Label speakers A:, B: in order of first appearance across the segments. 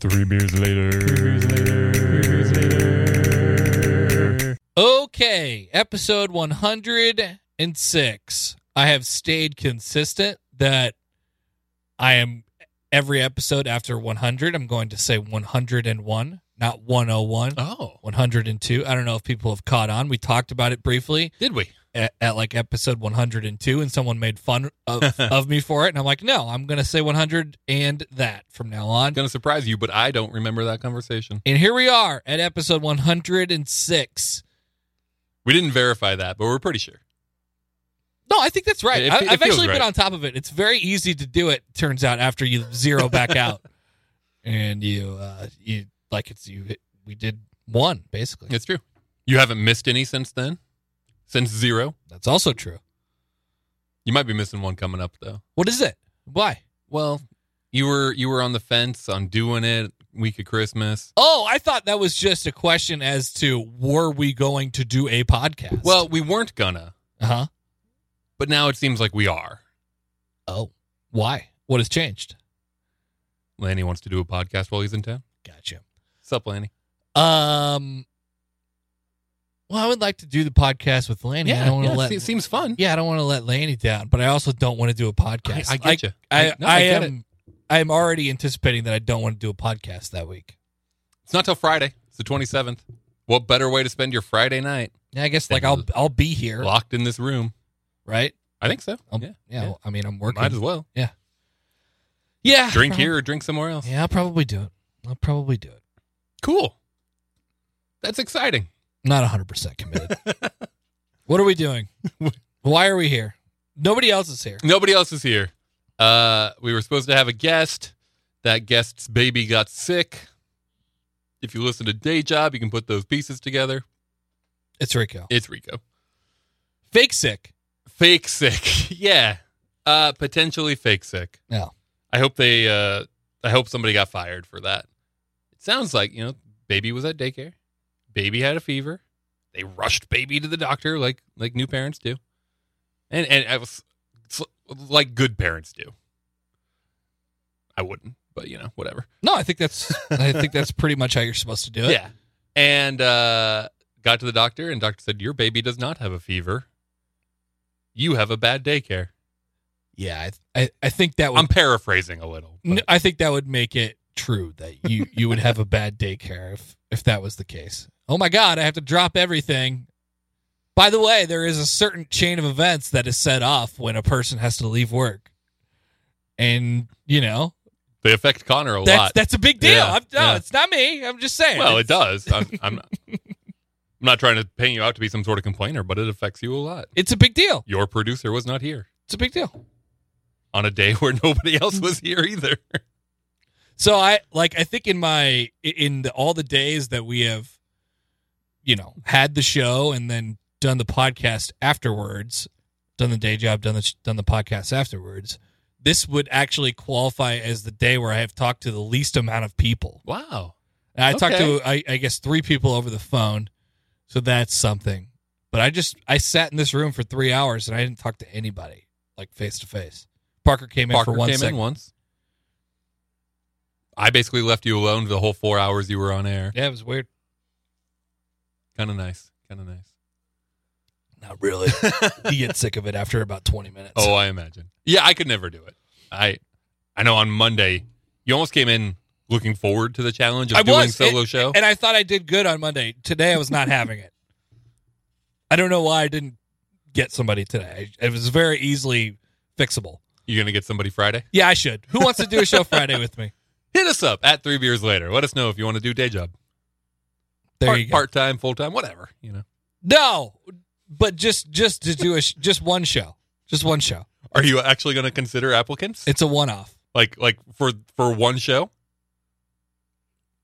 A: Three beers later.
B: Okay, episode 106. I have stayed consistent that I am every episode after 100, I'm going to say 101, not 101,
C: Oh,
B: 102. I don't know if people have caught on. We talked about it briefly
C: did we?
B: at, at like episode 102 and someone made fun of, of me for it and I'm like, "No, I'm going to say 100 and that from now on."
C: Going to surprise you, but I don't remember that conversation.
B: And here we are at episode 106.
C: We didn't verify that, but we're pretty sure.
B: No, I think that's right.
C: It- it
B: I,
C: fe- it
B: I've
C: feels
B: actually been
C: right.
B: on top of it. It's very easy to do it. Turns out after you zero back out, and you uh, you like it's you. We did one basically.
C: It's true. You haven't missed any since then, since zero.
B: That's also true.
C: You might be missing one coming up though.
B: What is it? Why?
C: Well, you were you were on the fence on doing it week of Christmas.
B: Oh, I thought that was just a question as to were we going to do a podcast?
C: Well, we weren't gonna,
B: uh huh.
C: but now it seems like we are.
B: Oh, why? What has changed?
C: Lanny wants to do a podcast while he's in town.
B: Gotcha.
C: What's up, Lanny?
B: Um. Well, I would like to do the podcast with Lanny. I don't want to let.
C: it seems fun.
B: yeah, I don't want to let Lanny down, but I also don't want to do a podcast.
C: I, I get
B: Like,
C: you.
B: I,
C: no,
B: I,
C: get
B: am
C: it.
B: I am already anticipating that I don't want to do a podcast that week.
C: It's not till Friday. It's the twenty seventh. What better way to spend your Friday night
B: Yeah, I guess
C: Then
B: like I'll
C: we'll-
B: I'll be here,
C: locked in this room?
B: right?
C: I think so.
B: I'll-
C: yeah,
B: yeah, well, I mean I'm working.
C: might as well
B: Yeah,
C: drink
B: prob-
C: here or drink somewhere else.
B: Yeah, I'll probably do it. I'll probably do it.
C: Cool. That's exciting.
B: Not 100 percent committed. what are we doing? Why are we here? Nobody else is here.
C: Nobody else is here. Uh, we were supposed to have a guest. That guest's baby got sick. If you listen to Day Job, you can put those pieces together.
B: It's Rico.
C: It's Rico.
B: Fake sick.
C: Fake sick. yeah. Uh, potentially fake sick.
B: No.
C: I hope they. Uh, I hope somebody got fired for that. It sounds like you know, baby was at daycare. Baby had a fever. They rushed baby to the doctor, like like new parents do, and and I was it's like good parents do. I wouldn't, but you know, whatever.
B: No, I think that's I think that's pretty much how you're supposed to do it.
C: Yeah. And uh, got to the doctor, and doctor said, "Your baby does not have a fever. You have a bad daycare."
B: yeah. I I, I think that would
C: I'm paraphrasing a little. but-
B: No, I think that would make it true that you you would have a bad daycare if if that was the case. Oh my god, I have to drop everything. By the way, there is a certain chain of events that is set off when a person has to leave work. And, you know,
C: They affect Connor a
B: that's
C: lot.
B: that's a big deal.
C: Yeah,
B: I'm, no,
C: yeah.
B: it's not me. I'm just saying.
C: Well, it
B: It's-
C: does. I'm, I'm not. I'm not trying to paint you out to be some sort of complainer, but it affects you a lot.
B: It's a big deal.
C: Your producer was not here
B: It's a big deal.
C: on a day where nobody else was here either.
B: So I like I think in my in the, all the days that we have you know, had the show and then done the podcast afterwards, done the day job, done the sh- done the podcast afterwards. This would actually qualify as the day where I have talked to the least amount of people.
C: Wow.
B: And I talked
C: Okay.
B: to I, I guess three people over the phone, so that's something. But I just I sat in this room for three hours and I didn't talk to anybody like face to face. Parker came in
C: Parker
B: for one
C: came
B: second.
C: in once. I basically left you alone for the whole four hours you were on air.
B: Yeah, it was weird.
C: Kind of nice. Kind of nice.
B: Not really. you get sick of it after about twenty minutes.
C: Oh, I imagine. Yeah, I could never do it. I, I know on Monday you almost came in looking forward to the challenge of
B: I
C: doing
B: was,
C: solo
B: and-
C: show.
B: and I thought I did good on Monday. Today I was not having it. I don't know why I didn't get somebody today. I, it was very easily fixable.
C: You're gonna get somebody Friday.
B: Yeah, I should. Who wants to do a show Friday with me?
C: Hit us up at three beers later. Let us know if you want to do day job.
B: There
C: part,
B: you go.
C: time, full time, whatever. You know,
B: No, but just just to do a sh- just one show, just one show.
C: are you actually going to consider applicants?
B: It's a one off.
C: like like for for one show?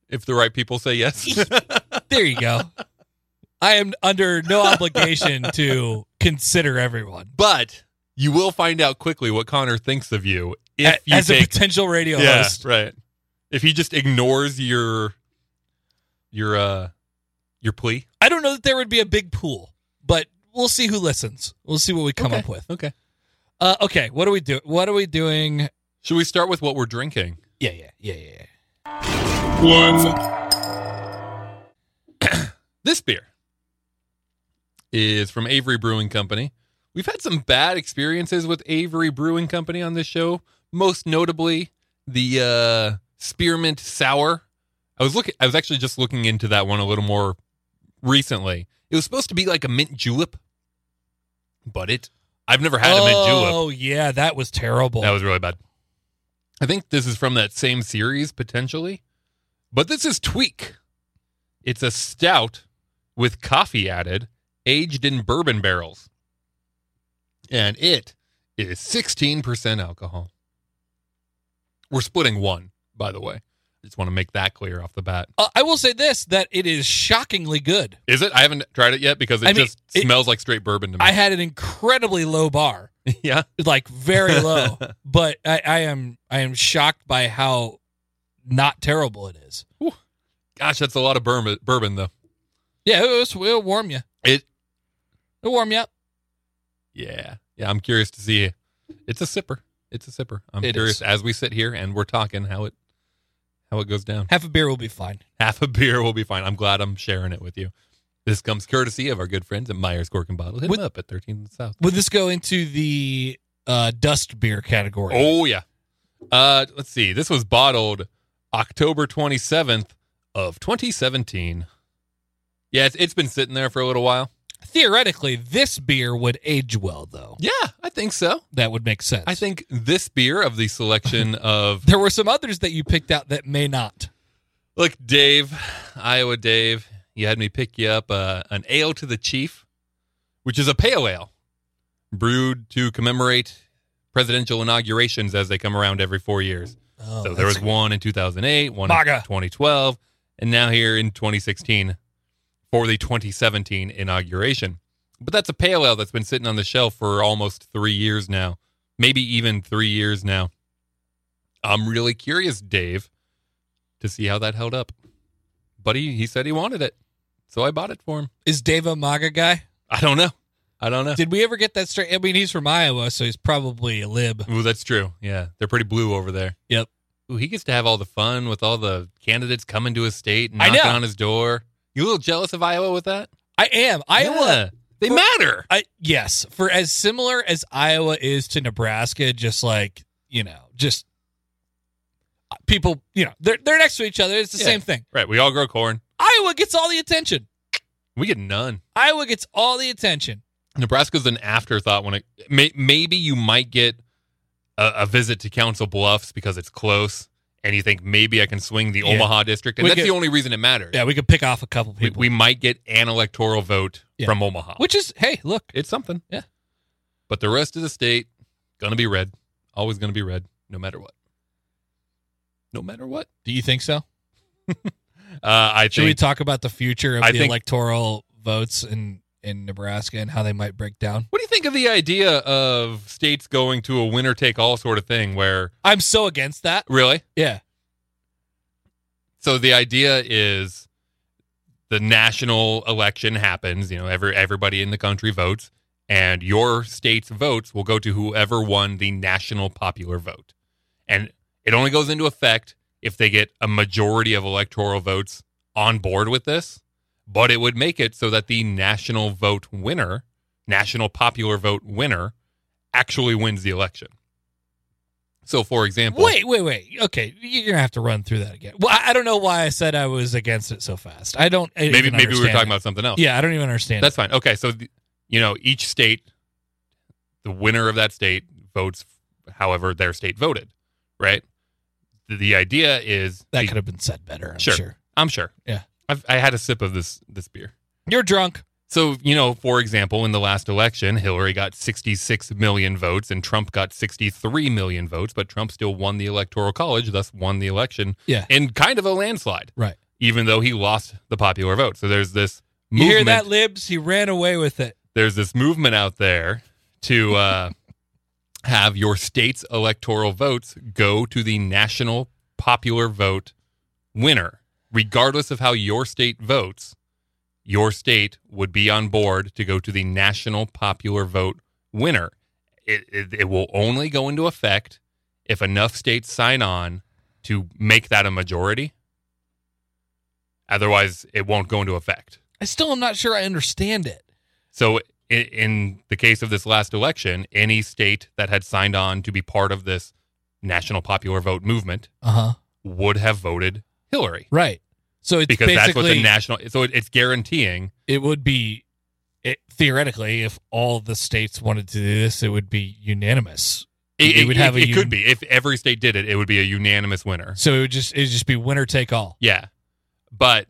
C: if the right people say yes.
B: There you go. I am under no obligation to consider everyone
C: but you will find out quickly what Connor thinks of you if
B: A-
C: you
B: as a
C: take
B: potential radio
C: yeah,
B: host.
C: right. If he just ignores your your uh your plea,
B: I don't know that there would be a big pool, but we'll see who listens. We'll see what we come
C: Okay,
B: up with.
C: Okay.
B: Uh, okay, what are we do? What are we doing?
C: Should we start with what we're drinking?
B: Yeah, yeah, yeah, yeah. yeah.
C: This beer is from Avery Brewing Company. We've had some bad experiences with Avery Brewing Company on this show, most notably the uh, spearmint sour. I was looking I was actually just looking into that one a little more recently. It was supposed to be like a mint julep, but it I've never had a mint julep.
B: oh yeah, that was terrible.
C: That was really bad. I think this is from that same series potentially, but this is Tweak. It's a stout with coffee added, aged in bourbon barrels, and it is 16% alcohol. We're splitting one, by the way. I just want to make that clear off the bat.
B: Uh, I will say this: that it is shockingly good.
C: Is it? I haven't tried it yet because it
B: I mean,
C: just
B: it-
C: smells like straight bourbon to me.
B: I had an incredibly low bar,
C: yeah.
B: like very low, but I, I am I am shocked by how not terrible it is.
C: Gosh, that's a lot of bourbon, bourbon though.
B: Yeah, it was, it'll warm you.
C: It
B: It'll warm you up.
C: Yeah. Yeah, I'm curious to see. It's a sipper. It's a sipper. I'm
B: It
C: curious
B: is.
C: as we sit here and we're talking how it how it goes down.
B: Half a beer will be fine.
C: Half a beer will be fine. I'm glad I'm sharing it with you. This comes courtesy of our good friends at Myers Cork and Bottle. Hit 'em
B: Would-
C: up at 13th and South.
B: Would this go into the uh, dust beer category?
C: Oh yeah. Uh let's see. This was bottled October 27th of 2017. Yeah, it's, it's been sitting there for a little while.
B: Theoretically, this beer would age well, though.
C: Yeah, I think so.
B: That would make sense.
C: I think this beer of the selection of
B: there were some others that you picked out that may not.
C: Look, Dave, Iowa Dave, you had me pick you up uh, an ale to the chief, which is a pale ale brewed to commemorate presidential inaugurations as they come around every four years.
B: Oh,
C: so there was
B: that's-
C: one in 2008, one in
B: MAGA.
C: 2012, and now here in 2016 for the 2017 inauguration. But that's a pale ale that's been sitting on the shelf for almost three years now, maybe even three years now. I'm really curious, Dave, to see how that held up. But he, he said he wanted it, so I bought it for him.
B: Is Dave a MAGA guy?
C: I don't know. I don't know.
B: Did we ever get that straight? I mean, he's from Iowa, so he's probably a lib.
C: Ooh, that's true. Yeah, they're pretty blue over there.
B: Yep.
C: Ooh, he gets to have all the fun with all the candidates coming to his state and
B: I
C: knocking
B: know.
C: on his door. You a little jealous of Iowa with that?
B: I am Iowa.
C: Yeah, they matter.
B: I yes, for as similar as Iowa is to Nebraska, just like you know, just uh, people, you know, they're they're next to each other. It's the
C: Yeah.
B: same thing.
C: Right. We all grow corn.
B: Iowa gets all the attention.
C: We get none.
B: Iowa gets all the attention.
C: Nebraska's an afterthought when it may, maybe you might get a, a visit to Council Bluffs because it's close, and you think maybe I can swing the
B: Yeah.
C: Omaha district, and
B: We
C: that's
B: get-
C: the only reason it matters.
B: Yeah, we could pick off a couple
C: we,
B: people,
C: we might get an electoral vote
B: Yeah.
C: from Omaha,
B: which is hey, look,
C: it's something.
B: Yeah.
C: But the rest of the state gonna be red. Always gonna be red, no matter what. No matter what.
B: do you think so?
C: Uh, I
B: Should we
C: think
B: talk about the future of
C: I
B: the
C: think-
B: electoral votes in in Nebraska and how they might break down?
C: What do you think of the idea of states going to a winner take all sort of thing where
B: I'm so against that.
C: really?
B: Yeah,
C: So the idea is the national election happens, you know, every everybody in the country votes and your state's votes will go to whoever won the national popular vote. And it only goes into effect if they get a majority of electoral votes on board with this, but it would make it so that the national vote winner, national popular vote winner actually wins the election. So for example,
B: Wait, wait, wait. Okay, you're gonna have to run through that again. Well, I I don't know why I said I was against it so fast. I don't. I
C: maybe
B: even
C: maybe we were
B: understand
C: talking
B: it.
C: about something else.
B: Yeah, I don't even understand.
C: That's fine. Okay, so the, you know each state, the winner of that state votes however their state voted, right? The, the idea is
B: it. that could have been said better. I'm sure.
C: Sure. I'm sure.
B: Yeah.
C: I've, I had a sip of this this beer.
B: You're drunk.
C: So, you know, for example, in the last election, Hillary got 66 million votes and Trump got 63 million votes, but Trump still won the Electoral College, thus won the election
B: Yeah.
C: in kind of a landslide,
B: Right.
C: even though he lost the popular vote. So there's this
B: You
C: movement,
B: hear that, Libs? He ran away with it.
C: there's this movement out there to uh, have your state's electoral votes go to the national popular vote winner. Regardless of how your state votes, your state would be on board to go to the national popular vote winner. It, it, it will only go into effect if enough states sign on to make that a majority. Otherwise, it won't go into effect.
B: I still am not sure I understand it.
C: So, in, in the case of this last election, any state that had signed on to be part of this national popular vote movement
B: Uh huh.
C: would have voted Hillary
B: Right. So it's
C: because that's what the
B: basically
C: national. So it, it's guaranteeing
B: it would be it, theoretically if all the states wanted to do this, it would be unanimous.
C: it,
B: It would have a
C: it
B: un-
C: could be if every state did it, it would be a unanimous winner.
B: So it would just it would just be winner take all.
C: Yeah, but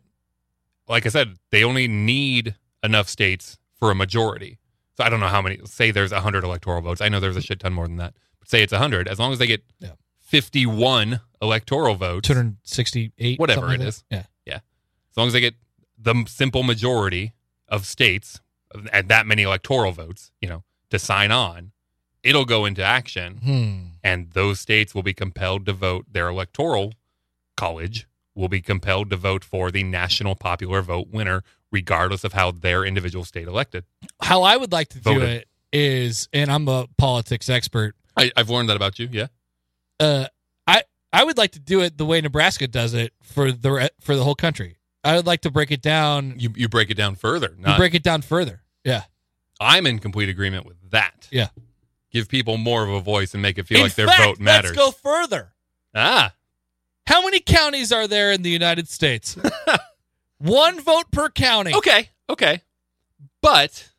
C: like I said, they only need enough states for a majority. So I don't know how many. Say there's hundred electoral votes. I know there's a shit ton more than that. But say it's hundred. As long as they get
B: Yeah.
C: fifty-one electoral votes,
B: Two hundred sixty eight.
C: Whatever it
B: it is.
C: is. as long as they get the m- simple majority of states and that many electoral votes, you know, to sign on, it'll go into action
B: Yeah. Hmm.
C: and those states will be compelled to vote their electoral college will be compelled to vote for the national popular vote winner regardless of how their individual state elected.
B: How I would like to do
C: Voted.
B: it is, and I'm a politics expert.
C: I, I've learned that about you, yeah.
B: Uh, I I would like to do it the way Nebraska does it for the re- for the whole country. I would like to break it down.
C: You you break it down further.
B: You
C: Not,
B: break it down further. Yeah.
C: I'm in complete agreement with that.
B: Yeah.
C: Give people more of a voice and make it feel
B: In
C: like their
B: fact,
C: vote matters.
B: Let's go further.
C: ah,
B: How many counties are there in the United States? One vote per county.
C: Okay, okay. But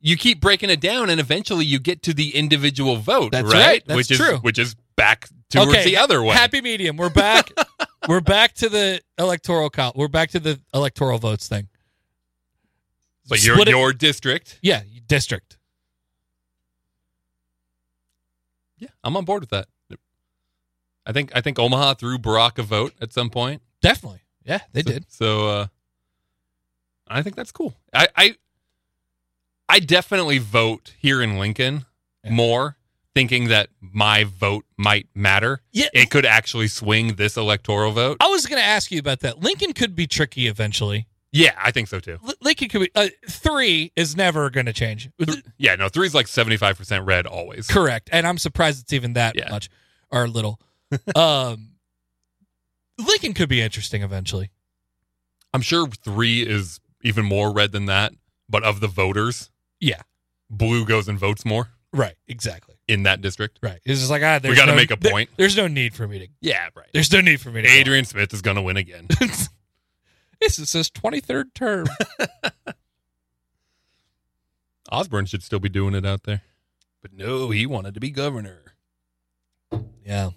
C: you keep breaking it down and eventually you get to the individual vote,
B: That's
C: right?
B: right, that's
C: which is
B: true.
C: which is back towards
B: Okay,
C: the other way.
B: Happy medium. We're back. We're back to the electoral count. We're back to the electoral votes thing.
C: but your
B: Split it-
C: your district.
B: yeah district.
C: Yeah, I'm on board with that. I think I think Omaha threw Barack a vote at some point.
B: Definitely. Yeah, they
C: so,
B: did.
C: So uh, I think that's cool. I I, I definitely vote here in Lincoln
B: Yeah.
C: more, thinking that my vote might matter.
B: Yeah.
C: It could actually swing this electoral vote.
B: I was going to ask you about that. Lincoln could be tricky eventually.
C: Yeah, I think so too.
B: L- Lincoln could be uh, three is never going to change.
C: Yeah, no, three's like seventy five percent red always.
B: Correct. And I'm surprised it's even that
C: Yeah.
B: much or little. um, Lincoln could be interesting eventually.
C: I'm sure three is even more red than that, but of the voters,
B: Yeah.
C: blue goes and votes more
B: Right. Exactly.
C: in that district.
B: Right. It's just like ah, there's
C: gotta
B: no-
C: make a
B: there-
C: point.
B: there's no need for me to.
C: Yeah, right.
B: There's no need for me to. go.
C: Adrian Smith is gonna win again.
B: this is his 23rd term.
C: Osborne should still be doing it out there, but no, he wanted to be governor.
B: yeah.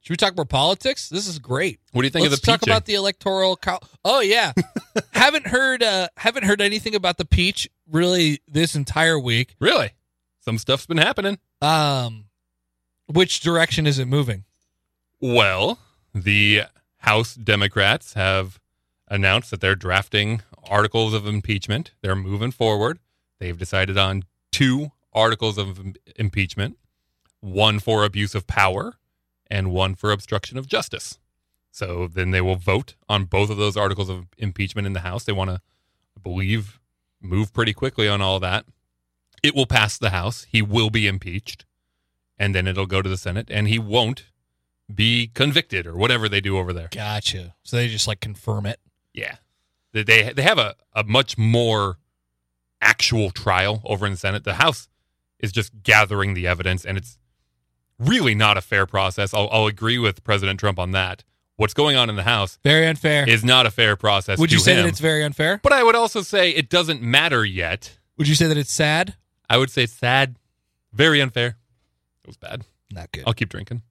B: Should we talk more politics? This is great.
C: What do you think
B: Let's
C: of the
B: talk
C: peaching?
B: about the electoral. col oh yeah, haven't heard uh, haven't heard anything about the peach really this entire week.
C: really? Some stuff's been happening.
B: Um, which direction is it moving?
C: Well, the House Democrats have announced that they're drafting articles of impeachment. They're moving forward. They've decided on two articles of im- impeachment one for abuse of power and one for obstruction of justice. So then they will vote on both of those articles of impeachment in the House. They want to, I believe, move pretty quickly on all that. It will pass the House. He will be impeached. And then it'll go to the Senate, and he won't be convicted or whatever they do over there.
B: Gotcha. So they just like confirm it.
C: Yeah. They they, they have a, a much more actual trial over in the Senate. The House is just gathering the evidence and it's really not a fair process. I'll, I'll agree with President Trump on that. What's going on in the House
B: Very unfair.
C: is not a fair process
B: Would
C: to
B: you say
C: him.
B: that it's very unfair?
C: but I would also say it doesn't matter yet.
B: Would you say that it's sad?
C: I would say it's sad, very unfair. It was bad.
B: Not good.
C: I'll keep drinking.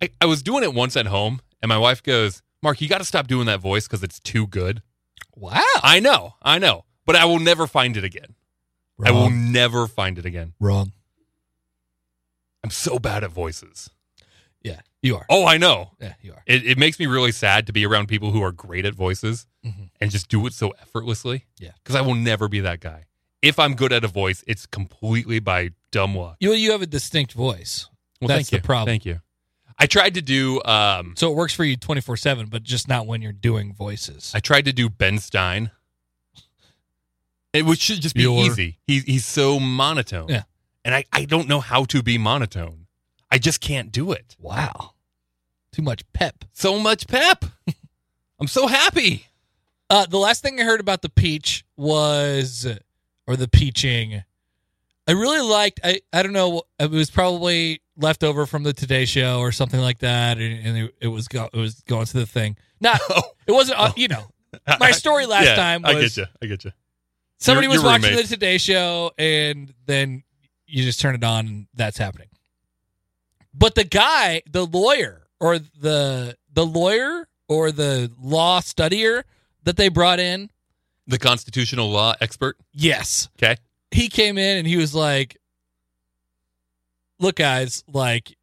C: I, I was doing it once at home, and my wife goes, Mark, you got to stop doing that voice because it's too good.
B: Wow.
C: I know, I know, but I will never find it again. I will
B: Wrong.
C: never find it again.
B: Wrong.
C: I'm so bad at voices.
B: Yeah, you are.
C: Oh, I know.
B: Yeah, you are.
C: It, it makes me really sad to be around people who are great at voices
B: Mhm.
C: and just do it so effortlessly.
B: Yeah.
C: Because I will never be that guy. If I'm good at a voice, it's completely by dumb luck.
B: You you have a distinct voice,
C: Well,
B: That's
C: thank
B: the
C: you.
B: problem.
C: Thank you. I tried to do um
B: so it works for you twenty four seven, but just not when you're doing voices.
C: I tried to do Ben Stein. It which should just be
B: Your-
C: easy. He's he's so monotone.
B: Yeah.
C: And I, I don't know how to be monotone. I just can't do it.
B: wow, too much pep.
C: So much pep. I'm so happy.
B: Uh, the last thing I heard about the peach was, or the peaching, I really liked. I I don't know. It was probably left over from the Today Show or something like that, and, and it, it was go, it was going to the thing. Not it wasn't. Uh, you know, my story last
C: Oh. Yeah,
B: time
C: I get
B: was
C: you. I get you.
B: somebody
C: Your-
B: was
C: your
B: watching
C: roommate.
B: the Today Show, and then you just turn it on, and that's happening. But the guy, the lawyer, or the the lawyer or the law studier that they brought in,
C: The constitutional law expert.
B: yes,
C: Okay.
B: he came in and he was like, "Look, guys, like,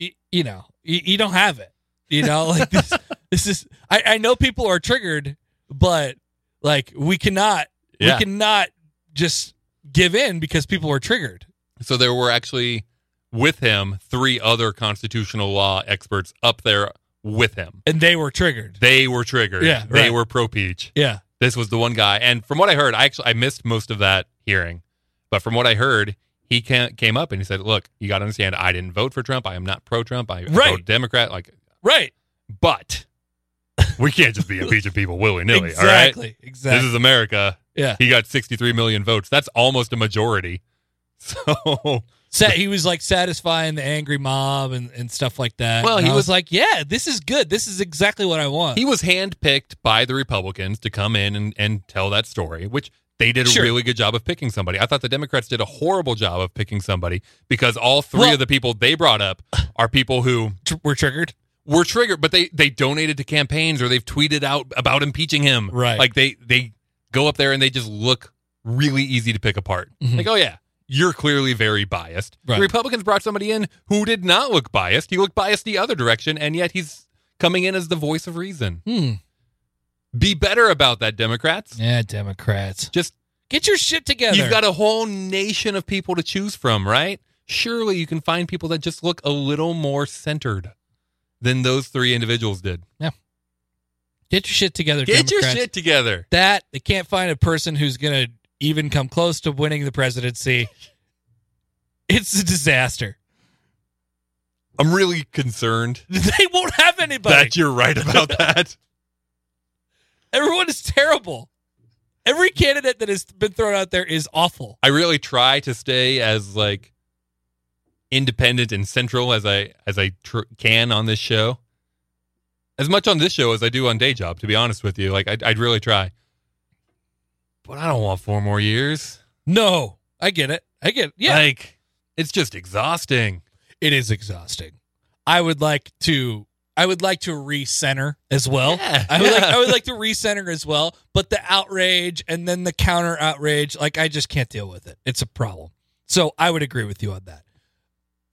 B: y- you know, you, you don't have it. You know, like this, this is. I, I know people are triggered, but like, we cannot,
C: Yeah.
B: we cannot just give in because people are triggered.
C: So there were actually with him three other constitutional law experts up there with him.
B: And they were triggered.
C: They were triggered.
B: Yeah,
C: They
B: right.
C: were pro peach.
B: yeah,
C: This was the one guy. And from what I heard, I actually I missed most of that hearing. But from what I heard, he ca- came up and he said, "Look, you got to understand I didn't vote for Trump. I am not pro Trump. I am
B: Right.
C: pro Democrat like
B: right.
C: but we can't just be impeaching people willy-nilly, all right?
B: exactly, exactly.
C: This is America.
B: yeah.
C: He got 63 million votes. That's almost a majority. So
B: Sa- he was like satisfying the angry mob and, and stuff like that.
C: Well,
B: And
C: he
B: I
C: was-
B: was like, "Yeah, this is good. This is exactly what I want."
C: he was handpicked by the Republicans to come in and, and tell that story, which they did a
B: Sure.
C: really good job of picking somebody. I thought the Democrats did a horrible job of picking somebody because all three
B: Well-
C: of the people they brought up are people who
B: Tr- were triggered.
C: were triggered, but they they donated to campaigns or they've tweeted out about impeaching him.
B: Right.
C: Like they they go up there and they just look really easy to pick apart.
B: Mhm.
C: Like, oh yeah, you're clearly very biased.
B: Right.
C: The Republicans brought somebody in who did not look biased. He looked biased the other direction, and yet he's coming in as the voice of reason.
B: Hmm.
C: Be better about that, Democrats.
B: Yeah, Democrats.
C: Just
B: Get your shit together.
C: you've got a whole nation of people to choose from, right? Surely you can find people that just look a little more centered than those three individuals did.
B: get your shit together.
C: Get your
B: Democrats.
C: shit together.
B: That they can't find a person who's gonna even come close to winning the presidency. it's a disaster.
C: I'm really concerned
B: They won't have anybody.
C: that you're right about that.
B: Everyone is terrible. Every candidate that has been thrown out there is awful.
C: I really try to stay as like independent and central as I as I tr- can on this show. As much on this show as I do on day job, to be honest with you, like I'd, I'd really try. But I don't want four more years.
B: No, I get it. I get it. Yeah,
C: like it's just exhausting.
B: it is exhausting. I would like to. I would like to recenter as well.
C: Yeah,
B: I would like.
C: yeah.
B: I would like to recenter as well. But the outrage and then the counter outrage, like I just can't deal with it. It's a problem. So I would agree with you on that.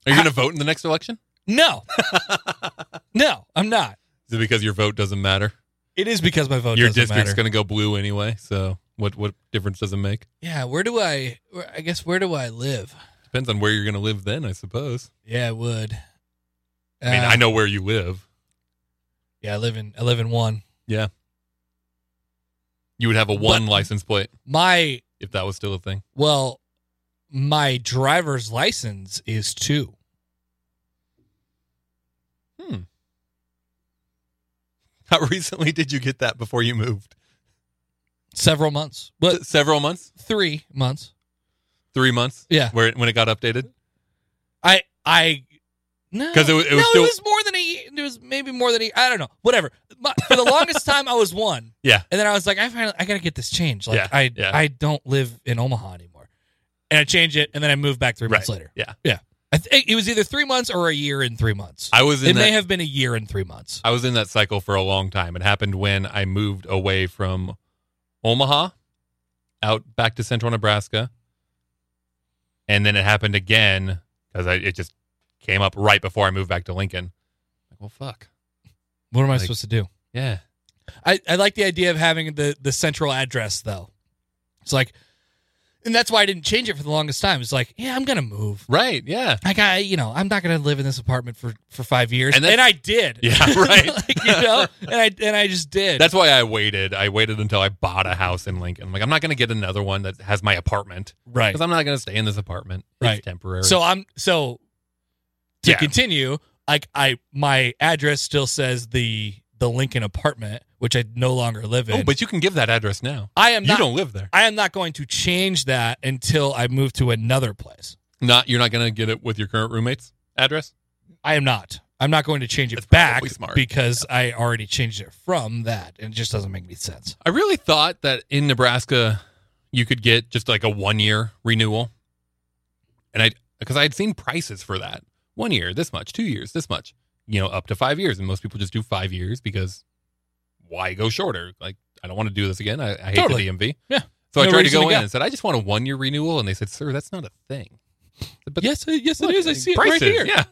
C: Are you going to vote in the next election?
B: No, no, I'm not.
C: Is it because your vote doesn't matter?
B: It is because my vote.
C: your
B: doesn't
C: district's
B: matter.
C: going to go blue anyway, so what what difference does it make?
B: Yeah. Where do I? Where, I guess where do I live?
C: Depends on where you're going to live then, I suppose.
B: Yeah, it would.
C: I mean,
B: Uh,
C: I know where you live.
B: Yeah, I live in. I live in one.
C: You would have a one
B: But-
C: license plate
B: My
C: if that was still a thing.
B: Well, my driver's license is two.
C: How recently did you get that before you moved?
B: Several months. But
C: S- Several months?
B: three months.
C: Three months?
B: Yeah.
C: Where it, when it got updated?
B: I I no,
C: 'Cause it wa- it was
B: no,
C: still-
B: it was more than a ye- it was maybe more than a I don't know. Whatever. My, for the longest time I was one.
C: Yeah.
B: And then I was like, I finally I gotta get this changed. Like
C: Yeah,
B: I
C: yeah.
B: I don't live in Omaha anymore. And I changed it and then I moved back three months later.
C: Yeah.
B: I think it was either three months or a year and three months.
C: I was in
B: it
C: that
B: may have been a year and three months.
C: I was in that cycle for a long time. It happened when I moved away from Omaha, out back to central Nebraska, and then it happened again because I it just came up right before I moved back to Lincoln. Like, well, fuck,
B: What am I
C: Like-
B: supposed to do?
C: yeah,
B: I, I like the idea of having the the central address though. It's like, and that's why I didn't change it for the longest time. It's like, yeah, I'm gonna move.
C: right, yeah,
B: Like I, you know, I'm not gonna live in this apartment for for five years,
C: And
B: and,
C: that's-
B: I did.
C: Yeah, right.
B: like, you know, and I and I just did.
C: That's why I waited. I waited until I bought a house in Lincoln. Like, I'm not going to get another one that has my apartment
B: right.
C: because I'm not going to stay in this apartment.
B: Right.
C: It's temporary.
B: So I'm so to
C: Yeah.
B: continue. Like I, my address still says the the Lincoln apartment, which I no longer live in.
C: oh, but you can give that address now.
B: I am
C: you
B: not.
C: don't live there.
B: I am not going to change that until I move to another place.
C: Not you're not going to get it with your current roommate's address.
B: I am not. I'm not going to change it
C: That's
B: back
C: probably smart.
B: because I already changed it from that, and it just doesn't make any sense.
C: I really thought that in Nebraska you could get just like a one year renewal, and I because I had seen prices for that one year this much, two years this much, you know, up to five years, and most people just do five years because why go shorter? Like I don't want to do this again. I, I hate
B: Totally.
C: the DMV.
B: Yeah.
C: So I
B: No
C: tried to
B: reason
C: go
B: to
C: in
B: go.
C: and said I just want a one year renewal, and they said, sir, that's not a thing. But
B: yes, uh, yes,
C: Look,
B: it is. I see it right
C: prices,
B: here.
C: Yeah.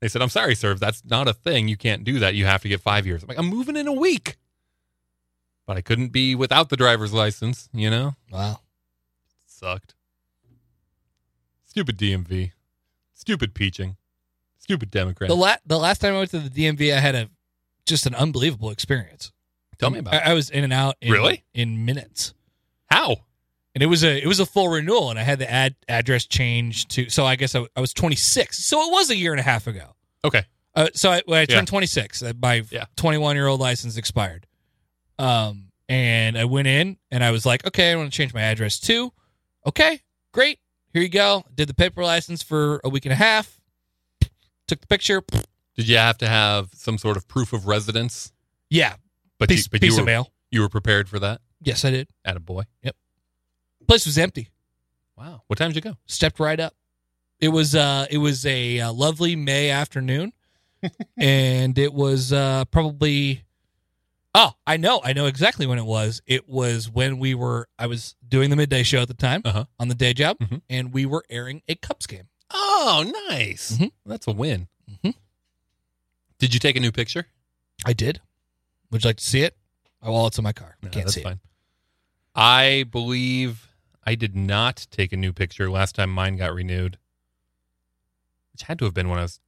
C: They said, I'm sorry, sir. if That's not a thing. You can't do that. You have to get five years. I'm like, I'm moving in a week. But I couldn't be without the driver's license, you know?
B: Wow.
C: Sucked. Stupid DMV. Stupid peaching. Stupid Democrat.
B: The la- the last time I went to the DMV, I had a just an unbelievable experience.
C: Tell me about
B: I,
C: it.
B: I was in and out. In,
C: Really?
B: In minutes.
C: How?
B: and it was a it was a full renewal and i had the ad address changed to so i guess i, I was 26 so it was a year and a half ago
C: Okay.
B: uh, so I, when i
C: Yeah.
B: turned 26 uh, my
C: Yeah.
B: 21 year old license expired um and i went in and i was like okay i want to change my address too okay great here you go did the paper license for a week and a half took the picture
C: Did you have to have some sort of proof of residence?
B: yeah
C: But,
B: piece,
C: you, but
B: piece
C: you,
B: of
C: were,
B: mail
C: you were prepared for that?
B: yes i did
C: At a boy.
B: place was empty
C: Wow. What time did you go?
B: stepped right up. It was uh it was a uh, lovely May afternoon, and it was uh probably oh I know I know exactly when it was. It was when we were I was doing the midday show at the time
C: Uh-huh.
B: on the day job,
C: Mhm.
B: and we were airing a Cubs game.
C: Oh, nice.
B: Mhm.
C: That's a win. Mm-hmm.
B: Mhm.
C: Did you take a new picture?
B: I did. Would you like to see it? Oh, well, it's in my car.
C: No,
B: Can't
C: that's
B: see it.
C: fine. I believe I did not take a new picture last time mine got renewed, which had to have been when I was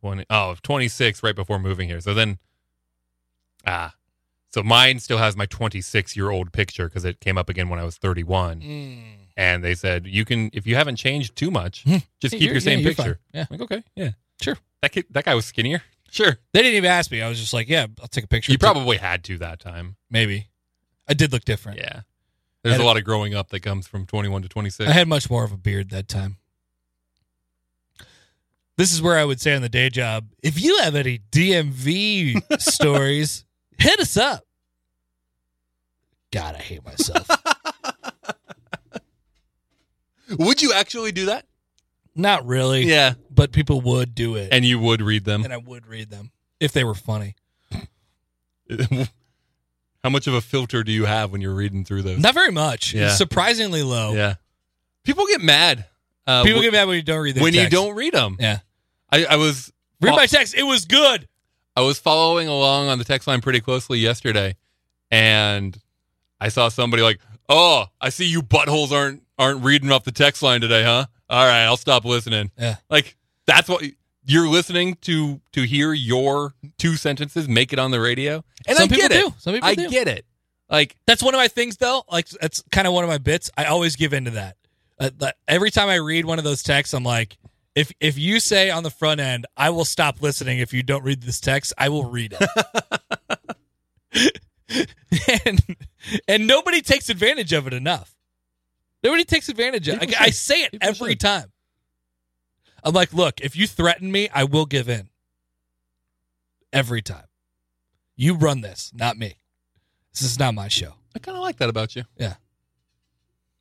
C: 20, oh, 26, right before moving here. So then, ah, so mine still has my 26 year old picture because it came up again when I was 31.
B: Mm.
C: And they said, you can, if you haven't changed too much,
B: Hmm.
C: just
B: Yeah,
C: keep
B: you're-
C: your same
B: yeah, you're fine.
C: picture.
B: Yeah.
C: I'm like, okay, yeah,
B: Sure.
C: That, kid, that guy was skinnier. Sure.
B: They didn't even ask me. I was just like, yeah, I'll take a picture.
C: You probably had to that time.
B: maybe. I did look different.
C: Yeah. There's
B: And
C: a
B: it-
C: lot of growing up that comes from 21 to 26.
B: I had much more of a beard that time. This is where I would say on the day job if you have any DMV stories, hit us up. God, I hate myself.
C: would you actually do that?
B: Not really,
C: Yeah.
B: but people would do it.
C: And you would read them.
B: and I would read them if they were funny.
C: How much of a filter do you have when you're reading through those?
B: Not very much.
C: Yeah.
B: It's surprisingly low.
C: Yeah. People get mad. Uh,
B: People
C: wh-
B: get mad when you don't read their
C: when you
B: text.
C: don't read them.
B: Yeah.
C: I, I was
B: Read my text. It was good.
C: I was following along on the text line pretty closely yesterday, and I saw somebody like, "Oh, I see you buttholes aren't aren't reading off the text line today, huh? All right, I'll stop listening."
B: Yeah.
C: like that's what you're listening to to hear your two sentences make it on the radio, and
B: Some
C: I
B: people
C: get it.
B: do. Some people
C: I
B: do.
C: get it. Like
B: That's one of my things, though. Like that's kind of one of my bits. I always give into that. Uh, that- every time I read one of those texts, I'm like, if if you say on the front end, I will stop listening. If you don't read this text, I will read it. and and nobody takes advantage of it enough. Nobody takes advantage of it.
C: People
B: I, I
C: should.
B: say it
C: People
B: every
C: should.
B: time. I'm like, look, if you threaten me, I will give in. Every time. You run this, not me. This is not my show.
C: I kind of like that about you.
B: Yeah.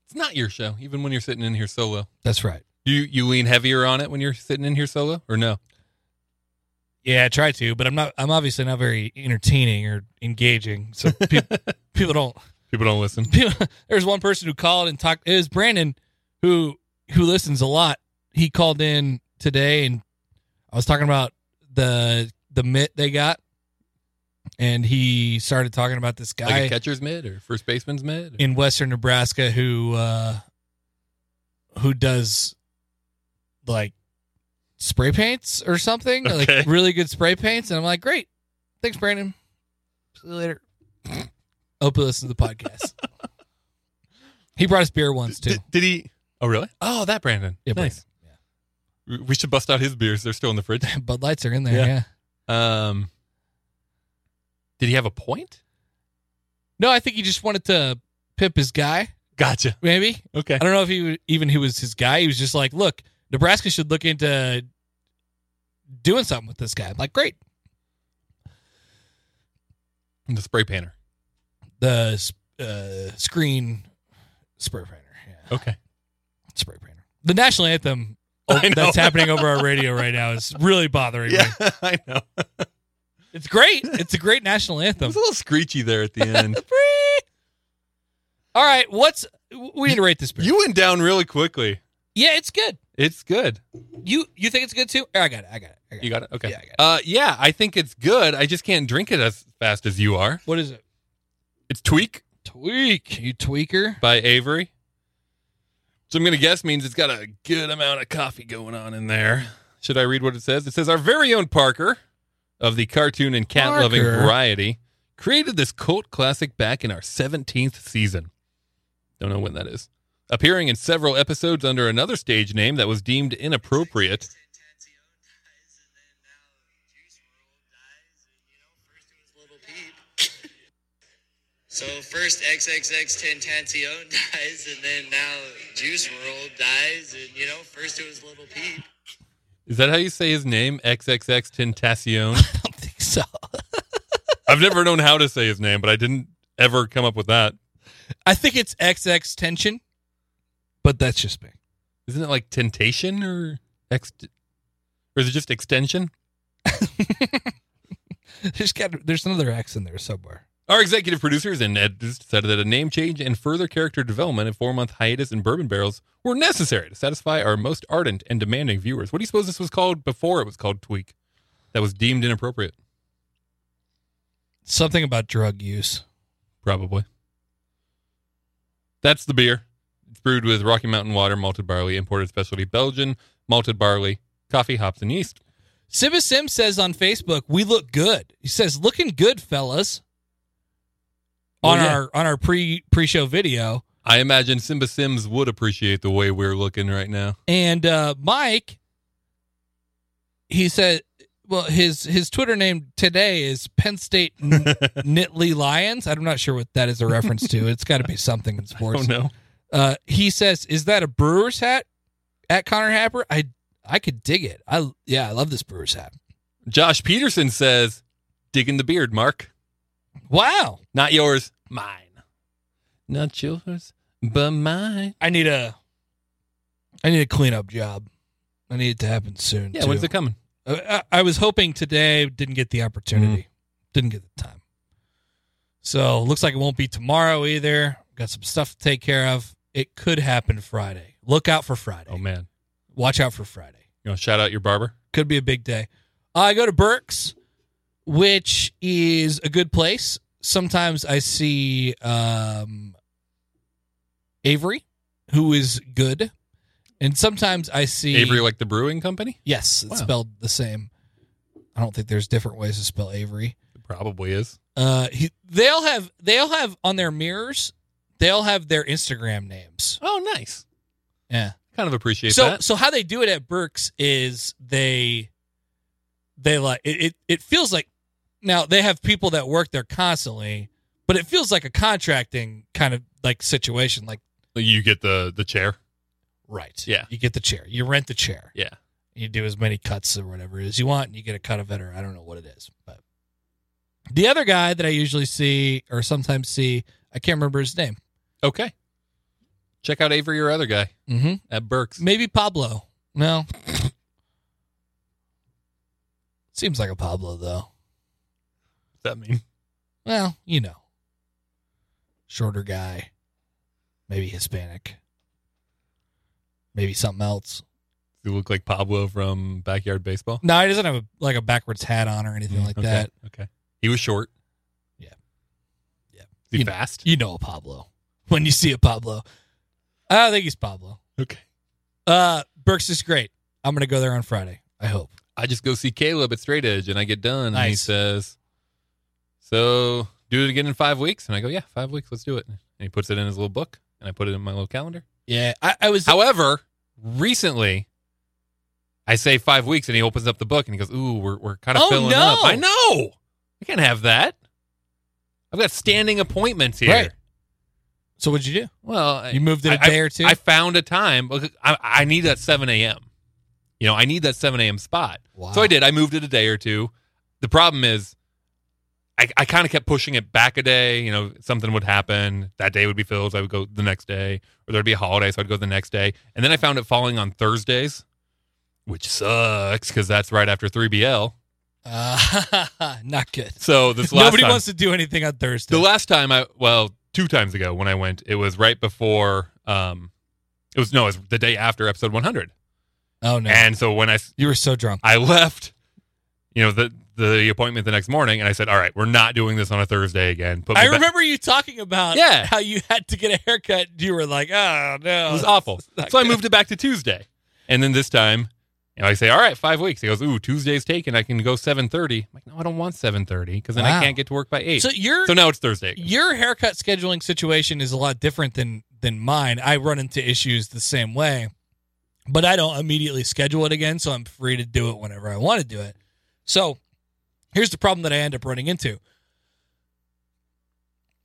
C: it's not your show, even when you're sitting in here solo.
B: That's right.
C: You you lean heavier on it when you're sitting in here solo, or no?
B: Yeah, I try to, but I'm not. I'm obviously not very entertaining or engaging, so pe- people don't.
C: People don't listen.
B: People, there's one person who called and talked. It was Brandon who who listens a lot. He called in today, and I was talking about the the mitt they got, and he started talking about this guy
C: Like a catcher's mid or first baseman's mid.
B: in Western Nebraska who uh who does like spray paints or something,
C: Okay.
B: like really good spray paints, and I'm like, great, thanks, Brandon. See you later. Hope you listen to the podcast. he brought us beer once too.
C: Did, did he? Oh, really? Oh, that Brandon.
B: Yeah,
C: nice. We- We should bust out his beers. They're still in the fridge.
B: Bud Lights are in there. Yeah.
C: Yeah. Um, did he have a point?
B: No, I think he just wanted to pimp his guy.
C: Gotcha.
B: Maybe
C: Okay.
B: I don't know if he would- even who was his guy. He was just like, look, Nebraska should look into doing something with this guy. I'm like, great.
C: The spray painter.
B: the s- uh, screen spray painter. Yeah.
C: Okay.
B: Spray painter. The national anthem
C: I know.
B: that's happening over our radio right now is really bothering me.
C: I know. It
B: It's great. It's a great national anthem.
C: was a little screechy there at the end.
B: All right, what's we need to rate this beer?
C: you went down really quickly.
B: yeah, it's good.
C: It's good.
B: You you think it's good too? I got it. I got it. I got
C: You
B: it.
C: got it. Okay.
B: Yeah, I got it.
C: Uh, yeah, I think it's good. I just can't drink it as fast as you are.
B: What is it?
C: It's Tweak
B: Tweak, you tweaker.
C: by Avery. So I'm gonna guess means it's got a good amount of coffee going on in there. Should I read what it says? It says our very own Parker of the cartoon and cat loving
B: Parker.
C: variety created this cult classic back in our 17th season. Don't know when that is. Appearing in several episodes under another stage name that was deemed inappropriate.
D: So first XXX Tentacion dies, and then now Juice World dies, and you know first it was Little Peep.
C: Is that how you say his name? XXX Tentacion.
B: I don't think so.
C: I've never known how to say his name, but I didn't ever come up with that.
B: I think it's XX tension, but that's just me.
C: Isn't it like Temptation or ex- or is it just extension?
B: There's got there's another X in there somewhere.
C: Our executive producers and editors decided that a name change and further character development and four month hiatus in bourbon barrels were necessary to satisfy our most ardent and demanding viewers. What do you suppose this was called before it was called Tweak? That was deemed inappropriate,
B: Something about drug use.
C: probably. That's the beer. It's brewed with Rocky Mountain water, malted barley, imported specialty Belgian, malted barley, coffee, hops, and yeast.
B: Sibba Sim says on Facebook, "We look good." He says, "Looking good, fellas."
C: Well,
B: on
C: yeah.
B: our on our pre pre show video,
C: I imagine Simba Sims would appreciate the way we're looking right now.
B: and uh, Mike, he said, "Well, his his Twitter name today is Penn State N- Nittany Lions." I'm not sure what that is a reference to. It's got to be something in sports.
C: Oh no.
B: Uh, he says, "Is that a Brewers hat?" At Connor Happer, I I could dig it. I yeah, I love this Brewers hat.
C: Josh Peterson says, digging the beard, Mark.
B: Wow,
C: Not yours, mine. Not yours, but mine.
B: I need a I need a cleanup job. I need it to happen soon.
C: Yeah,
B: too.
C: when's it coming?
B: I, I I was hoping today, didn't get the opportunity,
C: Mm-hmm.
B: didn't get the time. So looks like it won't be tomorrow either. Got some stuff to take care of. It could happen Friday. Look out for Friday.
C: Oh man.
B: Watch out for Friday.
C: You know, shout out your barber.
B: Could be a big day. I go to Burke's, which is a good place. Sometimes I see um, Avery, who is good, and sometimes I see
C: Avery like the brewing company?
B: Yes, it's
C: Wow.
B: spelled the same. I don't think there's different ways to spell Avery.
C: It probably is.
B: Uh, he, they all have they all have on their mirrors. They all have their Instagram names.
C: Oh, nice.
B: Yeah.
C: Kind of appreciate
B: so
C: that.
B: so how they do it at Burke's is they they like it, it. It feels like now they have people that work there constantly, but it feels like a contracting kind of like situation. Like
C: You get the the chair.
B: right,
C: Yeah.
B: You get the chair. You rent the chair.
C: Yeah.
B: you do as many cuts or whatever it is you want, and you get a cut of it, or I don't know what it is. But the other guy that I usually see, or sometimes see, I can't remember his name.
C: Okay. Check out Avery or other guy
B: Mm-hmm.
C: at Burke's.
B: Maybe Pablo. No. Seems like a Pablo though.
C: that mean?
B: Well, you know, shorter guy, maybe Hispanic, maybe something else.
C: You look like Pablo from Backyard Baseball.
B: No, he doesn't have a, like a backwards hat on or anything like
C: Mm, okay.
B: that.
C: Okay. He was short.
B: Yeah. Yeah.
C: Is he
B: You know.
C: fast?
B: You know a Pablo when you see a Pablo. I think he's Pablo.
C: Okay.
B: Uh, Burks is great. I'm gonna go there on Friday. I hope.
C: I just go see Caleb at Straight Edge and I get done. And he
B: Nice.
C: says, So do it again in five weeks? And I go, Yeah, five weeks. Let's do it. And he puts it in his little book and I put it in my little calendar.
B: Yeah, I, I was.
C: However, recently, I say five weeks and he opens up the book and he goes, Ooh, we're, we're kind of
B: Oh,
C: filling
B: no.
C: up. I know. I can't have that. I've got standing appointments here.
B: Right. so what'd you do?
C: Well, I-
B: You moved it a
C: I- I-
B: day or two.
C: I found a time. because I, I need that 7 a.m. You know, I need that 7 a.m. spot.
B: Wow.
C: So I did. I moved it a day or two. The problem is, I, I kind of kept pushing it back a day. You know, something would happen. That day would be filled. So I would go the next day, or there'd be a holiday, so I'd go the next day. And then I found it falling on Thursdays, which sucks because that's right after 3BL.
B: Uh, not good.
C: So this last
B: Nobody
C: time,
B: wants to do anything on Thursday.
C: the last time I well, two times ago when I went, it was right before um it was no, it was the day after episode 100.
B: oh no,
C: And so when I
B: you were so drunk.
C: I left, you know, the the appointment the next morning and I said, "All right, we're not doing this on a Thursday again." Put me
B: I
C: back-
B: remember you talking about
C: Yeah.
B: how you had to get a haircut. You were like, oh no,
C: It was awful.
B: not
C: So I
B: good.
C: moved it back to Tuesday. And then this time, you know, I say, "All right, 5 weeks." He goes, "Ooh, Tuesday's taken. I can go 7:30." I'm like, "No, I don't want 7:30 cuz then
B: Wow.
C: I can't get to work by 8."
B: So
C: So,
B: your
C: now it's Thursday.
B: your haircut scheduling situation is a lot different than than mine. I run into issues the same way, but I don't immediately schedule it again, so I'm free to do it whenever I want to do it. So here's the problem that I end up running into.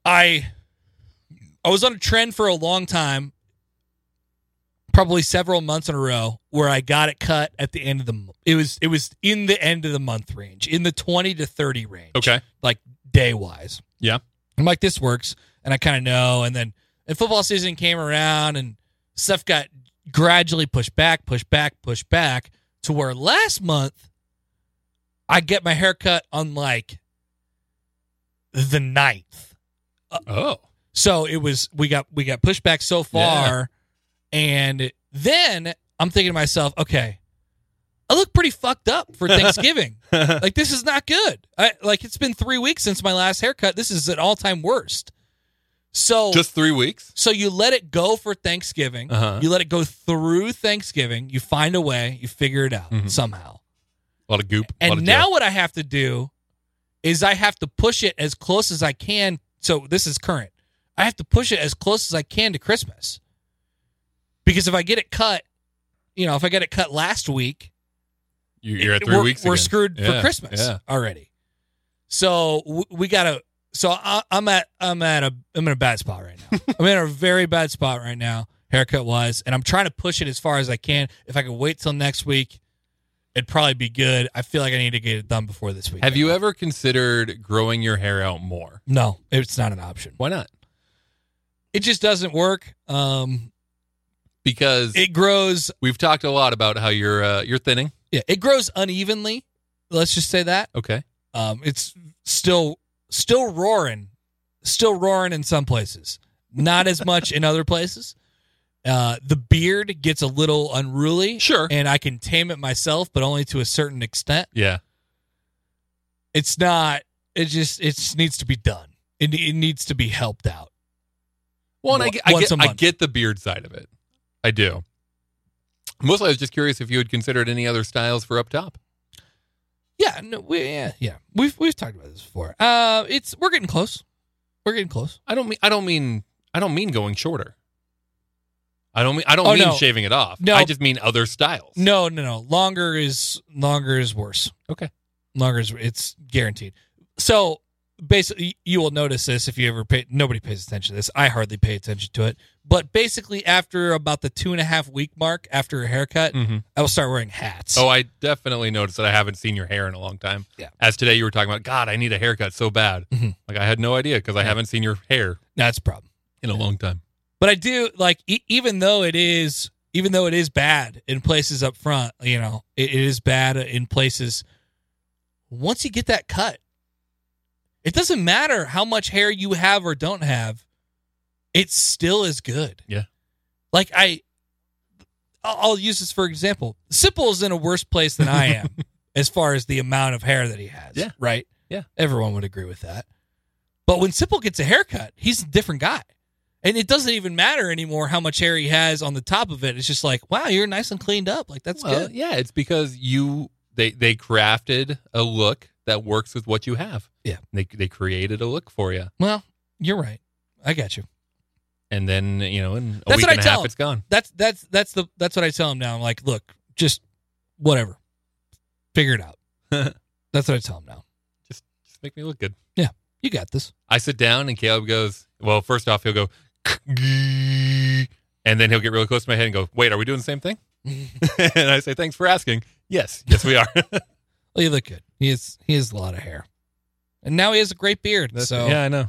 B: I I was on a trend for a long time, probably several months in a row, where I got it cut at the end of the. m- It was it was in the end of the month range, in the twenty to thirty range
C: Okay.
B: like day wise.
C: Yeah.
B: I'm like, this works, and I kind of know. And then and football season came around, and stuff got gradually pushed back, pushed back, pushed back to where last month I get my haircut on like the 9th. uh,
C: Oh.
B: So it was we got we got pushed back so far, and then I'm thinking to myself, okay, I look pretty fucked up for Thanksgiving. like this is not good. I, like it's been three weeks since my last haircut. This is an all time worst. So
C: Just 3 weeks?
B: so you let it go for Thanksgiving.
C: Uh-huh.
B: You let it go through Thanksgiving. You find a way. You figure it out
C: Mhm.
B: somehow.
C: A lot of goop, a lot
B: And
C: of
B: now
C: gel.
B: what I have to do is I have to push it as close as I can. So this is current. I have to push it as close as I can to Christmas. Because if I get it cut, you know, if I get it cut last week,
C: You- you're at 3
B: we're,
C: weeks
B: We're
C: again.
B: screwed for
C: Yeah,
B: Christmas
C: Yeah.
B: already. So w- we gotta. So I, I'm at I'm at a I'm in a bad spot right now. I'm in a very bad spot right now, haircut wise, and I'm trying to push it as far as I can. If I could wait till next week, it'd probably be good. I feel like I need to get it done before this week.
C: Have you ever considered growing your hair out more?
B: No, it's not an option.
C: Why not?
B: It just doesn't work. Um,
C: Because
B: it grows.
C: we've talked a lot about how you're uh, you're thinning.
B: Yeah, it grows unevenly. Let's just say that.
C: Okay.
B: Um, it's still still roaring, still roaring in some places. Not as much in other places. Uh, the beard gets a little unruly,
C: Sure.
B: and I can tame it myself, but only to a certain extent.
C: yeah.
B: It's not. It just it just needs to be done. It, it needs to be helped out.
C: Well, and I,
B: Wa-
C: get- I
B: once
C: get
B: a
C: I
B: month.
C: get the beard side of it. I do. Mostly, I was just curious if you had considered any other styles for up top.
B: Yeah, no, we, yeah, yeah. We've we've talked about this before. Uh, it's we're getting close. We're getting close.
C: I don't mean I don't mean I don't mean going shorter. I don't mean I don't
B: Oh,
C: mean
B: no.
C: shaving it off.
B: No.
C: I just mean other styles.
B: No, no, no. Longer is longer is worse.
C: Okay.
B: Longer is it's guaranteed. So basically, you will notice this if you ever pay. Nobody pays attention to this. I hardly pay attention to it. But basically, after about the two and a half week mark after a haircut,
C: Mhm.
B: I will start wearing hats.
C: Oh, I definitely noticed that I haven't seen your hair in a long time.
B: Yeah.
C: As today, you were talking about God. I need a haircut so bad.
B: Mhm.
C: Like I had no idea because I haven't seen your hair
B: that's a problem.
C: in a long time.
B: But I do like e- even though it is even though it is bad in places up front, you know, it, it is bad in places once you get that cut, it doesn't matter how much hair you have or don't have, it still is good.
C: Yeah.
B: Like I, I'll I'll use this for example. Simple is in a worse place than I am as far as the amount of hair that he has.
C: Yeah.
B: Right.
C: Yeah.
B: Everyone would agree with that. But when Simple gets a haircut, he's a different guy. And it doesn't even matter anymore how much hair he has on the top of it. It's just like, wow, you're nice and cleaned up. Like that's
C: well,
B: good.
C: Yeah, it's because you they they crafted a look that works with what you have.
B: Yeah.
C: They they created a look for you.
B: Well, you're right. I got you.
C: And then, you know, in a
B: That's
C: week
B: what I
C: and a
B: tell
C: half
B: 'em.
C: it's gone.
B: that's that's that's the that's what I tell him now. I'm like, look, just whatever, figure it out. that's what I tell him now.
C: Just make me look good.
B: You got this.
C: I sit down and Caleb goes, well, first off, he'll go and then he'll get really close to my head and go, "Wait, are we doing the same thing?" and I say, "Thanks for asking." Yes, yes, we are.
B: Well, Oh, you look good. He has he has a lot of hair, and now he has a great beard.
C: That's-
B: so
C: yeah, I know.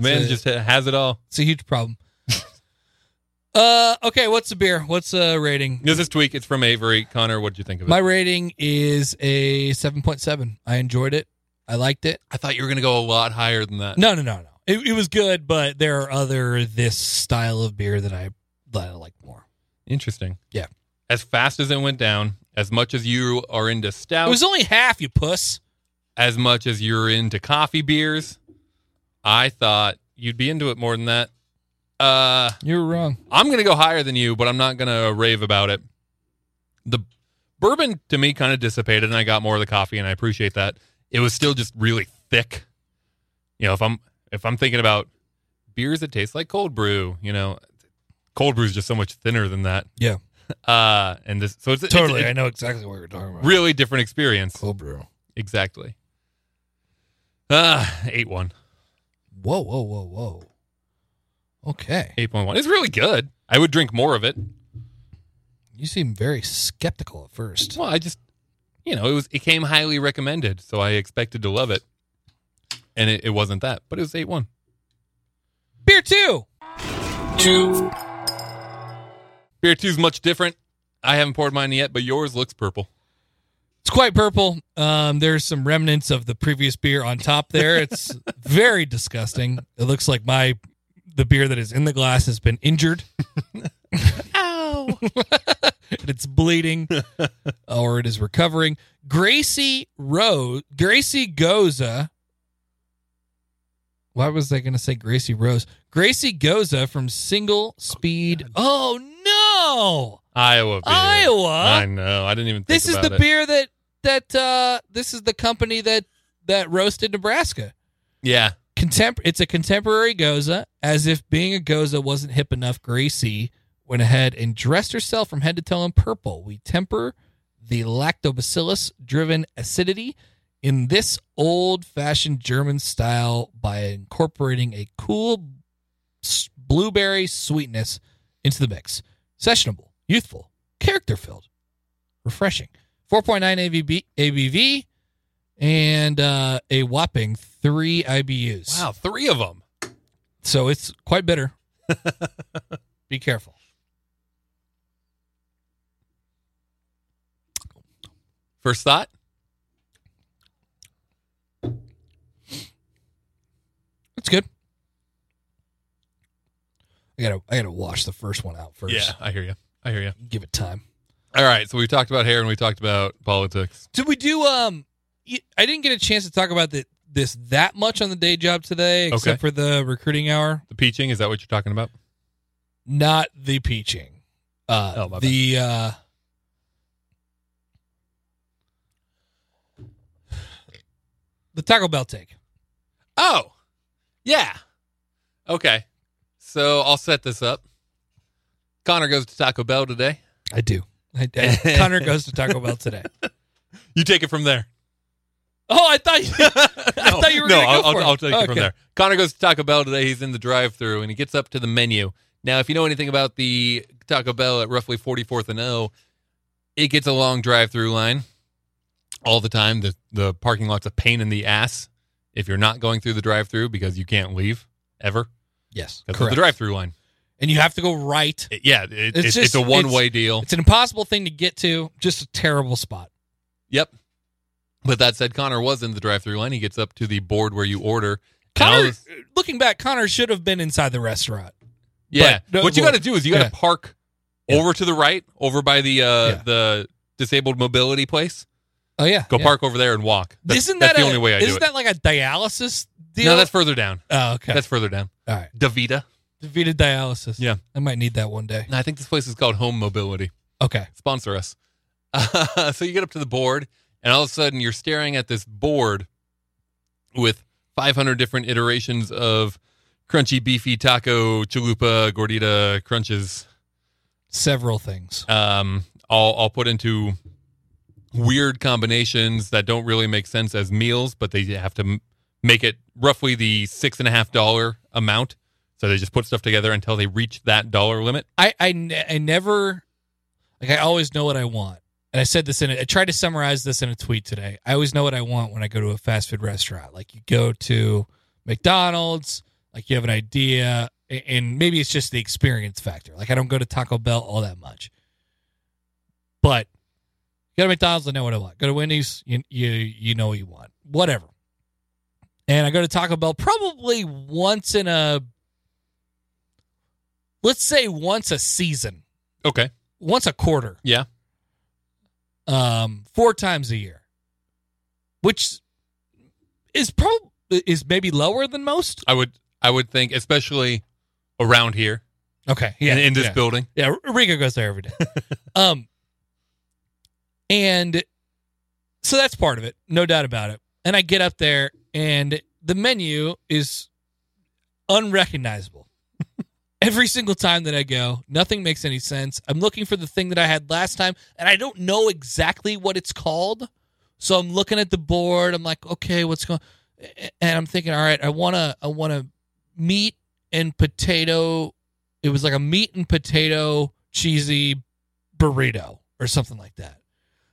C: Man
B: So-
C: just ha- has it all.
B: it's a huge problem. uh, okay. What's the beer? What's uh rating?
C: This is tweak. It's from Avery Connor. What did you think of it?
B: My rating is a seven point seven. I enjoyed it. I liked it.
C: I thought you were going to go a lot higher than that.
B: No, no, no, no. It, it was good, but there are other this style of beer that I that I like more.
C: Interesting.
B: Yeah.
C: As fast as it went down, as much as you are into
B: It
C: stout,
B: was only half, you puss.
C: as much as you're into coffee beers, I thought you'd be into it more than that. Uh,
B: You were wrong.
C: I'm going to go higher than you, but I'm not going to rave about it. The bourbon to me kind of dissipated, and I got more of the coffee, and I appreciate that. It was still just really thick. You know, if I'm if I'm thinking about beers that taste like cold brew, you know, cold brew is just so much thinner than that.
B: Yeah.
C: Uh, and this, so it's it's-
B: Totally, I
C: it's
B: know exactly what you're talking about. Oh,
C: a really different experience.
B: cold brew.
C: Exactly. Uh, 8 1.
B: Whoa, whoa, whoa, whoa. Okay,
C: 8.1. It's really good. I would drink more of it.
B: you seem very skeptical at first.
C: Well, I just, you know, it was it came highly recommended, so I expected to love it, and it, it wasn't that, but it was eight one.
B: Beer two. Two.
C: Beer two's much different. I haven't poured mine yet, but yours looks purple.
B: It's quite purple. Um, there's some remnants of the previous beer on top there. It's very disgusting. It looks like my the beer that is in the glass has been injured. Ow! and it's bleeding, or it is recovering. Gracie Rose, Gracie Goza. Why was I going to say Gracie Rose? Gracie Goza from Single Speed. Oh no!
C: Iowa beer.
B: Iowa.
C: I know. I didn't even. Think
B: This is
C: about
B: the
C: it.
B: beer that that uh this is the company that that roasted Nebraska.
C: Yeah.
B: Contempor- it's a contemporary goza, as if being a goza wasn't hip enough. Gracie went ahead and dressed herself from head to toe in purple. We temper the lactobacillus driven acidity in this old fashioned German style by incorporating a cool s- blueberry sweetness into the mix. Sessionable, youthful, character filled, refreshing. 4.9 ABV, ABV and uh, a whopping three IBUs.
C: Wow. Three of them.
B: So it's quite bitter. Be careful.
C: First thought.
B: It's good. I gotta I gotta wash the first one out first.
C: Yeah. I hear you. I hear you.
B: Give it time.
C: All right. So we talked about hair and we talked about politics.
B: Did we do um y- I didn't get a chance to talk about the, this that much on the day job today, except for the recruiting hour.
C: The peaching. Is that what you're talking about?
B: Not the peaching. Uh
C: Oh, my
B: the uh the Taco Bell take.
C: Oh, yeah. Okay. So I'll set this up. Connor goes to Taco Bell today.
B: I do. I, I, Connor goes to Taco Bell today.
C: You take it from there.
B: Oh, I thought you, I thought you were
C: no,
B: going to go
C: I'll, I'll,
B: for it.
C: I'll take it from
B: Okay.
C: there. Connor goes to Taco Bell today. He's in the drive-through and he gets up to the menu. Now, if you know anything about the Taco Bell at roughly 44th and O, it gets a long drive-through line all the time. The the parking lot's a pain in the ass if you're not going through the drive-through because you can't leave ever
B: Yes,
C: because of
B: correct.
C: the drive-through line.
B: and you have to go right.
C: It- yeah, it, it's, it's,
B: just-
C: a
B: it's-
C: one-way deal.
B: It's an impossible thing to get to. Just a terrible spot.
C: Yep. But that said, Connor was in the drive-through line. He gets up to the board where you order. and all
B: Connor,
C: this-
B: looking back, Connor should have been inside the restaurant.
C: yeah.
B: but- no,
C: what you
B: well,
C: got to do is you got to
B: yeah.
C: park
B: Yeah.
C: over to the right, over by the uh,
B: Yeah.
C: the disabled mobility place.
B: Oh yeah,
C: Go park over there and walk. That's,
B: isn't that
C: that's the
B: a-
C: only way I
B: isn't
C: do it.
B: that like a dialysis deal?
C: no, that's further down.
B: oh, okay.
C: That's further down.
B: All right,
C: Davita.
B: Vita dialysis.
C: Yeah.
B: I might need that one day.
C: No, I think this place is called Home Mobility.
B: Okay.
C: Sponsor us. so you get up to the board, and all of a sudden you're staring at this board with 500 different iterations of crunchy, beefy taco, chalupa, gordita, crunches,
B: Several things.
C: um, all, all put into weird combinations that don't really make sense as meals, but they have to m- make it roughly the six and a half dollar amount. So they just put stuff together until they reach that dollar limit.
B: I I, ne- I never like I always know what I want. And I said this in a, I tried to summarize this in a tweet today. I always know what I want when I go to a fast food restaurant. Like you go to McDonald's, like you have an idea a- and maybe it's just the experience factor. Like I don't go to Taco Bell all that much. But go to McDonald's, I know what I want. Go to Wendy's, you you, you know what you want. Whatever. And I go to Taco Bell probably once in a let's say once a season,
C: Okay.
B: once a quarter,
C: Yeah.
B: um, four times a year, which is probably is maybe lower than most.
C: I would I would think, especially around here
B: Okay,
C: in, in this
B: yeah.
C: building.
B: Yeah, Rico goes there every day. um, and so that's part of it, no doubt about it. And I get up there, and the menu is unrecognizable. Every single time that I go, nothing makes any sense. I'm looking for the thing that I had last time, and I don't know exactly what it's called. So I'm looking at the board. I'm like, okay, what's going? And I'm thinking, all right, I wanna, I wanna meat and potato it was like a meat and potato cheesy burrito or something like that.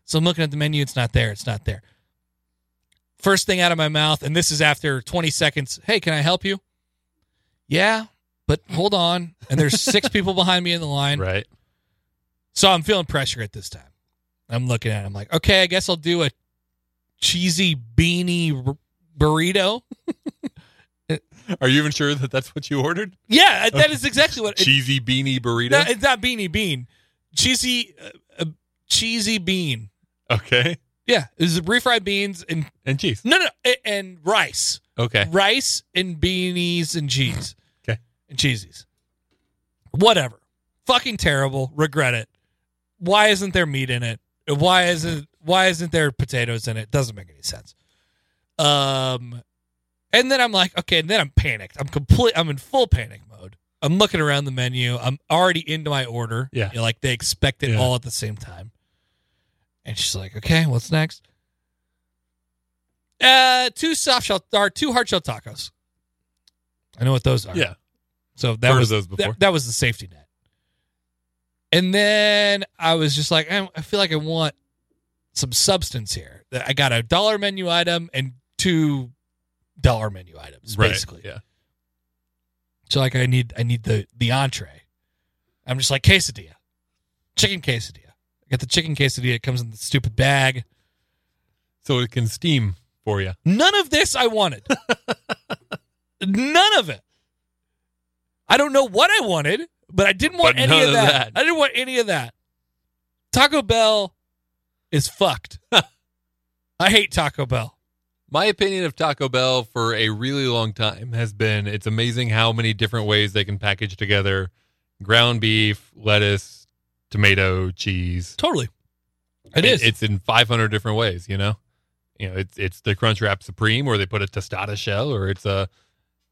B: So I'm looking at the menu, it's not there, it's not there. First thing out of my mouth, and this is after 20 seconds, hey, can I help you? Yeah, but hold on. And there's six people behind me in the line.
C: Right.
B: So I'm feeling pressure at this time. I'm looking at it. I'm like, okay, I guess I'll do a cheesy beanie r- burrito.
C: Are you even sure that that's what you ordered?
B: Yeah, uh, that is exactly what it,
C: Cheesy beanie burrito.
B: No, it's not beanie bean. Cheesy, uh, uh, cheesy bean.
C: okay.
B: Yeah, it was refried beans and
C: And cheese.
B: no, no, a- and rice,
C: Okay.
B: rice and beanies and cheese.
C: Okay.
B: and cheesies. Whatever. Fucking terrible. Regret it. Why isn't there meat in it? Why isn't Why isn't there potatoes in it? Doesn't make any sense. Um, and then I'm like, okay. And then I'm panicked. I'm complete. I'm in full panic mode. I'm looking around the menu. I'm already into my order.
C: Yeah.
B: like they expect it
C: Yeah.
B: all at the same time. And she's like, okay, what's next? Uh, two soft shell or two hard shell tacos. I know what those are.
C: Yeah.
B: So that
C: Heard of
B: was
C: those before.
B: That, that was the safety net. And then I was just like, I, I feel like I want some substance here. That I got a dollar menu item and two dollar menu items,
C: Right.
B: basically.
C: Yeah.
B: So like I need I need the the entree. I'm just like quesadilla, chicken quesadilla. I got the chicken quesadilla. It comes in the stupid bag.
C: So it can steam for you.
B: None of this I wanted. None of it. I don't know what I wanted, but I didn't want
C: But
B: any
C: none
B: of
C: of
B: that.
C: that.
B: I didn't want any of that. Taco Bell is fucked. I hate Taco Bell.
C: My opinion of Taco Bell for a really long time has been it's amazing how many different ways they can package together ground beef, lettuce, tomato, cheese.
B: Totally. It is.
C: It's in 500 different ways. You know, you know, it's it's the crunch wrap supreme, where they put a tostada shell, or it's a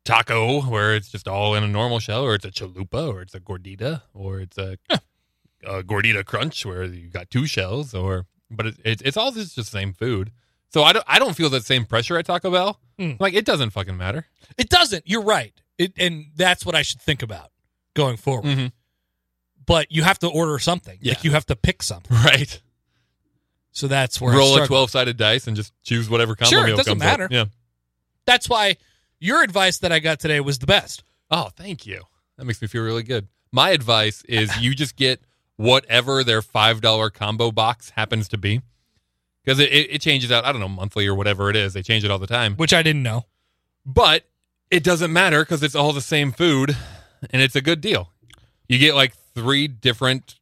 C: taco, where it's just all in a normal shell, or it's a chalupa, or it's a gordita, or it's a, a gordita crunch, where you got two shells, or but it, it's it's all just the same food. So I don't I don't feel that same pressure at Taco Bell.
B: Mm.
C: Like it doesn't fucking matter.
B: it doesn't. You're right. It, and that's what I should think about going forward.
C: Mhm.
B: But you have to order something.
C: Yeah.
B: Like you have to pick something.
C: Right.
B: So that's where I
C: Roll a
B: struggle.
C: 12 sided dice and just choose whatever combo
B: Sure, it
C: meal
B: doesn't
C: comes up.
B: matter.
C: Yeah.
B: That's why your advice that I got today was the best.
C: Oh, thank you. That makes me feel really good. My advice is you just get whatever their $5 combo box happens to be. because it, it, it changes out. I don't know monthly or whatever it is. They change it all the time,
B: which I didn't know.
C: but it doesn't matter because it's all the same food, and it's a good deal. You get like three different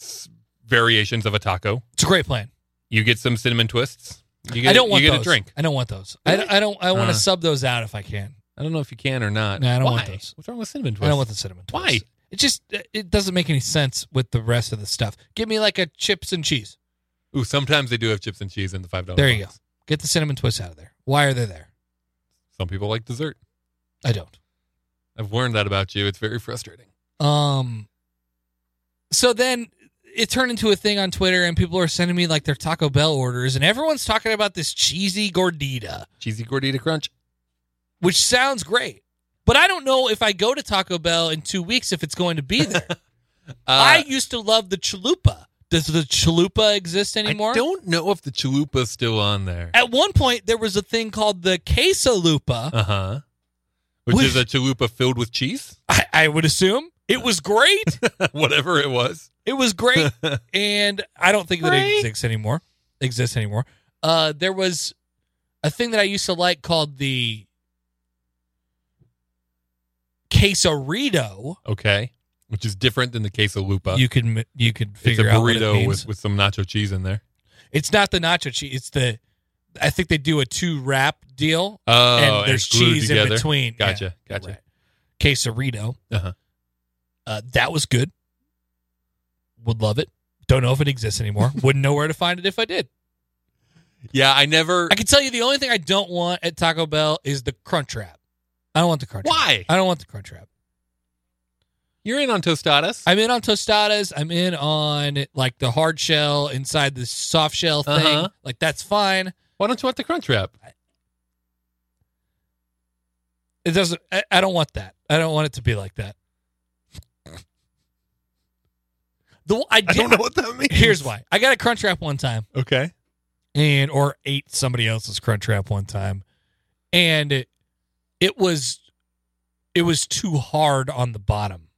C: s- variations of a taco.
B: It's a great plan.
C: You get some cinnamon twists. You get,
B: I don't want
C: you get
B: those.
C: a drink.
B: I don't want those. I, don't- I don't. I want to
C: Uh.
B: sub those out if I can.
C: I don't know if you can or not.
B: No, I don't
C: Why?
B: want those.
C: What's wrong with cinnamon twists?
B: I don't want the cinnamon. Twist.
C: Why?
B: It just uh, it doesn't make any sense with the rest of the stuff. Give me like a chips and cheese.
C: Ooh, sometimes they do have chips and cheese in the five dollars.
B: There you go. Get the cinnamon twist out of there. Why are they there?
C: Some people like dessert.
B: I don't.
C: I've learned that about you. It's very frustrating.
B: Um. So then it turned into a thing on Twitter, and people are sending me like their Taco Bell orders, and everyone's talking about this cheesy gordita,
C: Cheesy gordita crunch.
B: which sounds great. But I don't know if I go to Taco Bell in two weeks if it's going to be there.
C: Uh,
B: I used to love the chalupa. Does the chalupa exist anymore?
C: I don't know if the chalupa's still on there.
B: At one point, there was a thing called the quesalupa.
C: Uh huh. Which
B: What-
C: is a chalupa filled with cheese,
B: I, I would assume it was great.
C: whatever it was.
B: it was great, and I don't think that it exists anymore. Exists anymore. Uh, there was a thing that I used to like called the quesarito.
C: Okay. Which is different than the quesalupa.
B: you could m- you could
C: Uh, it's a
B: figure out what it
C: burrito
B: means.
C: with, with some nacho cheese in there.
B: It's not the nacho cheese. It's the I think they do a two wrap deal,
C: Oh,
B: and there's
C: it's glued
B: cheese in
C: together.
B: between. Yeah.
C: Gotcha. Gotcha.
B: Right. quesarito.
C: Uh-huh.
B: Uh, that was good. Would love it. Don't know if it exists anymore. Wouldn't know where to find it if I did.
C: Yeah, I never.
B: I can tell you the only thing I don't want at Taco Bell is the crunch wrap. I don't want the crunch. Wrap.
C: Why?
B: I don't want the crunch wrap.
C: You're in on tostadas.
B: I'm in on tostadas. I'm in on like the hard shell inside the soft shell thing.
C: Uh-huh.
B: Like that's fine.
C: Why don't you want the crunch wrap?
B: It doesn't. I, I don't want that. I don't want it to be like that. The I, did,
C: I don't know what that means.
B: Here's why. I got a crunch wrap one time.
C: Okay.
B: and or ate somebody else's crunch wrap one time and it, it was it was too hard on the bottom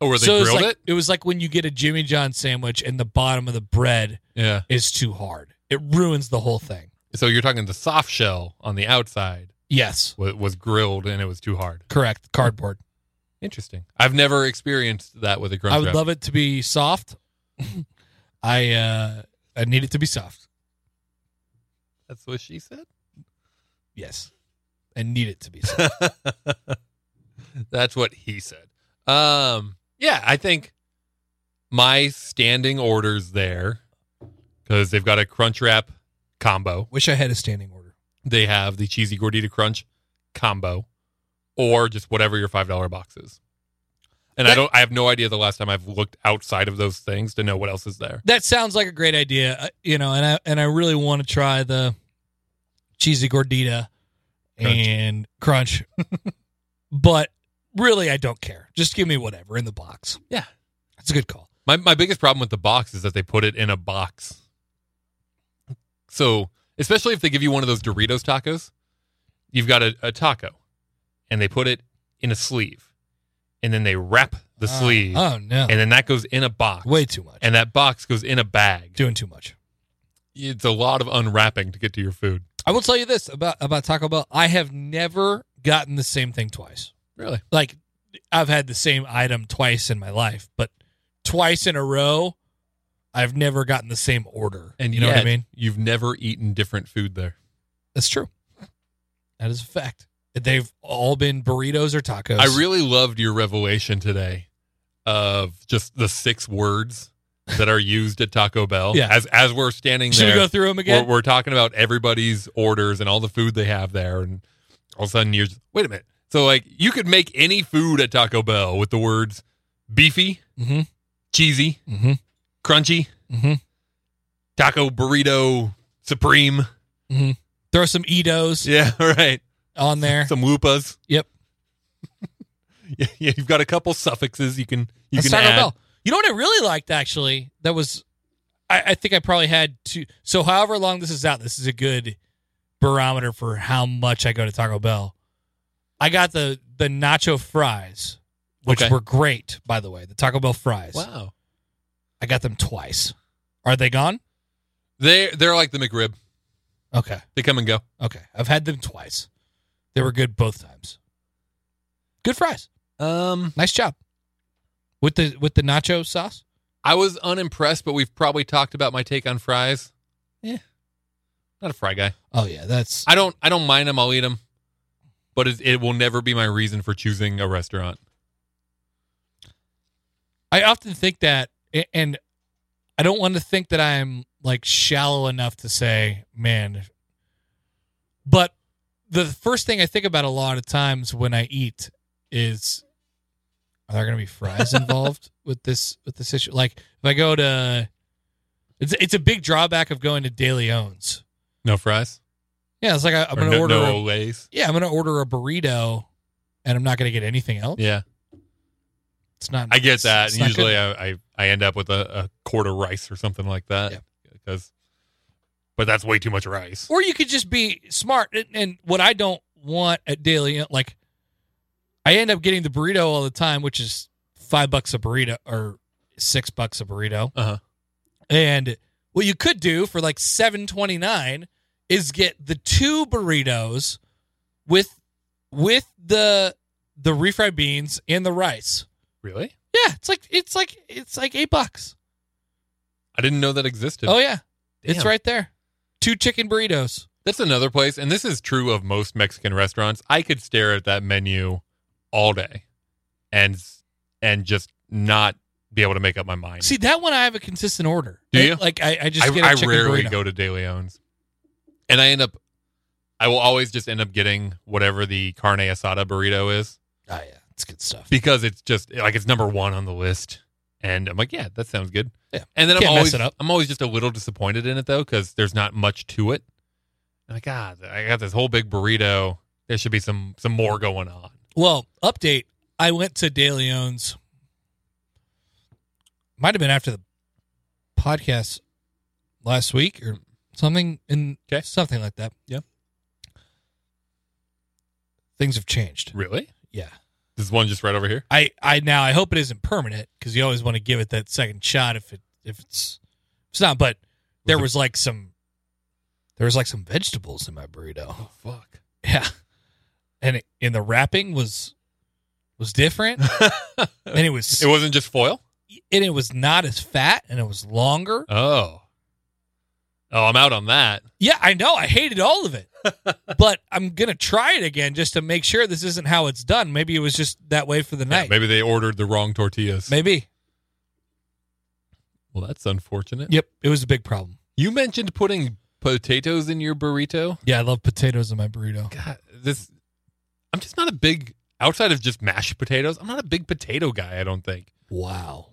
C: Oh, where they
B: so it was,
C: grilled
B: like,
C: it?
B: was like when you get a jimmy john sandwich and the bottom of the bread
C: Yeah.
B: is too hard it ruins the whole thing
C: So you're talking the soft shell on the outside
B: yes
C: was, was grilled and it was too hard.
B: correct cardboard
C: Interesting. I've never experienced that with a crunch
B: i would
C: wrap.
B: love it to be soft i uh i need it to be soft
C: That's what she said.
B: yes i need it to be soft
C: That's what he said. Um, yeah, I think my standing orders there because they've got a crunch wrap combo.
B: wish i had a standing order
C: They have the cheesy gordita crunch combo, or just whatever your five dollar box is. And I
B: That-
C: don't. I have no idea the last time I've looked outside of those things to know what else is there.
B: that sounds like a great idea, uh, you know, and I and I really want to try the cheesy gordita
C: Crunch.
B: and crunch. but really I don't care. Just give me whatever in the box.
C: Yeah.
B: That's a good call.
C: My my biggest problem with the box is that they put it in a box. So especially if they give you one of those Doritos tacos, you've got a, a taco, and they put it in a sleeve, and then they wrap the
B: Uh,
C: sleeve,
B: Oh no.
C: and then that goes in a box.
B: Way too much.
C: and that box goes in a bag.
B: Doing too much.
C: It's a lot of unwrapping to get to your food.
B: I will tell you this about about Taco Bell. I have never gotten the same thing twice.
C: Really?
B: Like I've had the same item twice in my life, but twice in a row I've never gotten the same order.
C: And
B: you know what I
C: yet,
B: mean?
C: You've never eaten different food there.
B: That's true. That is a fact. They've all been burritos or tacos.
C: I really loved your revelation today of just the six words that are used at Taco Bell.
B: Yeah.
C: As as we're standing
B: should we
C: there,
B: go through them again.
C: We're, we're talking about everybody's orders and all the food they have there, and all of a sudden you're just, wait a minute. So like you could make any food at Taco Bell with the words beefy,
B: Mhm.
C: cheesy,
B: mm-hmm.
C: crunchy,
B: Mm-hmm.
C: taco burrito supreme.
B: Throw some Edos
C: Yeah, right.
B: on there.
C: Some lupas.
B: Yep.
C: yeah, yeah, you've got a couple suffixes you can you
B: That's
C: can
B: Taco
C: add.
B: Bell. You know what I really liked actually? That was, I, I think I probably had two. So however long this is out, this is a good barometer for how much I go to Taco Bell. I got the the nacho fries, which
C: Okay.
B: were great, by the way. The Taco Bell fries.
C: Wow.
B: I got them twice. Are they gone?
C: They they're like the McRib.
B: Okay.
C: They come and go.
B: Okay. I've had them twice. They were good both times. Good fries.
C: Um,
B: Nice job. With the with the nacho sauce?
C: I was unimpressed, but we've probably talked about my take on fries. Yeah, not a fry guy.
B: Oh yeah, that's
C: I don't I don't mind them. I'll eat them, but it, it will never be my reason for choosing a restaurant.
B: I often think that, a- and I don't want to think that I'm like shallow enough to say, man. But the first thing I think about a lot of times when I eat is, are there going to be fries involved with this with this issue? Like if I go to, it's it's a big drawback of going to Daily Owns.
C: No fries.
B: Yeah, it's like I, I'm
C: Or
B: going to
C: no,
B: order.
C: no
B: a,
C: Olays.
B: yeah, I'm going to order a burrito, and I'm not going to get anything else.
C: Yeah,
B: It's not.
C: I get
B: it's-
C: that.
B: it's
C: And
B: not good.
C: Usually, I, I I end up with a, a quart of rice or something like
B: Yeah.
C: that because, but that's way too much rice.
B: or you could just be smart and, and what i don't want at daily like i end up getting the burrito all the time which is five bucks a burrito or six bucks a burrito
C: Uh-huh.
B: and what you could do for like 729 is get the two burritos with with the the refried beans and the rice
C: Really?
B: yeah it's like it's like it's like eight bucks
C: I didn't know that existed.
B: oh yeah it's
C: Damn.
B: right there two chicken burritos
C: That's another place, and this is true of most Mexican restaurants. I could stare at that menu all day, and and just not be able to make up my mind.
B: See that one, I have a consistent order.
C: Do you?
B: Like I, I just
C: I,
B: get a
C: I
B: chicken
C: rarely
B: burrito.
C: go to De Leon's, and I end up, I will always just end up getting whatever the carne asada burrito is
B: Oh yeah, it's good stuff.
C: because it's just like it's number one on the list, and I'm like, yeah, that sounds good.
B: Yeah.
C: and then
B: Can't
C: I'm
B: mess
C: always
B: it up.
C: I'm always just a little disappointed in it though because there's not much to it. I'm like, ah, I got this whole big burrito. There should be some some more going on.
B: Well, update. I went to De Leon's. Might have been after the podcast last week or something in
C: Okay.
B: something like that.
C: Yeah.
B: Things have changed.
C: Really?
B: Yeah.
C: This one just right over here.
B: I, I now I hope it isn't permanent because you always want to give it that second shot if it if it's if it's not. But there
C: it-
B: was like some there was like some vegetables in my burrito.
C: Oh, Fuck.
B: Yeah, and it, and the wrapping was was different, and it was,
C: It wasn't just foil.
B: and it was not as fat, and it was longer.
C: Oh. Oh, I'm out on that.
B: yeah, I know. I hated all of it, but I'm gonna try it again just to make sure this isn't how it's done. Maybe it was just that way for the
C: Yeah,
B: night.
C: maybe they ordered the wrong tortillas.
B: maybe.
C: Well, that's unfortunate.
B: Yep, it was a big problem.
C: You mentioned putting potatoes in your burrito.
B: Yeah, I love potatoes in my burrito.
C: God, this. I'm just not a big outside of just mashed potatoes. I'm not a big potato guy. I don't think
B: Wow.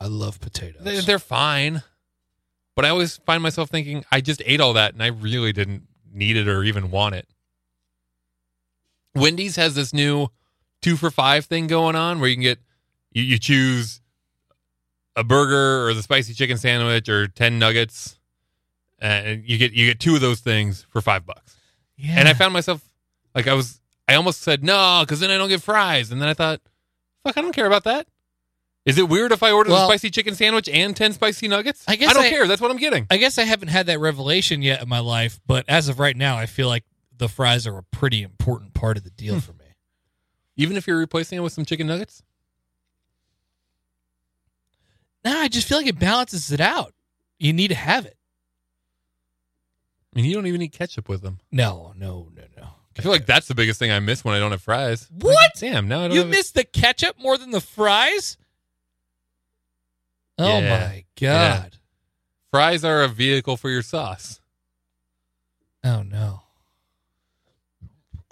B: I love potatoes.
C: they, they're fine, but I always find myself thinking I just ate all that and I really didn't need it or even want it. Wendy's has this new two for five thing going on where you can get you, you choose a burger or the spicy chicken sandwich or ten nuggets, and you get you get two of those things for five bucks.
B: yeah.
C: And I found myself like I was I almost said no because then I don't get fries, and then I thought, fuck, I don't care about that. Is it weird if I order the
B: Well-
C: spicy chicken sandwich and ten spicy nuggets?
B: I guess
C: I don't
B: I-
C: care. That's what I'm getting.
B: I guess I haven't had that revelation yet in my life, but as of right now, I feel like the fries are a pretty important part of the deal for me.
C: Even if you're replacing it with some chicken nuggets,
B: No, I just feel like it balances it out. You need to have it.
C: I mean, you don't even need ketchup with them.
B: No, no, no, no.
C: I feel like that's the biggest thing I miss when I don't have fries.
B: What?
C: Damn, now I don't.
B: You
C: have it.
B: missed the ketchup more than the fries? Oh
C: Yeah.
B: my god.
C: fries are a vehicle for your sauce.
B: Oh no.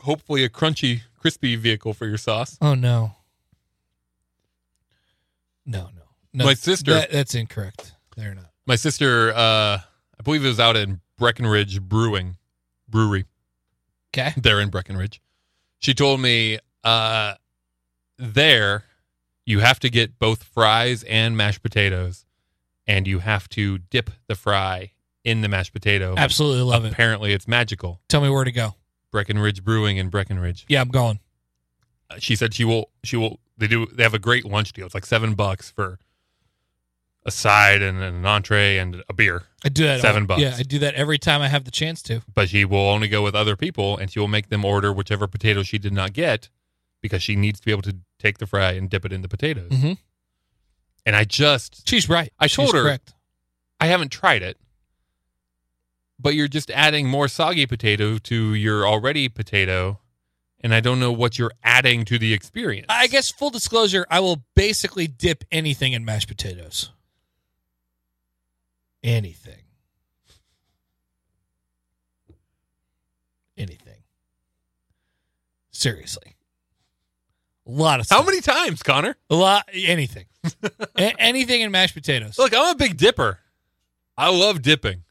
C: Hopefully, a crunchy, crispy vehicle for your sauce.
B: Oh no. No, no. no
C: My sister-
B: that- that's incorrect. They're not.
C: My sister, uh, I believe it was out in Breckenridge Brewing Brewery.
B: Okay.
C: there in Breckenridge. She told me uh, there you have to get both fries and mashed potatoes, and you have to dip the fry in the mashed potato.
B: Absolutely love it.
C: Apparently, it's magical.
B: Tell me where to go.
C: Breckenridge Brewing in Breckenridge.
B: Yeah, I'm going.
C: Uh, She said she will. She will. They do. They have a great lunch deal. It's like seven bucks for a side and an entree and a beer.
B: I do that
C: Seven
B: all-
C: bucks.
B: Yeah, I do that every time I have the chance to.
C: But she will only go with other people and she will make them order whichever potato she did not get because she needs to be able to take the fry and dip it in the potatoes.
B: Mhm.
C: And I just,
B: She's right.
C: I told
B: She's
C: her-
B: Correct.
C: I haven't tried it, but you're just adding more soggy potato to your already potato. And I don't know what you're adding to the experience.
B: I guess full disclosure, I will basically dip anything in mashed potatoes. Anything. Anything. Seriously. A lot of
C: How
B: stuff.
C: many times, Connor?
B: A lot anything. A- anything in mashed potatoes.
C: Look, I'm a big dipper. I love dipping.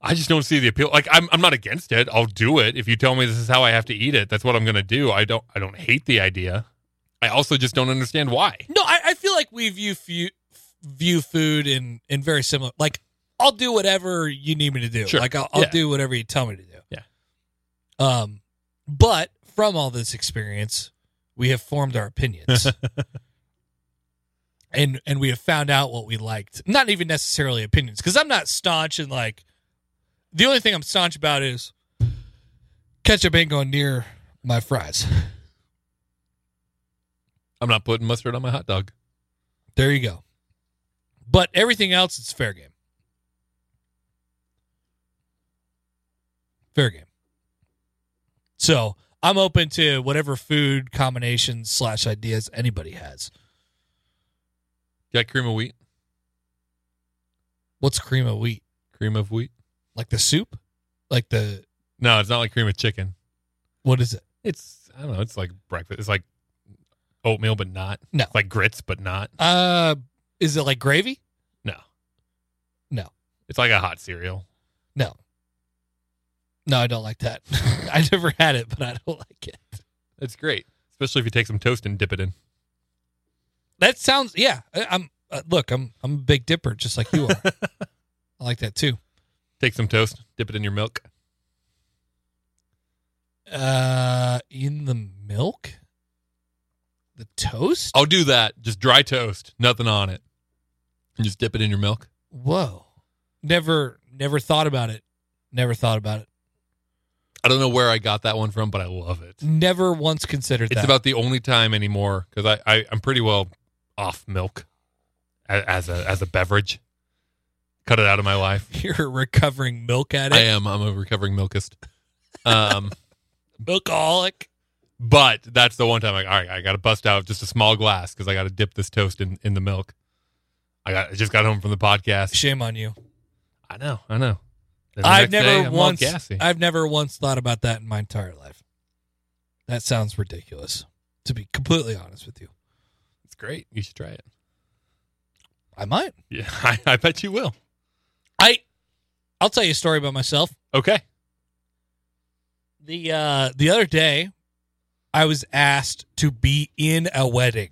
C: I just don't see the appeal. Like I'm I'm not against it. I'll do it if you tell me this is how I have to eat it. That's what I'm going to do. I don't I don't hate the idea. I also just don't understand why.
B: No, I, I feel like we view fu- view food in in very similar. Like I'll do whatever you need me to do.
C: Sure.
B: Like I'll, I'll
C: Yeah.
B: do whatever you tell me to do.
C: Yeah.
B: Um, but from all this experience, we have formed our opinions. And, and we have found out what we liked. Not even necessarily opinions, because I'm not staunch and like the only thing I'm staunch about is ketchup ain't going near my fries.
C: I'm not putting mustard on my hot dog.
B: There you go. But everything else, it's fair game. Fair game. So I'm open to whatever food combinations slash ideas anybody has.
C: Got cream of wheat,
B: What's cream of wheat?
C: cream of wheat.
B: Like the soup? Like the
C: No, it's not like cream of chicken.
B: what is it?
C: It's I don't know. It's like breakfast. It's like oatmeal, but not.
B: No.
C: It's like grits, but not.
B: Uh, is it like gravy?
C: No,
B: No,
C: it's like a hot cereal.
B: no, no. I don't like that. I never had it, but I don't like it.
C: It's great, especially if you take some toast and dip it in.
B: That sounds yeah. I- I'm uh, look. I'm I'm a big dipper, just like you are. I like that too.
C: Take some toast, dip it in your milk.
B: Uh, in the milk, the toast.
C: I'll do that. Just dry toast, nothing on it. And just dip it in your milk.
B: Whoa, never never thought about it. Never thought about it.
C: I don't know where I got that one from, but I love it.
B: Never once considered
C: It's
B: that.
C: about the only time anymore because I, I I'm pretty well off milk a- as a as a beverage. Cut it out of my life.
B: you're a recovering milk
C: I
B: addict,
C: am. I'm a recovering milkist. Um,
B: milkaholic.
C: but that's the one time. Like, all right, I got to bust out just a small glass because I got to dip this toast in in the milk. I got I just got home from the podcast.
B: Shame on you.
C: I know. I know. Then the
B: I've
C: next day,
B: never
C: I'm all
B: once.
C: gassy.
B: I've never once thought about that in my entire life. That sounds ridiculous. To be completely honest with you,
C: It's great. You should try it.
B: I might.
C: Yeah, I, I bet you will.
B: I I'll tell you a story about myself.
C: Okay.
B: The uh the other day I was asked to be in a wedding.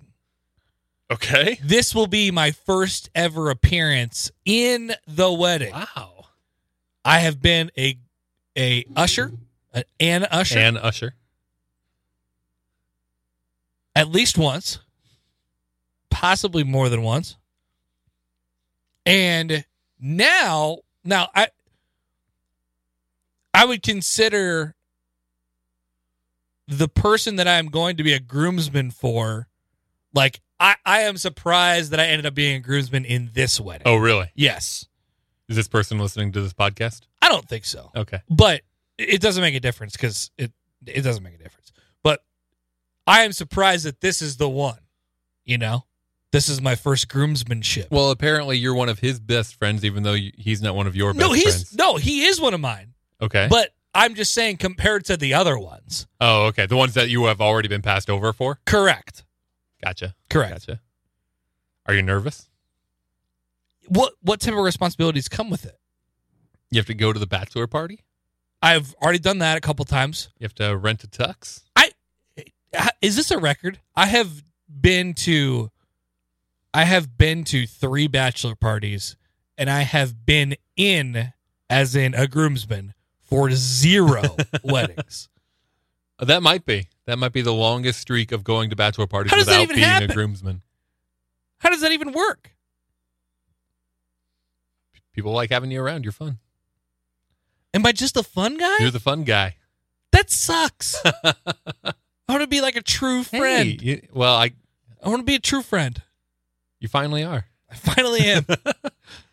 C: Okay.
B: This will be my first ever appearance in the wedding.
C: Wow.
B: I have been a a usher, an, an usher
C: And Usher.
B: at least once, possibly more than once. And now, now I I would consider the person that I'm going to be a groomsman for, like I, I am surprised that I ended up being a groomsman in this wedding.
C: Oh, really?
B: Yes.
C: Is this person listening to this podcast?
B: I don't think so.
C: Okay.
B: but it doesn't make a difference because it it doesn't make a difference. But I am surprised that this is the one. You know, this is my first groomsmanship.
C: Well, apparently you're one of his best friends, even though you, he's not one of your best
B: no, he's
C: friends.
B: no, he is one of mine.
C: Okay.
B: But I'm just saying, compared to the other ones,
C: oh, okay. The ones that you have already been passed over for.
B: correct,
C: Gotcha.
B: correct.
C: Gotcha. Are you nervous?
B: What what type of responsibilities come with it?
C: You have to go to the bachelor party.
B: I've already done that a couple times.
C: You have to rent a tux.
B: Ha- Is this a record? I have been to, I have been to three bachelor parties, and I have been in as in a groomsman for zero weddings.
C: Uh, That might be. That might be the longest streak of going to bachelor parties
B: How does that
C: without
B: even
C: being
B: happen?
C: a groomsman.
B: How How does that even work?
C: People like having you around. You're fun.
B: Am I just a fun guy?
C: You're the fun guy.
B: that sucks. I want to be like a true friend.
C: Hey, you- well, I
B: I want to be a true friend.
C: you finally are.
B: I finally am. I'm,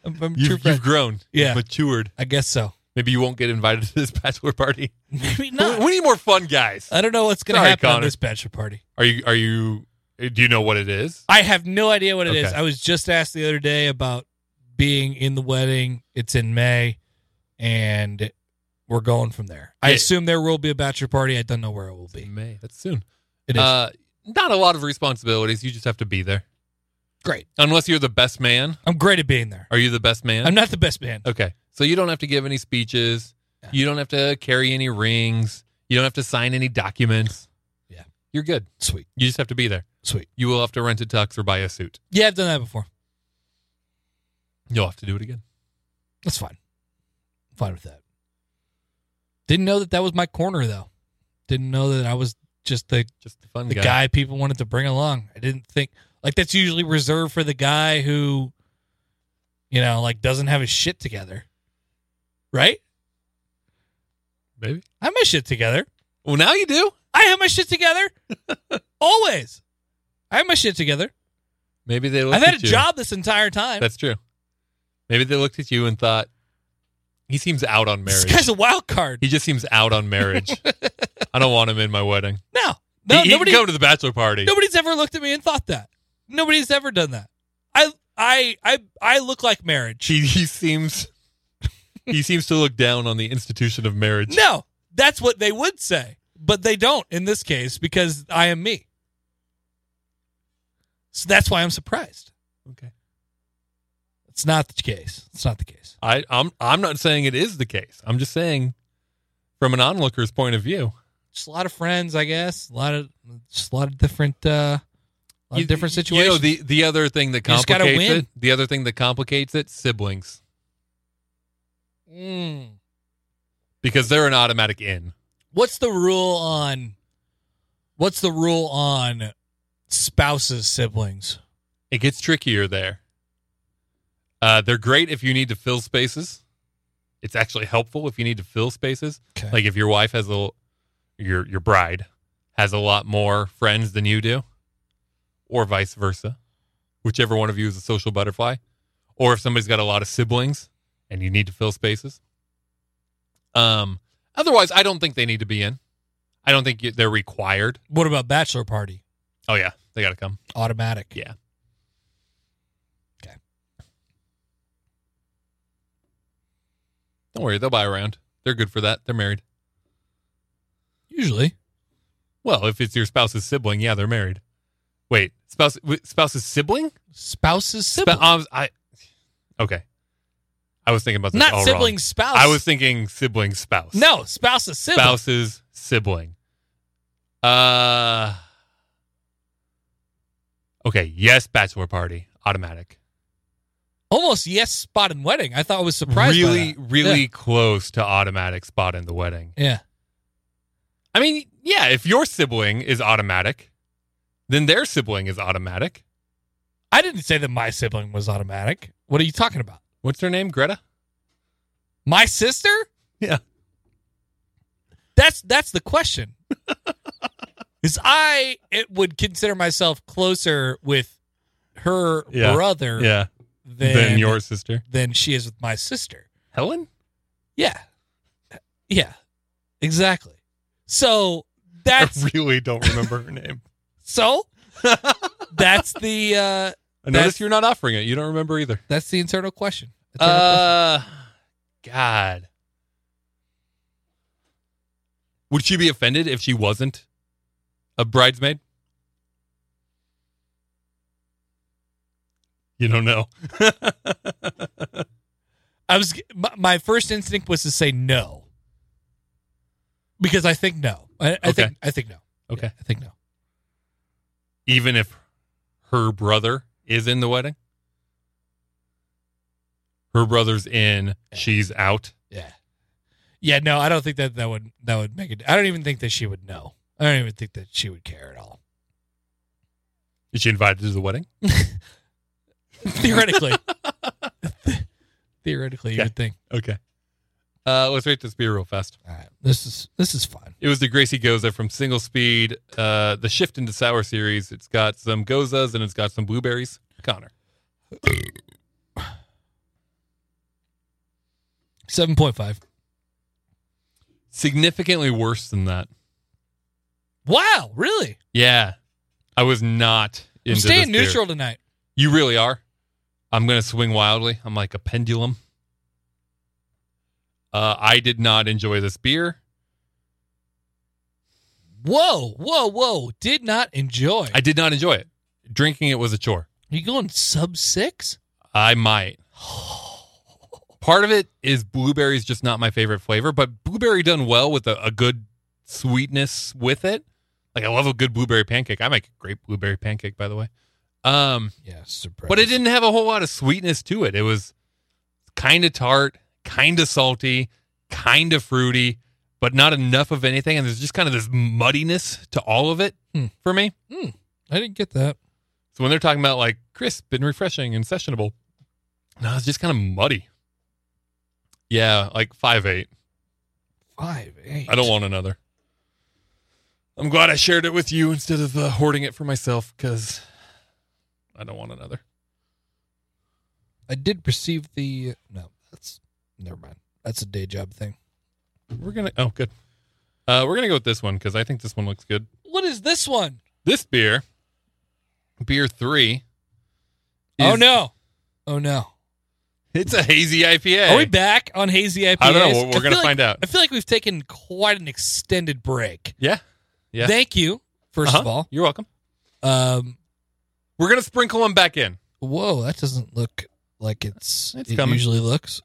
B: I'm a true
C: You've,
B: friend.
C: you've grown.
B: Yeah.
C: You've matured.
B: I guess so.
C: Maybe you won't get invited to this bachelor party.
B: Maybe
C: But
B: not.
C: We, we need more fun guys.
B: I don't know what's going to
C: Sorry,
B: happen on
C: Connor.
B: this bachelor party.
C: Are you? Are you? Do you know what it is?
B: I have no idea what it is.
C: Okay.
B: I was just asked the other day about being in the wedding. It's in May, and we're going from there. I
C: Yeah.
B: assume there will be a bachelor party. I don't know where it will be.
C: May. That's soon.
B: It is
C: Uh, not a lot of responsibilities. You just have to be there.
B: great.
C: Unless you're the best man.
B: I'm great at being there.
C: Are you the best man?
B: I'm not the best man.
C: Okay. So you don't have to give any speeches.
B: Yeah.
C: You don't have to carry any rings. You don't have to sign any documents.
B: Yeah.
C: You're good.
B: Sweet,
C: You just have to be there.
B: sweet.
C: You will have to rent a tux or buy a suit.
B: Yeah, I've done that before.
C: You'll have to do it again.
B: That's fine. I'm fine with that. Didn't know that that was my corner though. Didn't know that I was just the
C: Just the fun
B: the
C: guy.
B: guy people wanted to bring along. I didn't think like that's usually reserved for the guy who, you know, like doesn't have his shit together, right?
C: Maybe.
B: I have my shit together.
C: Well, now you do.
B: I have my shit together. Always, I have my shit together.
C: Maybe they looked
B: I've had
C: at
B: a
C: you.
B: job this entire time.
C: That's true. Maybe they looked at you and thought, he seems out on
B: this
C: marriage.
B: guy's a wild card.
C: he just seems out on marriage. I don't want him in my wedding.
B: No, no,
C: he, he
B: nobody.
C: can come to the bachelor party.
B: Nobody's ever looked at me and thought that. Nobody's ever done that. I I I I look like marriage.
C: He, he seems he seems to look down on the institution of marriage.
B: No, that's what they would say, but they don't in this case because I am me. So that's why I'm surprised.
C: Okay.
B: It's not the case. It's not the case.
C: I, I'm I'm not saying it is the case. I'm just saying, from an onlooker's point of view,
B: Just a lot of friends, I guess. A lot of just a lot of different uh a lot
C: you-
B: of different
C: you-
B: situations.
C: You know, the the other thing that
B: You just gotta
C: complicates
B: win.
C: it, the other thing that complicates it, siblings,
B: Mm.
C: because they're an automatic in.
B: What's the rule on what's the rule on spouses siblings?
C: It gets trickier there. Uh, they're great if you need to fill spaces. It's actually helpful if you need to fill spaces.
B: Okay.
C: Like if your wife has a, l- your your bride has a lot more friends than you do, or vice versa, whichever one of you is a social butterfly, or if somebody's got a lot of siblings and you need to fill spaces. Um, otherwise, I don't think they need to be in. I don't think you, they're required.
B: What about bachelor party?
C: Oh yeah, they got to come.
B: Automatic.
C: Yeah. Don't worry, they'll buy around. They're good for that. They're married.
B: Usually.
C: Well, if it's your spouse's sibling, yeah, they're married. Wait, spouse w- spouse's sibling?
B: Spouses siblings.
C: Sp- um, I okay. I was thinking about this
B: Not
C: all wrong.
B: sibling spouse.
C: I was thinking sibling spouse.
B: No, spouse is sibling.
C: spouse's sibling. Uh. Okay. Yes, bachelor party automatic.
B: Almost yes, spot and wedding. I thought I was surprised. by
C: really,
B: that.
C: really close to automatic spot in the wedding.
B: Yeah.
C: I mean, yeah, if your sibling is automatic, then their sibling is automatic.
B: I didn't say that my sibling was automatic. What are you talking about?
C: What's her name? Greta?
B: My sister?
C: Yeah.
B: That's that's the question. Is I it would consider myself closer with her
C: Yeah.
B: brother
C: Yeah.
B: than,
C: than your sister.
B: than she is with my sister.
C: Helen?
B: Yeah. Yeah. Exactly. So that's
C: I really don't remember her name.
B: so that's the uh
C: I notice
B: That's-
C: you're not offering it. You don't remember either.
B: that's the internal question. Internal question.
C: Uh, God. Would she be offended if she wasn't a bridesmaid? You don't know.
B: I was my, my first instinct was to say no. Because I think no. I, I
C: Okay.
B: think I think no.
C: Okay.
B: Yeah, I think no.
C: Even if her brother is in the wedding? Her brother's in, she's out.
B: Yeah. Yeah, no, I don't think that that would that would make it. I don't even think that she would know. I don't even think that she would care at all.
C: Is she invited to the wedding?
B: Theoretically. Theoretically, you
C: Okay.
B: would think.
C: Okay. Uh, let's rate this beer real fast.
B: All right. This is this is fun.
C: It was the Gracie Goza from Single Speed, uh, the Shift into Sour series. It's got some gozas and it's got some blueberries. Connor.
B: Seven point five.
C: Significantly worse than that.
B: Wow, really?
C: Yeah. I was not
B: I'm
C: into
B: staying
C: this beer.
B: neutral tonight.
C: You really are. I'm going to swing wildly. I'm like a pendulum. Uh, I did not enjoy this beer.
B: Whoa, whoa, whoa. Did not enjoy.
C: I did not enjoy it. Drinking it was a chore.
B: you going sub six?
C: I might. Part of it is blueberries, just not my favorite flavor, but blueberry done well with a, a good sweetness with it. Like I love a good blueberry pancake. I make a great blueberry pancake, by the way. Um,
B: Yeah, surprise.
C: but it didn't have a whole lot of sweetness to it. It was kind of tart, kind of salty, kind of fruity, but not enough of anything. And there's just kind of this muddiness to all of it
B: Hmm.
C: for me.
B: I didn't get that.
C: So when they're talking about like crisp and refreshing and sessionable, no, it's just kind of muddy. Yeah, like five eight.
B: Five eight.
C: I don't want another. I'm glad I shared it with you instead of uh, hoarding it for myself because I don't want another.
B: I did receive the no. That's never mind. That's a day job thing.
C: We're gonna oh good. Uh, we're gonna go with this one because I think this one looks good.
B: What is this one?
C: This beer, beer three.
B: oh
C: is-
B: no! Oh no!
C: It's a hazy IPA.
B: Are we back on hazy IPAs?
C: I don't know. We're, we're
B: I
C: gonna
B: feel
C: find
B: like,
C: out.
B: I feel like we've taken quite an extended break.
C: Yeah. Yeah.
B: Thank you, 1st of
C: Uh-huh.
B: all.
C: you're welcome.
B: Um,
C: We're gonna sprinkle them back in.
B: whoa, that doesn't look like it's,
C: It's
B: it
C: coming.
B: usually looks.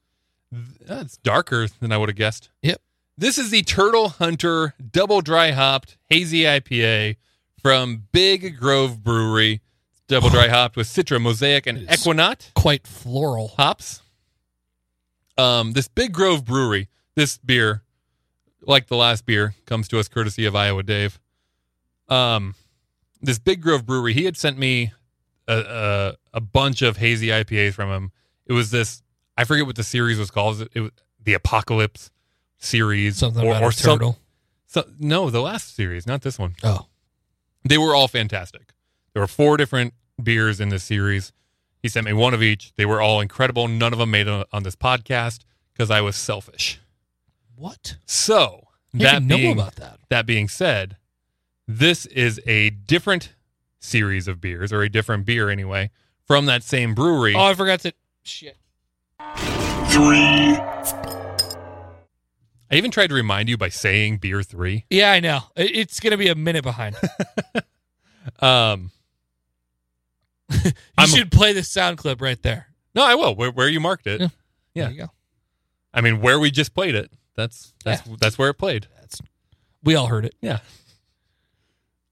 C: Uh, it's darker than I would have guessed.
B: Yep.
C: This is the Turtle Hunter Double Dry Hopped Hazy IPA from Big Grove Brewery. It's double dry hopped with Citra, Mosaic, and
B: It is.
C: Equinot
B: Quite floral.
C: hops. Um, this Big Grove Brewery, this beer, like the last beer, comes to us courtesy of Iowa Dave. Um, this Big Grove Brewery, he had sent me a, a, a bunch of hazy IPAs from him. It was this, I forget what the series was called. It was the Apocalypse series,
B: Something about a
C: some-
B: turtle.
C: so, no, the last series, not this one.
B: Oh.
C: They were all fantastic. There were four different beers in this series. He sent me one of each. They were all incredible. None of them made it on this podcast because I was selfish.
B: What?
C: So
B: You
C: that
B: didn't know
C: being
B: about that.
C: that being said, this is a different series of beers or a different beer anyway from that same brewery.
B: Oh, I forgot to. Shit.
C: I even tried to remind you by saying beer three.
B: Yeah, I know. It- It's going to be a minute behind.
C: Um,
B: You
C: I'm-
B: should play the sound clip right there.
C: no, I will. Where, where you marked it,
B: Yeah.
C: Yeah.
B: There you go.
C: I mean, where we just played it. That's that's that's where it played.
B: That's, we all heard it.
C: Yeah.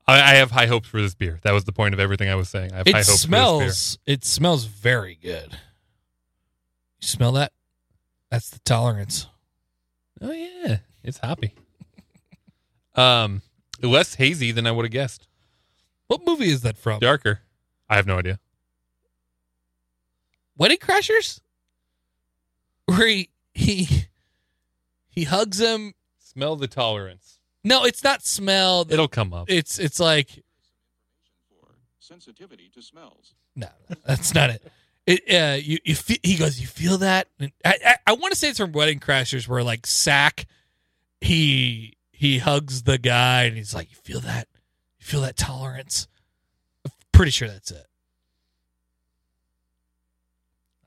C: I, I have high hopes for this beer. That was the point of everything I was saying. I have high hopes
B: It
C: for this
B: smells. It smells very good. You smell that? That's the tolerance.
C: beer. Oh yeah. It's hoppy. um less hazy than I would have guessed.
B: What movie is that from?
C: Darker. I have no idea.
B: Wedding Crashers, where he he he hugs him.
C: Smell the tolerance.
B: No, it's not smell. that-
C: It'll come up.
B: It's it's like
E: for sensitivity to smells.
B: no, that's not it. It uh, you you feel, he goes. You feel that? And I I, I want to say it's from Wedding Crashers, where like Sack, he he hugs the guy and he's like, you feel that? You feel that tolerance? I'm pretty sure that's it.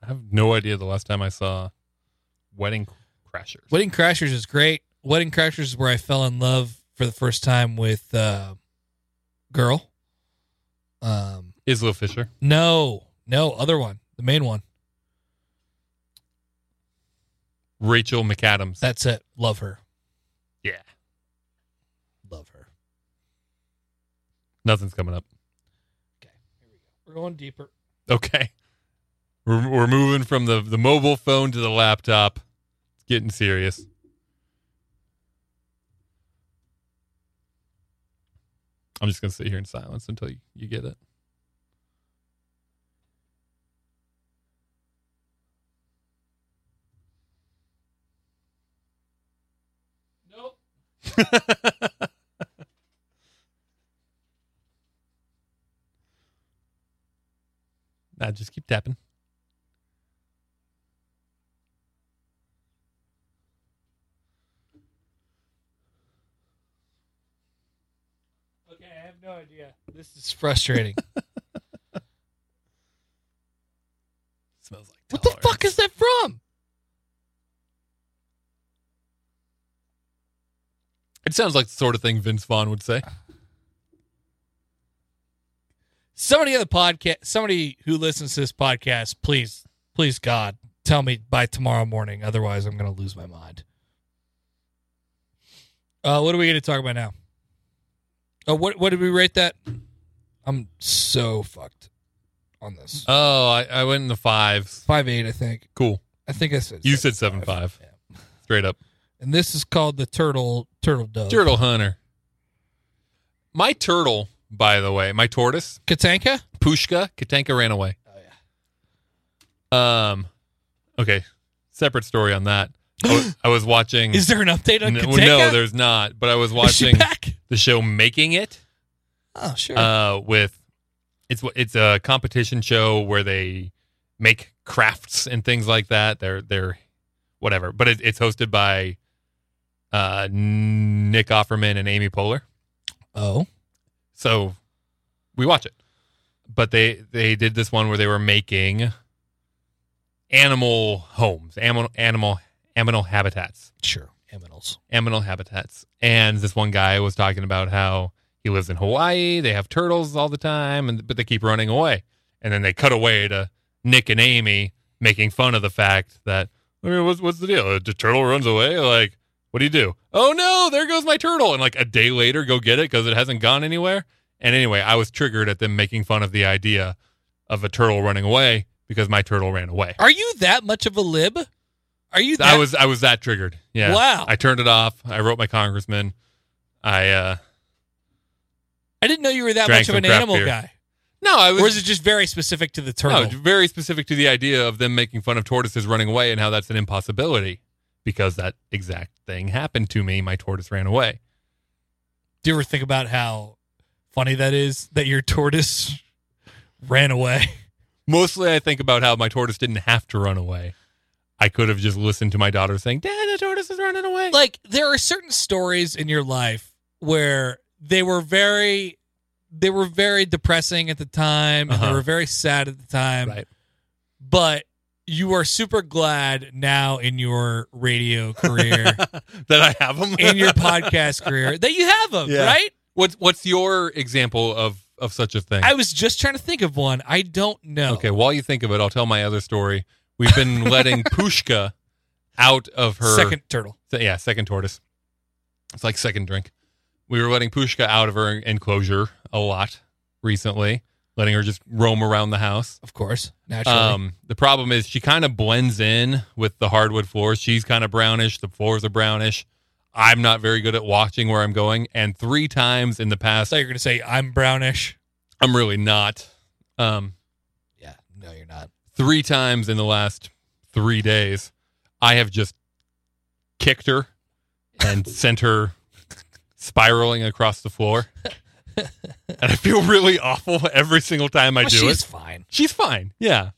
C: I have no idea the last time I saw Wedding Crashers.
B: Wedding Crashers is great. Wedding Crashers is where I fell in love for the first time with uh, girl. Um,
C: Isla Fisher.
B: no, no, other one, the main one.
C: Rachel McAdams.
B: That's it. Love her.
C: yeah.
B: Love her.
C: Nothing's coming up.
B: We're going deeper.
C: Okay. We're, we're moving from the, the mobile phone to the laptop. It's getting serious. I'm just going to sit here in silence until you, you get it. Nah, just keep tapping.
B: Okay, I have no idea. This is frustrating.
C: Smells like
B: what the fuck is that from?
C: It sounds like the sort of thing Vince Vaughn would say.
B: Somebody on the podcast, somebody who listens to this podcast, please, please, God, tell me by tomorrow morning. Otherwise, I'm going to lose my mind. Uh, what are we going to talk about now? Oh, what what did we rate that? I'm so fucked on this.
C: Oh, I, I went in the fives.
B: Five eight, I think.
C: Cool.
B: I think I said
C: You said seven five.
B: Yeah.
C: Straight up.
B: And this is called the turtle turtle dove.
C: Turtle Hunter. My turtle, by the way, my tortoise,
B: Katanka?
C: Pushka, Katanka ran away.
B: Oh yeah.
C: Um, okay, separate story on that. I was, I was watching.
B: Is there an update on
C: Hmm. no,
B: Katanka?
C: no, there's not. But I was
B: Is she
C: watching
B: back?
C: the show Making It
B: Oh sure.
C: uh, with it's it's a competition show where they make crafts and things like that. They're they're whatever, but it, it's hosted by uh, Nick Offerman and Amy Poehler.
B: oh.
C: So we watch it. But they they did this one where they were making animal homes, animal animal animal habitats,
B: Sure. Aminals.
C: animal habitats. And this one guy was talking about how he lives in Hawaii, they have turtles all the time and but they keep running away. And then they cut away to Nick and Amy making fun of the fact that I mean, what's what's the deal? The turtle runs away like what do you do? Oh no, there goes my turtle. And like a day later, go get it because it hasn't gone anywhere. And anyway, I was triggered at them making fun of the idea of a turtle running away because my turtle ran away.
B: Are you that much of a lib? Are you that
C: I was I was that triggered. Yeah.
B: Wow.
C: I turned it off. I wrote my congressman. I uh
B: I didn't know you were that
C: Drank
B: much
C: some
B: of an
C: craft
B: animal
C: beer.
B: guy.
C: no, I was
B: Or is it just very specific to the turtle?
C: no, very specific to the idea of them making fun of tortoises running away and how that's an impossibility because that exact thing happened to me. My tortoise ran away.
B: Do you ever think about how funny that is that your tortoise ran away?
C: Mostly, I think about how my tortoise didn't have to run away. I could have just listened to my daughter saying, "Dad, the tortoise is running away."
B: like there are certain stories in your life where they were very they were very depressing at the time and
C: Uh-huh.
B: they were very sad at the time
C: right?
B: but you are super glad now in your radio career
C: that I have them
B: in your podcast career that you have them
C: Yeah.
B: right
C: What's What's your example of of such a thing?
B: i was just trying to think of one i don't know
C: okay, while you think of it, I'll tell my other story. We've been letting Pushka out of her
B: second turtle
C: Se- yeah, second tortoise. It's like second drink. We were letting Pushka out of her enclosure a lot recently, letting her just roam around the house.
B: of course naturally
C: Um, the problem is she kind of blends in with the hardwood floor. She's kind of brownish. The floors are brownish. I'm not very good at watching where I'm going. And three times in the past,
B: so you're gonna say i'm brownish
C: I'm really not. Um,
B: yeah no you're not
C: three times in the last three days, I have just kicked her and sent her spiraling across the floor. and I feel really awful every single time I
B: Well,
C: do it.
B: she's fine
C: She's fine. Yeah.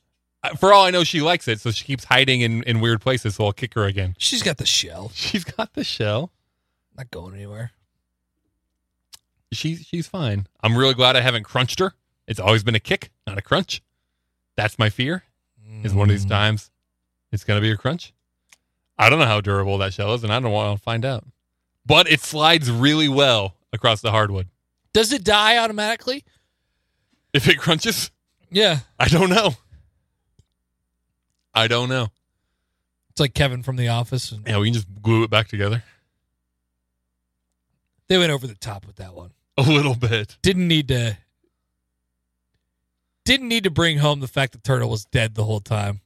C: Uh, For all I know, she likes it, so she keeps hiding in, in weird places. So I'll kick her again.
B: she's got the shell
C: She's got the shell.
B: not going anywhere
C: She's she's fine. I'm really glad I haven't crunched her. It's always been a kick, not a crunch. That's my fear. Is one of these
B: Mm.
C: times it's gonna be a crunch. I don't know how durable that shell is, and I don't want to find out. But it slides really well across the hardwood.
B: does it die automatically
C: If it crunches,
B: yeah
C: I don't know. I don't know.
B: It's like Kevin from The Office. And
C: Yeah, we can just glue it back together
B: they went over the top with that one.
C: a little bit.
B: Didn't need to. Didn't need to bring home the fact that Turtle was dead the whole time.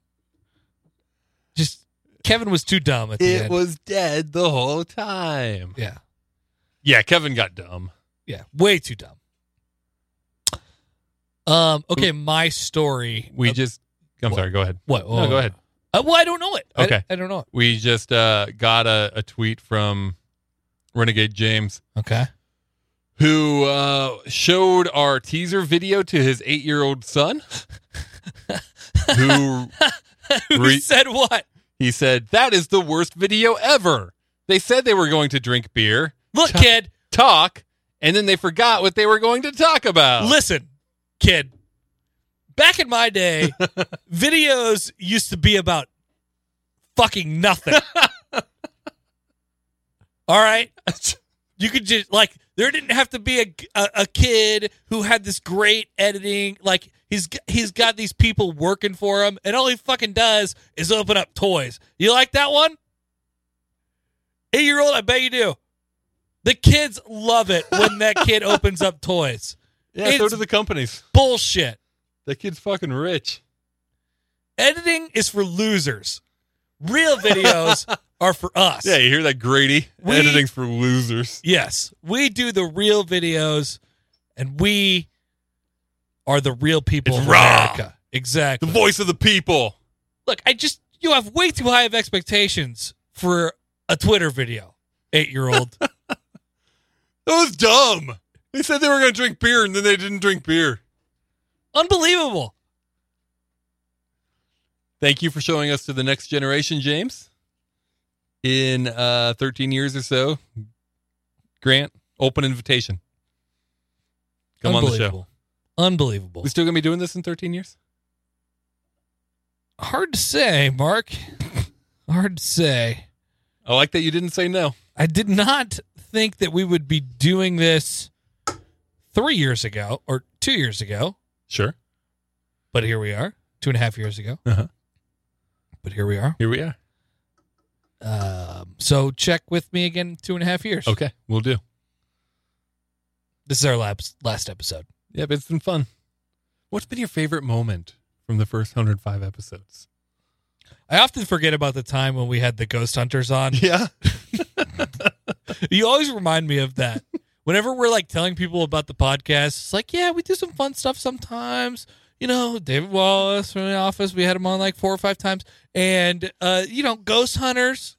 B: Just Kevin was too dumb at the
C: It
B: end.
C: was dead the whole time.
B: yeah,
C: Yeah, Kevin got dumb.
B: yeah, way too dumb. Um. Okay, my story.
C: We
B: Uh,
C: just. I'm
B: what?
C: sorry. Go ahead.
B: what?
C: No, go ahead.
B: Uh, well, I don't know it. I-
C: Okay.
B: I, don't know it.
C: We just uh, got a, a tweet from Renegade James
B: Okay.
C: who uh, showed our teaser video to his eight year old son. who
B: Who
C: Re-
B: said what?
C: he said, That is the worst video ever. They said they were going to drink beer,
B: Look, kid.
C: talk, and then they forgot what they were going to talk about.
B: Listen, kid. Back in my day, videos used to be about fucking nothing. All right? You could just like there didn't have to be a, a a kid who had this great editing. Like he's g- he's got these people working for him, and all he fucking does is open up toys. You like that one? Eight year old, I bet you do. The kids love it when that kid opens up toys.
C: yeah, so
B: it's-
C: do the companies.
B: Bullshit.
C: That kid's fucking rich.
B: Editing is for losers. Real videos are for us.
C: Yeah, you hear that greedy?
B: We-
C: Editing's for losers.
B: Yes, we do the real videos, and we are the real people
C: It's
B: of
C: raw.
B: America. Exactly.
C: The voice of the people.
B: Look, I just you have way too high of expectations for a Twitter video, eight year old.
C: That was dumb. They said they were going to drink beer and then they didn't drink beer.
B: Unbelievable.
C: Thank you for showing us to the next generation, James. In uh, 13 years or so, Grant, open invitation. Come on the show.
B: Unbelievable. Unbelievable.
C: We still going to be doing this in 13 years?
B: Hard to say, Mark. Hard to say.
C: I like that you didn't say no.
B: I did not think that we would be doing this three years ago or two years ago,
C: Sure.
B: but here we are, two and a half years ago.
C: Uh-huh.
B: But here we are.
C: Here we are.
B: Um, so check with me again in two and a half years.
C: Okay, we'll do.
B: This is our last, last episode.
C: Yep, it's been fun. What's been your favorite moment from the first 105 episodes?
B: I often forget about the time when we had the ghost hunters on.
C: Yeah.
B: you always remind me of that. Whenever we're like telling people about the podcast, it's like, yeah, we do some fun stuff sometimes. You know, David Wallace from the office, we had him on like four or five times. And uh, you know, ghost hunters.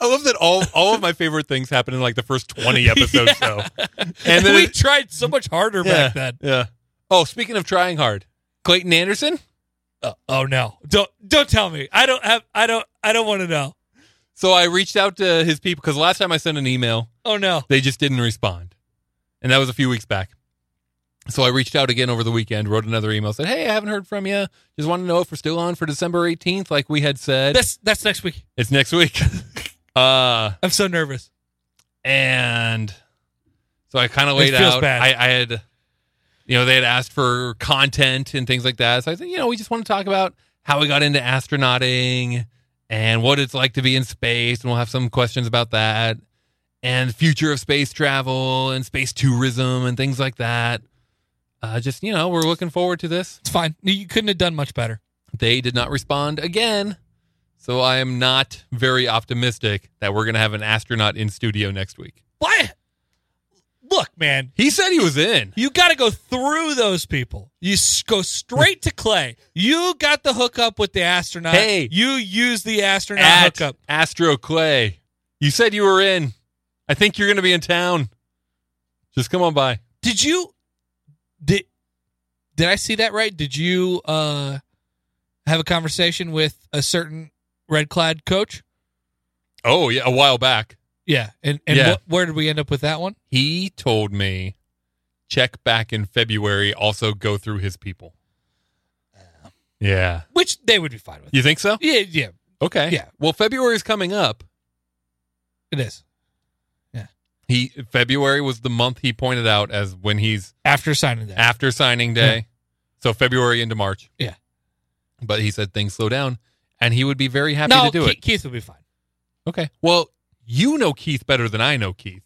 C: I love that all all of my favorite things happen in like the first 20 episodes though.
B: And
C: And then
B: we
C: it-
B: tried so much harder back then.
C: Yeah. Oh, speaking of trying hard, Clayton Anderson.
B: Uh, oh no. Don't don't tell me. I don't have I don't I don't want to know.
C: So I reached out to his people because last time I sent an email,
B: Oh no.
C: they just didn't respond. And that was a few weeks back. So I reached out again over the weekend, wrote another email, said, Hey, I haven't heard from you. Just want to know if we're still on for December 18th, like we had said.
B: That's that's next week.
C: it's next week. uh,
B: I'm so nervous.
C: and so I kind of laid
B: feels
C: out.
B: bad.
C: I, I had, you know, they had asked for content and things like that. So I said, you know, we just want to talk about how we got into astronauting and what it's like to be in space, and we'll have some questions about that and the future of space travel and space tourism and things like that. Uh, just you know, we're looking forward to this.
B: It's fine. You couldn't have done much better.
C: They did not respond again, so I am not very optimistic that we're going to have an astronaut in studio next week.
B: Why? Look, man,
C: He said he was in.
B: You got to go through those people. You s- go straight to Clay. You got the hookup with the astronaut.
C: Hey.
B: you use the astronaut
C: at
B: hookup.
C: Astro Clay. You said you were in. I think you're going to be in town. Just come on by.
B: Did you did did I see that right? Did you uh have a conversation with a certain red clad coach?
C: Oh, yeah, a while back.
B: Yeah, and and
C: Yeah.
B: What, where did we end up with that one?
C: He told me check back in February, also go through his people. Yeah.
B: Which they would be fine with.
C: You think so?
B: Yeah, yeah,
C: Okay.
B: Yeah.
C: Well, February's coming up.
B: it is
C: He February was the month he pointed out as when he's
B: after signing that.
C: after signing day. So February into March.
B: Hmm. Yeah.
C: But he said things slow down and he would be very happy
B: no,
C: to do
B: Ke-
C: it.
B: Keith would be fine.
C: Okay. Well, you know Keith better than I know Keith.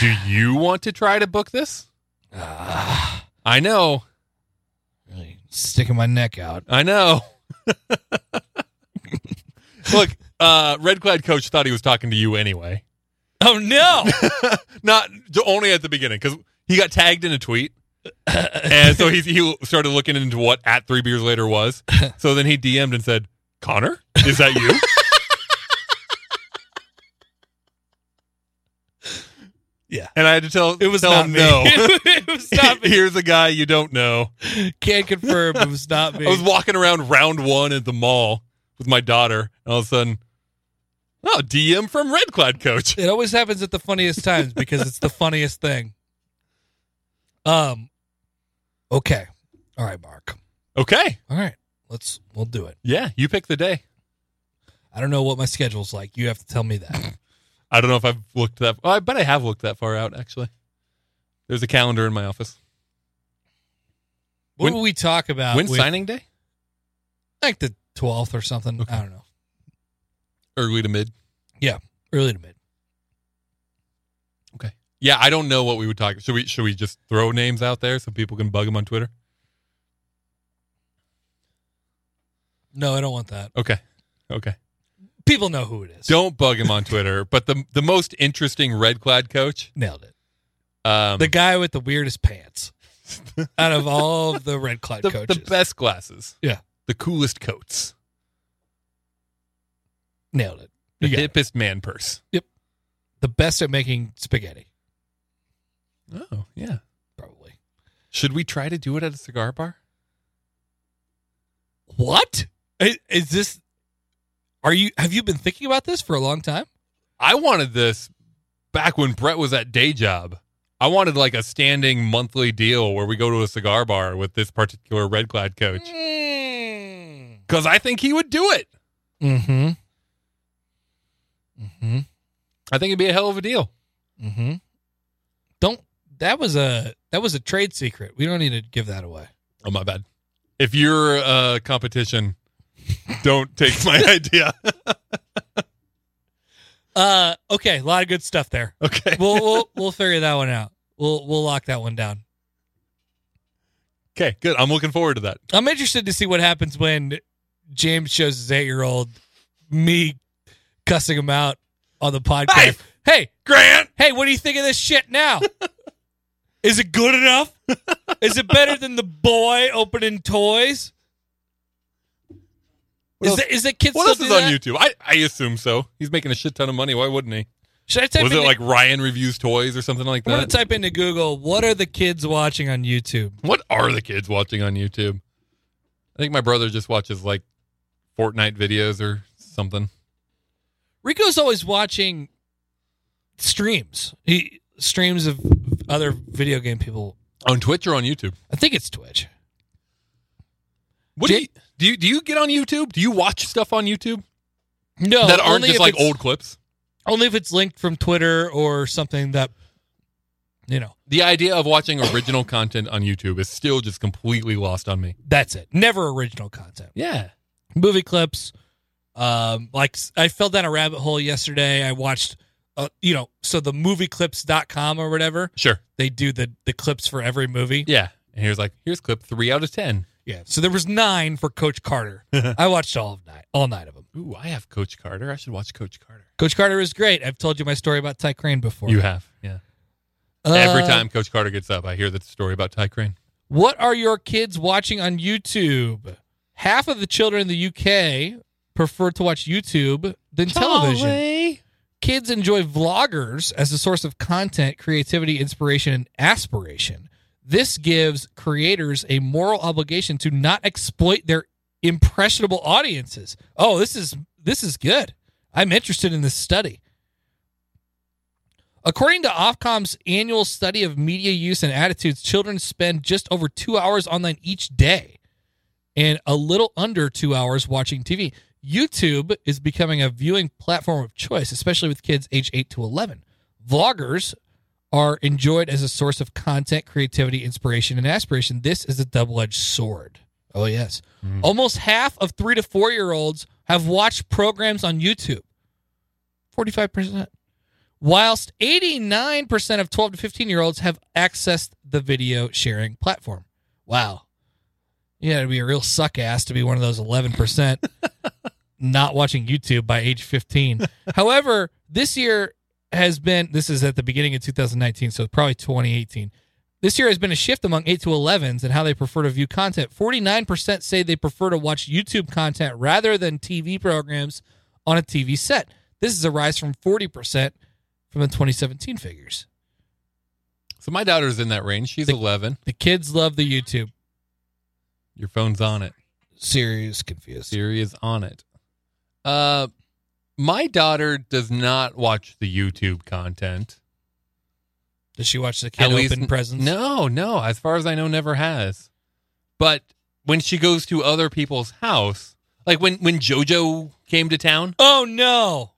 C: Do you want to try to book this?
B: Ah,
C: I know.
B: really sticking my neck out.
C: I know. Look, uh, Red Clad Coach thought he was talking to you anyway.
B: Oh no!
C: Not only at the beginning because he got tagged in a tweet. and so he, he started looking into what at three beers later was. So then he DM'd and said, Connor, is that you?
B: Yeah.
C: And I had to tell
B: It was
C: tell
B: not
C: him
B: me.
C: no.
B: it was not me.
C: Here's a guy you don't know.
B: Can't confirm it was not me.
C: I was walking around round one at the mall with my daughter, and all of a sudden, oh, DM from Red Cloud Coach.
B: It always happens at the funniest times because it's the funniest thing. Um. Okay. All right, Mark.
C: Okay.
B: All right. Let's. We'll do it.
C: Yeah, you pick the day.
B: I don't know what my schedule's like. You have to tell me that.
C: I don't know if I've looked that. Oh, I bet I have looked that far out actually. There's a calendar in my office.
B: What
C: When-
B: will Uh, we talk about?
C: When's
B: with-
C: signing day?
B: Like the twelfth or something. I don't know.
C: Early to mid.
B: Early to mid.
C: Yeah, I don't know what we would talk. Should we should we just throw names out there so people can bug them on Twitter?
B: No, I don't want that.
C: Okay. Okay.
B: People know who it is.
C: Don't bug him on Twitter. But the the most interesting red clad coach,
B: Nailed it.
C: um,
B: The guy with the weirdest pants out of all of the red cloud
C: the,
B: coaches.
C: the best glasses,
B: Yeah.
C: the coolest coats,
B: Nailed it.
C: the
B: You got it.
C: hippest man purse.
B: The best at making spaghetti,
C: Oh yeah.
B: probably.
C: Should we try to do it at a cigar bar?
B: What is, is this? Are you? Have you been thinking about this for a long time?
C: I wanted this back when Brett was at day job. I wanted like a standing monthly deal where we go to a cigar bar with this particular red clad coach
B: Mm.
C: because I think he would do it.
B: Hmm. Hmm.
C: I think it'd be a hell of a deal.
B: Hmm. Don't. That was a. That was a trade secret. We don't need to give that away.
C: Oh my bad. If you're a competition, don't take my idea.
B: Uh. Okay. A lot of good stuff there.
C: Okay.
B: We'll we'll we'll figure that one out. We'll we'll lock that one down.
C: Okay. Good. I'm looking forward to that.
B: I'm interested to see what happens when James shows his eight year old me cussing him out on the podcast. Hey, hey,
C: Grant.
B: hey, what do you think of this shit now? Is it good enough? Is it better than the boy opening toys?
C: What
B: Is
C: else-
B: that, is that kid
C: What
B: still
C: else
B: do
C: is on
B: that?
C: YouTube? I, I assume so. He's making a shit ton of money. Why wouldn't he?
B: Should I type
C: Was
B: in
C: it like Ryan reviews toys or something like
B: I'm gonna
C: that?
B: type into Google what are the kids watching on YouTube?
C: What are the kids watching on YouTube? I think my brother just watches like Fortnite videos or something.
B: Rico's always watching streams. He streams of other video game people.
C: On Twitch or on YouTube?
B: I think it's Twitch.
C: What do, you,
B: Jake-
C: do you do you get on YouTube? Do you watch stuff on YouTube
B: No,
C: that aren't
B: only
C: just
B: if
C: like
B: it's-
C: old clips?
B: Only if it's linked from Twitter or something that you know.
C: The idea of watching original content on YouTube is still just completely lost on me.
B: That's it. Never original content.
C: Yeah.
B: Movie clips. Um, like s- I fell down a rabbit hole yesterday. I watched, uh, you know, so the movieclips.com or whatever
C: Sure.
B: they do the the clips for every movie.
C: Yeah. And here's like here's clip 3 out of 10.
B: Yeah. So there was nine for Coach Carter. I watched all of nine, all nine of them.
C: Ooh, I have Coach Carter. I should watch Coach Carter.
B: Coach Carter is great. I've told you my story about Ty Crane before.
C: You have. Yeah.
B: Uh,
C: Every time Coach Carter gets up, I hear the story about Ty Crane.
B: What are your kids watching on YouTube? Half of the children in the UK prefer to watch YouTube than television. Kids enjoy vloggers as a source of content, creativity, inspiration, and aspiration. This gives creators a moral obligation to not exploit their impressionable audiences. Oh, this is this is good. I'm interested in this study. According to Ofcom's annual study of media use and attitudes, children spend just over two hours online each day and a little under two hours watching TV. YouTube is becoming a viewing platform of choice, especially with kids aged 8 to 11. Vloggers are enjoyed as a source of content, creativity, inspiration, and aspiration. This is a double edged sword. Oh, yes. Almost half of three to four year olds have watched programs on YouTube 45% whilst 89% of 12 to 15 year olds have accessed the video sharing platform. Wow. Yeah, it'd be a real suck ass to be one of those 11% not watching YouTube by age 15. However, this year has been, this is at the beginning of 2019, so probably 2018. This year has been a shift among 8 to 11s and how they prefer to view content. 49% say they prefer to watch YouTube content rather than TV programs on a TV set. This is a rise from 40% from the 2017 figures.
C: So my daughter's in that range. She's 11.
B: The kids love the YouTube
C: Your phone's on it.
B: series. Confused.
C: Siri is on it. Uh, my daughter does not watch the YouTube content.
B: Does she watch the kid
C: At least-
B: open presents?
C: No, no. As far as I know, never has. But when she goes to other people's house, like when when JoJo came to town
B: Oh no,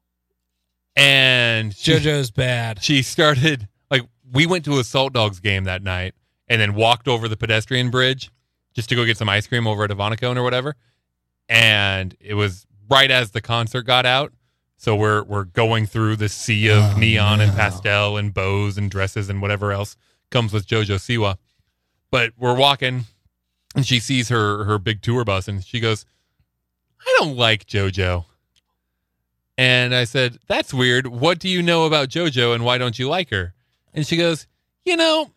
C: and she,
B: JoJo's bad.
C: she started like we went to a Salt Dogs game that night and then walked over the pedestrian bridge just to go get some ice cream over at Ivanacone or whatever. And it was right as the concert got out. So we're we're going through the sea of
B: Oh,
C: neon and
B: no.
C: pastel and bows and dresses and whatever else comes with Jojo Siwa. But we're walking and she sees her her big tour bus and she goes, I don't like JoJo. And I said, That's weird. What do you know about JoJo and why don't you like her? And she goes, You know,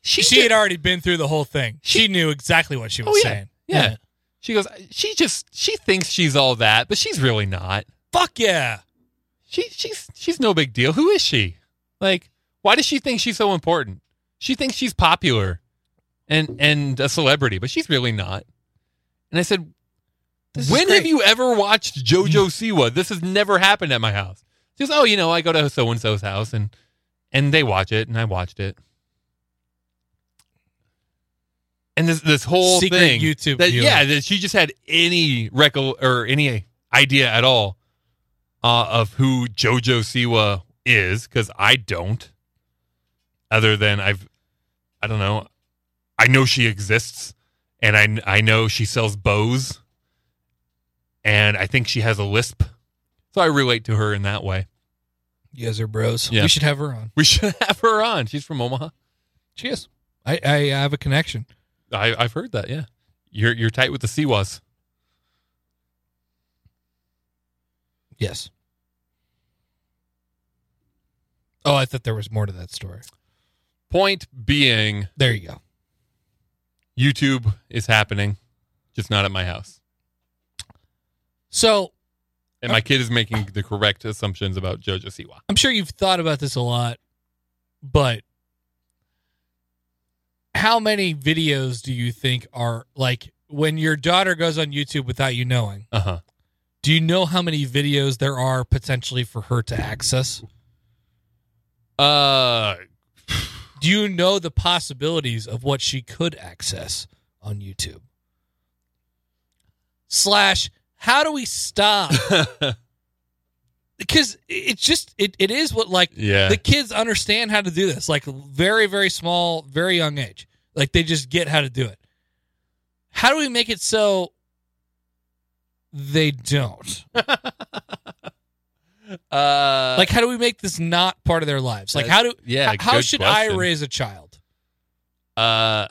C: she,
B: She
C: ju-
B: had already been through the whole thing. She knew exactly what she was
C: Oh, yeah.
B: saying.
C: Yeah. she goes, She just she thinks she's all that, but she's really not.
B: Fuck yeah.
C: She she's she's no big deal. Who is she? Like, why does she think she's so important? She thinks she's popular and and a celebrity, but she's really not. And I said,
B: This is
C: When have
B: great.
C: you ever watched JoJo Siwa? This has never happened at my house. She goes, oh, you know, I go to so and so's house and and they watch it, and I watched it. And this this whole
B: Secret
C: thing,
B: YouTube
C: that,
B: viewing.
C: yeah, that she just had any record or any idea at all uh, of who JoJo Siwa is, because I don't. Other than I've, I don't know, I know she exists, and I I know she sells bows, and I think she has a lisp, so I relate to her in that way.
B: You guys are bros.
C: Yeah.
B: We should have her on.
C: We should have her on. She's from Omaha.
B: She is. I, I have a connection.
C: I, I've heard that. Yeah, you're you're tight with the Siwas.
B: Yes. Oh, I thought there was more to that story.
C: Point being,
B: There you go.
C: YouTube is happening, just not at my house,
B: So
C: and my kid is making the correct assumptions about JoJo Siwa.
B: I'm sure you've thought about this a lot, but how many videos do you think are like when your daughter goes on YouTube without you knowing?
C: Uh huh.
B: Do you know how many videos there are potentially for her to access?
C: Uh,
B: Do you know the possibilities of what she could access on YouTube? Slash, how do we stop? Because it's just it, it is what like
C: yeah.
B: the kids understand how to do this like very very small very young age like they just get how to do it how do we make it so they don't
C: uh,
B: like how do we make this not part of their lives like
C: that's-
B: how do
C: yeah,
B: h- how
C: good
B: should i
C: question.
B: raise a child
C: Uh,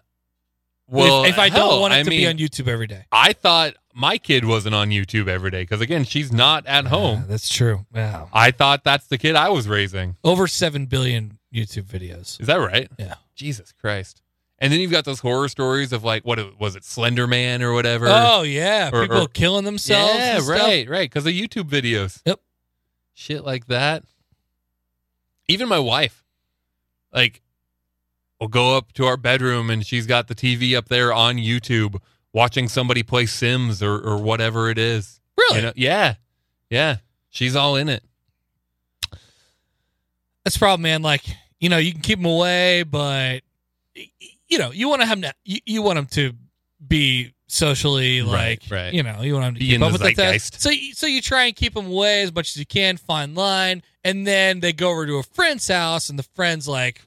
C: well,
B: if, if i
C: hell,
B: don't want it
C: I
B: to be
C: mean,
B: on youtube every day
C: I thought my kid wasn't on YouTube every day because again, she's not at
B: Yeah,
C: home.
B: that's true wow
C: I thought that's the kid I was raising.
B: over 7 billion youtube videos
C: Is that right?
B: Yeah.
C: Jesus Christ. And then you've got those horror stories of like what it- was it Slender Man or whatever.
B: oh yeah
C: or-
B: people
C: or-
B: killing themselves
C: yeah,
B: and stuff.
C: right, right, because of YouTube videos.
B: Yep.
C: Shit like that. Even my wife, like, will go up to our bedroom and she's got the TV up there on YouTube watching somebody play Sims or or whatever it is.
B: really
C: You know? Yeah, yeah. She's all in it.
B: that's the problem, man. Like you know, you can keep them away, but y- you know, you want to have them. You, you want them to be socially
C: Right,
B: like
C: right.
B: you know, you want them to
C: Be
B: keep
C: in
B: up
C: the
B: with the
C: zeitgeist.
B: test. So you, so you try and keep them away as much as you can, fine line, and then they go over to a friend's house, and the friend's like,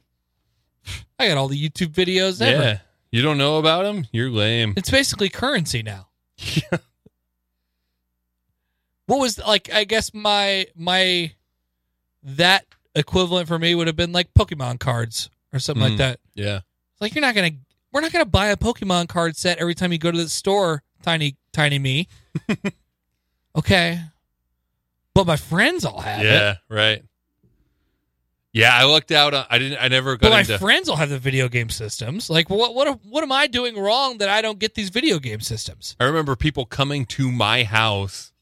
B: "I got all the YouTube videos ever."
C: Yeah. You don't know about them? You're lame.
B: It's basically currency now. what was like? I guess my my that equivalent for me would have been like Pokemon cards or something
C: Mhm.
B: like that.
C: Yeah.
B: Like you're not gonna we're not gonna buy a Pokemon card set every time you go to the store, tiny tiny me. okay, but my friends all have it.
C: Yeah. Right. Yeah, I looked out. On, I didn't. I never
B: But
C: got
B: my
C: into.
B: friends all have the video game systems. Like what what what am I doing wrong that I don't get these video game systems?
C: I remember people coming to my house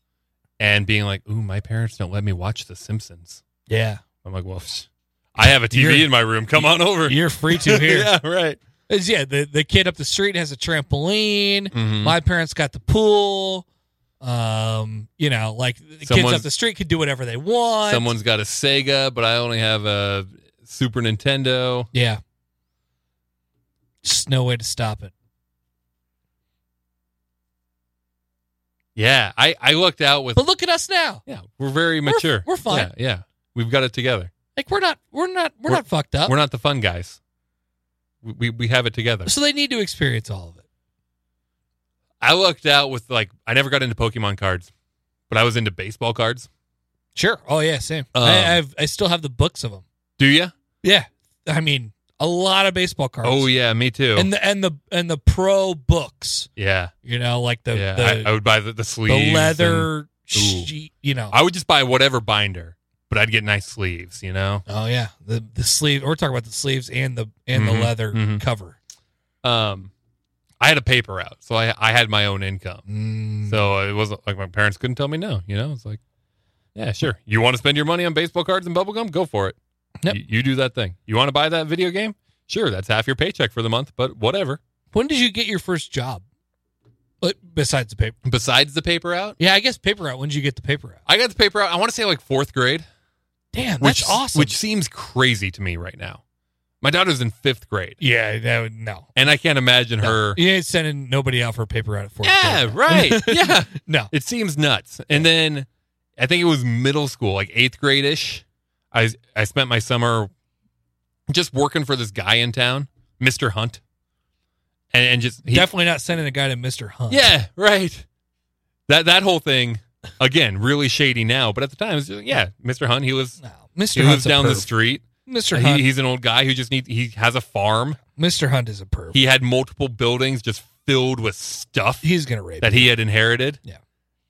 C: and being like, "Ooh, my parents don't let me watch The Simpsons."
B: Yeah.
C: I'm like, "Well, psh, I have a TV
B: You're-
C: in my room. Come on over.
B: You're free to here.
C: yeah, right.
B: It's- yeah, the, the kid up the street has a trampoline.
C: Mhm.
B: My parents got the pool. Um, you know, like the kids
C: Someone's-
B: up the street could do whatever they want.
C: Someone's got a Sega, but I only have a Super Nintendo.
B: yeah. Just no way to stop it.
C: Yeah, I, I looked out with.
B: But look at us now.
C: Yeah, we're very mature.
B: we're fine.
C: Yeah, yeah. we've got it together.
B: Like we're not, we're not, we're,
C: We're-
B: not fucked up.
C: We're not the fun guys. We, we we have it together.
B: So they need to experience all of it.
C: I lucked out with like I never got into Pokemon cards, but I was into baseball cards.
B: Sure. Oh yeah, same.
C: Um,
B: I, I've, I still have the books of them.
C: Do you?
B: Yeah. I mean, a lot of baseball cards.
C: Oh yeah, me too.
B: And the and the and the pro books.
C: yeah,
B: You know, like the
C: yeah.
B: the,
C: I, I would buy the, the sleeves,
B: the
C: and-
B: leather.
C: Ooh.
B: Sheet, you know.
C: I would just buy whatever binder, but I'd get nice sleeves. You know.
B: Oh yeah, the the sleeve. We're talking about the sleeves and the and
C: Mhm,
B: the leather
C: mhm.
B: cover.
C: Um, I had a paper out, so I I had my own income.
B: Mm. Mm-hmm.
C: So it wasn't like my parents couldn't tell me no. You know, it's like, yeah, sure. You want to spend your money on baseball cards and bubblegum? Go for it.
B: Yep.
C: You, you do that thing. You want to buy that video game? Sure, that's half your paycheck for the month, but whatever.
B: when did you get your first job? But besides the paper,
C: Besides the paper out,
B: yeah, I guess paper out. When did you get the paper out?
C: I got the paper out. I want to say like fourth grade,
B: Damn,
C: which
B: that's awesome.
C: Which seems crazy to me right now. My daughter's in fifth grade,
B: yeah, that would, no,
C: and I can't imagine
B: No.
C: her.
B: You ain't sending nobody out for a paper out at fourth.
C: Yeah,
B: grade.
C: right. Yeah,
B: no,
C: It seems nuts. And then I think it was middle school, like eighth grade ish. I I spent my summer just working for this guy in town, Mr. Hunt. And, and just he,
B: definitely not sending a guy to Mister Hunt.
C: Yeah, right. That that whole thing, again, really shady now, but at the time it's just, yeah, Mr. Hunt, he lives
B: no, Mister
C: he lives
B: Hunt's
C: down
B: a
C: the
B: perv.
C: street.
B: Mister
C: He,
B: Hunt,
C: he's an old guy who just needs he has a farm.
B: Mister Hunt is a perv.
C: He had multiple buildings just filled with stuff
B: he's gonna rape.
C: that
B: you.
C: he had inherited.
B: Yeah.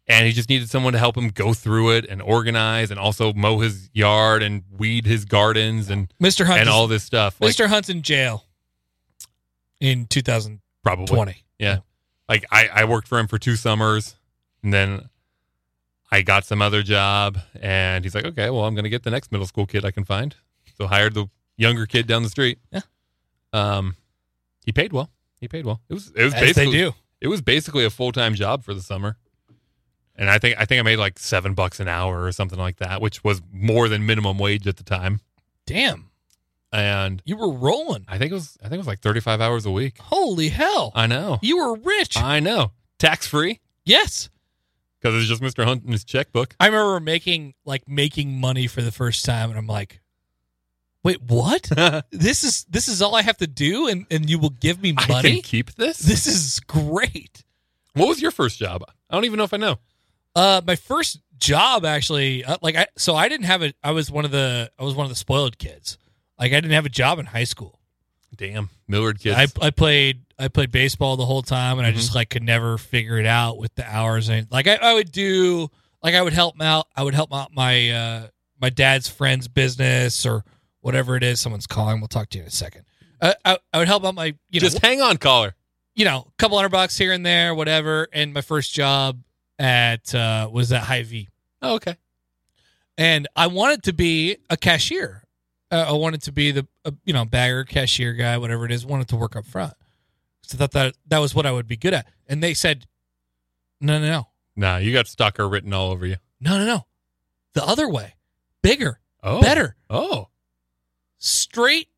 C: And he just needed someone to help him go through it and organize and also mow his yard and weed his gardens and,
B: Mister Hunt
C: and
B: is-
C: all this stuff. Like,
B: Mister Hunt's in jail in 2020.
C: probably. Yeah. Like I, I worked for him for two summers and then I got some other job and he's like, okay, well, I'm going to get the next middle school kid I can find. So hired the younger kid down the street.
B: Yeah.
C: Um, he paid well. He paid well. It was, it was
B: As
C: basically,
B: they do.
C: it was basically a full time job for the summer. And I think I think I made like seven bucks an hour or something like that, which was more than minimum wage at the time.
B: Damn,
C: And
B: you were rolling.
C: I think it was I think it was like thirty five hours a week.
B: Holy hell.
C: I know,
B: you were rich.
C: I know, tax free
B: yes.
C: because it's just Mister Hunt and his checkbook.
B: I remember making like making money for the first time and I'm like, "Wait, what? this is this is all I have to do and and you will give me
C: I can
B: money?
C: keep this.
B: This is great."
C: What was your first job? I don't even know if I know.
B: Uh my first job actually uh, like I so I didn't have a I was one of the I was one of the spoiled kids. Like I didn't have a job in high school.
C: Damn, Millard kids.
B: I, I played I played baseball the whole time, and I just like could never figure it out with the hours. And like I, I would do like I would help 'em out. I would help out my uh, my dad's friend's business or whatever it is. Someone's calling. We'll talk to you in a second. I, I, I would help out my you know
C: just hang on, caller.
B: you know a couple hundred bucks here and there, whatever. And my first job at uh, was at High V,
C: Oh, okay.
B: and I wanted to be a cashier. Uh, I wanted to be the uh, you know bagger, cashier guy, whatever it is. Wanted to work up front, so I thought that that was what I would be good at. And they said, no, no, no,
C: Nah, you got stalker written all over you.
B: no, no, no, the other way, bigger,
C: Oh,
B: better,
C: Oh,
B: straight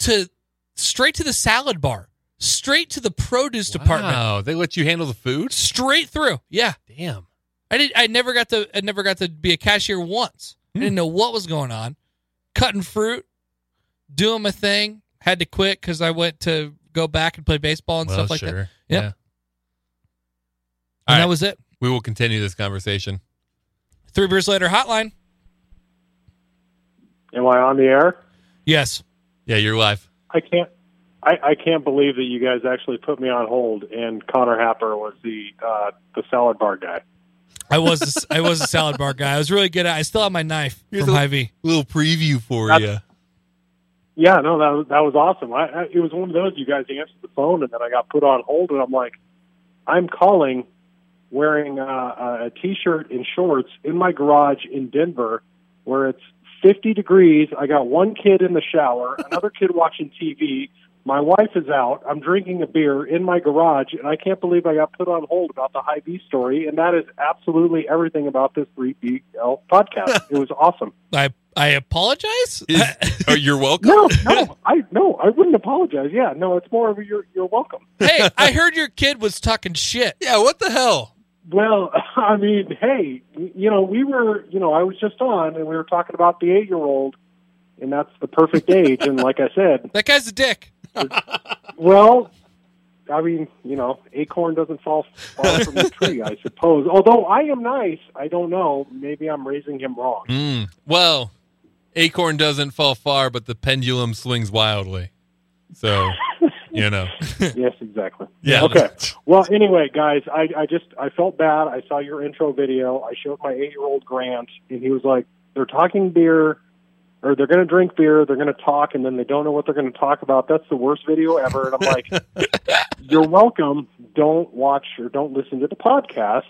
B: to straight to the salad bar, straight to the produce department,
C: Wow, they let you handle the food.
B: straight through. Yeah,
C: Damn.
B: I did. I never got to. I never got to be a cashier once. I didn't know what was going on. Cutting fruit, doing my thing. Had to quit because I went to go back and play baseball and
C: well,
B: stuff like
C: sure.
B: that.
C: Yeah.
B: Yep. And
C: right.
B: that was it.
C: We will continue this conversation.
B: Three beers later, hotline.
F: Am I on the air?
B: Yes.
C: Yeah, you're live.
F: I can't. I, I can't believe that you guys actually put me on hold, and Connor Happer was the uh, the salad bar guy.
B: I was. a s- I was a salad bar guy. I was really good at. I still have my knife
C: Here's
B: from
C: a-
B: Hy-Vee.
C: Little preview for
F: That's-
C: you.
F: Yeah, no, that was, that was awesome. I, I, it was one of those you guys answered the phone, and then I got put on hold, and I'm like, I'm calling, wearing uh, a t-shirt and shorts in my garage in Denver, where it's 50 degrees. I got one kid in the shower, another kid watching TV. My wife is out. I'm drinking a beer in my garage, and I can't believe I got put on hold about the high B story. And that is absolutely everything about this 3BL podcast. it was awesome.
B: I I apologize.
C: Is- oh, you're welcome.
F: No, no, I no, I wouldn't apologize. Yeah, no, it's more of a you're you're welcome.
B: hey, I heard your kid was talking shit.
C: Yeah, what the hell?
F: Well, I mean, hey, you know, we were, you know, I was just on and we were talking about the eight year old, and that's the perfect age. and like I said,
B: That guy's a dick.
F: well, I mean, you know, acorn doesn't fall far from the tree, I suppose. Although I am nice, I don't know. Maybe I'm raising him wrong.
C: Mm. Well, acorn doesn't fall far, but the pendulum swings wildly. So, you know.
F: yes, exactly.
C: Yeah.
F: Okay. Well, anyway, guys, I, I just I felt bad. I saw your intro video. I showed my eight year old Grant, and he was like, "They're talking beer, or they're going to drink beer. They're going to talk, and then they don't know what they're going to talk about." That's the worst video ever. And I'm like, "You're welcome. Don't watch or don't listen to the podcast."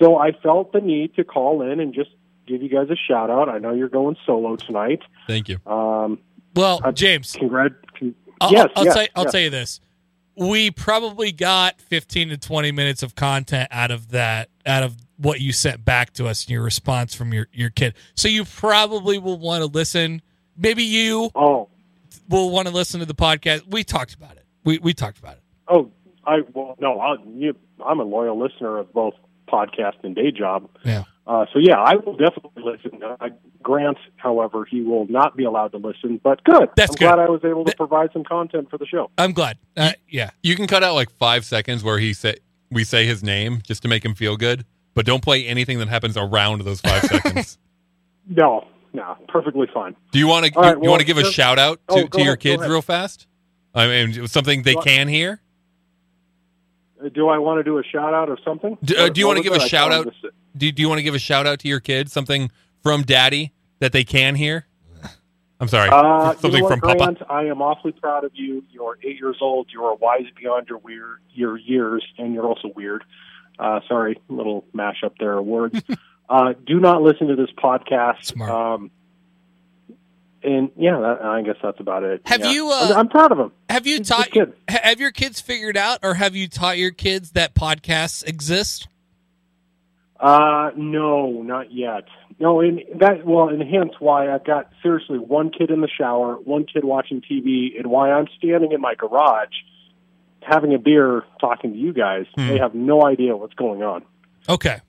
F: So I felt the need to call in and just give you guys a shout out. I know you're going solo tonight.
C: Thank you.
F: Um,
B: Well,
F: Uh,
B: James,
F: congrat. Con-
B: I'll,
F: yes,
B: I'll,
F: yes,
B: tell, I'll
F: yes.
B: tell you this. We probably got 15 to 20 minutes of content out of that, out of what you sent back to us and your response from your, your kid. So you probably will want to listen. Maybe you
F: Oh,
B: will want to listen to the podcast. We talked about it. We, we talked about it.
F: Oh, I well, no, I, you, I'm a loyal listener of both podcast and day job.
B: Yeah.
F: Uh, so yeah, I will definitely listen. Uh, Grant, however, he will not be allowed to listen. But good.
B: That's
F: I'm
B: good.
F: glad I was able to
B: Th-
F: provide some content for the show.
B: I'm glad. Uh, yeah.
C: You can cut out like five seconds where he say we say his name just to make him feel good, but don't play anything that happens around those five seconds.
F: No, no, perfectly fine.
C: Do you want to
F: All right,
C: you, want
F: well,
C: to give a
F: just-
C: shout out to,
F: Oh, go
C: to your
F: ahead, go
C: kids
F: ahead.
C: real fast? I mean, something they
F: Go-
C: can hear.
F: Uh, Do I want to do a shout out or something?
C: Do- uh, do you
F: What
C: wanna
F: was
C: give a
F: it? I
C: shout
F: found
C: out?
F: this-
C: Do, do you want to give a shout out to your kids? Something from daddy that they can hear? I'm sorry.
F: Uh,
C: something
F: you know
C: from
F: what,
C: Papa.
F: Grant, I am awfully proud of you. You're eight years old. You are wise beyond your weird your years, and you're also weird. Uh, sorry, little mash up there of words. uh, do not listen to this podcast.
B: Smart.
F: Um, and yeah, that, I guess that's about it.
B: Have
F: Yeah.
B: you, uh,
F: I'm, I'm proud of him.
B: Have you
F: He's a
B: taught,
F: good kid.
B: ha- have your kids figured out or have you taught your kids that podcasts exist?
F: Uh, no, not yet. No, and that well, and hence why I've got seriously one kid in the shower, one kid watching TV, and why I'm standing in my garage having a beer talking to you guys. They have no idea what's going on.
B: Okay.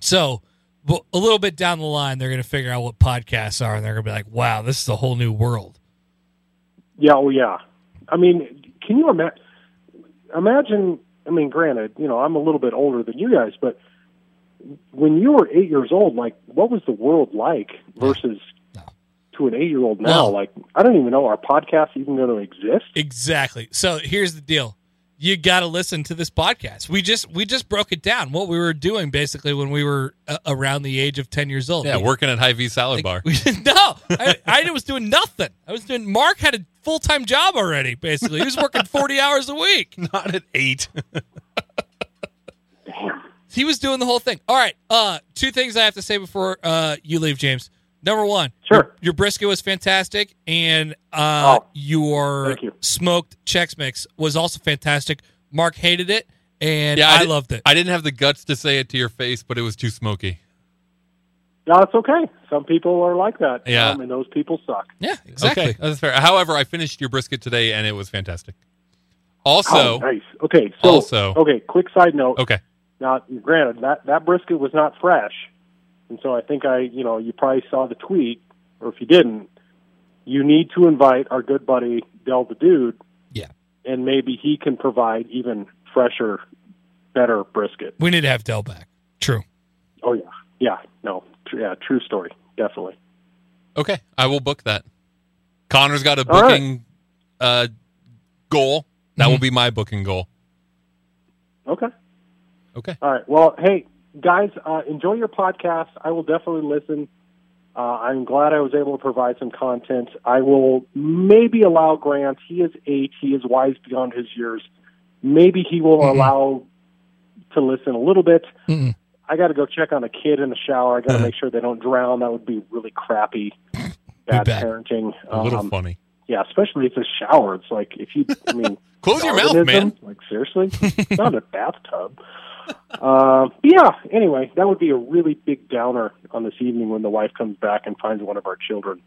B: So well, a little bit down the line, they're going to figure out what podcasts are, and they're going to be like, "Wow, this is a whole new world."
F: Yeah, oh yeah. I mean, can you imagine? Imagine. I mean, granted, you know, I'm a little bit older than you guys, but when you were eight years old, like, what was the world like versus
B: No.
F: to an eight-year-old now?
B: No.
F: Like, I don't even know. Are podcasts even going to exist?
B: Exactly. So here's the deal: you got to listen to this podcast. We just we just broke it down what we were doing basically when we were uh, around the age of ten years old.
C: Yeah,
B: we,
C: working at High V Salad Bar.
B: we didn't- no, I, I was doing nothing. I was doing. Mark had a full time job already. Basically, he was working forty hours a week.
C: Not at eight.
B: He was doing the whole thing. All right. Uh, two things I have to say before uh, you leave, James. Number one,
F: Sure.
B: your, your brisket was fantastic, and uh,
F: Oh,
B: your
F: thank you.
B: smoked Chex Mix was also fantastic. Mark hated it, and
C: Yeah, I
B: I,
C: did-
B: loved it.
C: I didn't have the guts to say it to your face, but it was too smoky.
F: No, it's okay. Some people are like that.
C: Yeah.
F: Um, and those people suck.
B: yeah, exactly.
C: Okay, that's fair. However, I finished your brisket today, and it was fantastic. Also,
F: oh, nice. Okay. So,
C: Also-
F: okay. Quick side note.
C: okay.
F: Now, granted, that that brisket was not fresh, and so I think I, you know, you probably saw the tweet, or if you didn't, you need to invite our good buddy Del the Dude.
B: Yeah.
F: And maybe he can provide even fresher, better brisket.
B: We need to have Dell back. True.
F: Oh yeah, yeah. No, tr- yeah. True story. Definitely.
C: Okay, I will book that. Connor's got a
F: All right.
C: booking uh, goal. That
B: Mm-hmm.
C: will be my booking goal.
F: Okay.
C: Okay.
F: All right. Well, hey guys, uh, enjoy your podcast. I will definitely listen. Uh, I'm glad I was able to provide some content. I will maybe allow Grant. He is eight. He is wise beyond his years. Maybe he will allow to listen a little bit.
B: Mm-mm.
F: I got to go check on a kid in the shower. I got to make sure they don't drown. That would be really crappy, bad
B: bet.
F: parenting.
A: A little
F: Um,
A: funny.
F: yeah, especially if it's a shower. It's like if you, I mean,
C: Close your mouth,
F: organism?
C: man.
F: Like seriously, It's not a bathtub. Uh, yeah. Anyway, that would be a really big downer on this evening when the wife comes back and finds one of our children.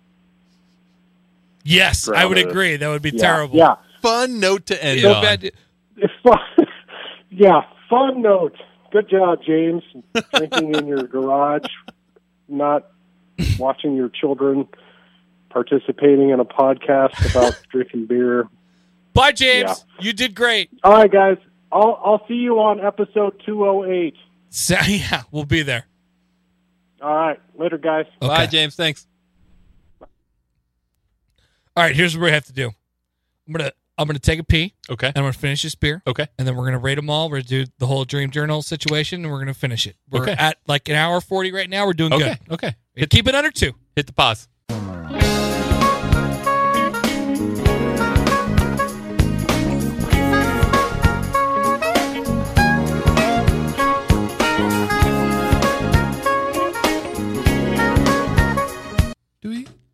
B: Yes, I would
F: Grounded.
B: agree. That would be
F: Yeah,
B: terrible.
F: Yeah.
C: Fun note to end
B: So
C: on.
B: bad.
F: Fun- yeah. Fun note. Good job, James. Drinking in your garage, not watching your children, participating in a podcast about drinking beer.
B: Bye, James. You did great.
F: All right, guys. I'll I'll see you on episode two oh eight.
B: So, yeah, we'll be there.
F: All right. Later, guys.
C: Bye,
B: Okay.
C: James. Thanks.
B: All right, here's what we have to do. I'm gonna I'm gonna take a pee
C: Okay.
B: and I'm gonna finish this beer.
C: Okay.
B: And then we're gonna rate them all. We're gonna do the whole dream journal situation, and we're gonna finish it. We're
C: Okay.
B: at like an hour forty right now. We're doing
C: Okay. Okay.
B: good. Keep it under two.
C: Hit the pause.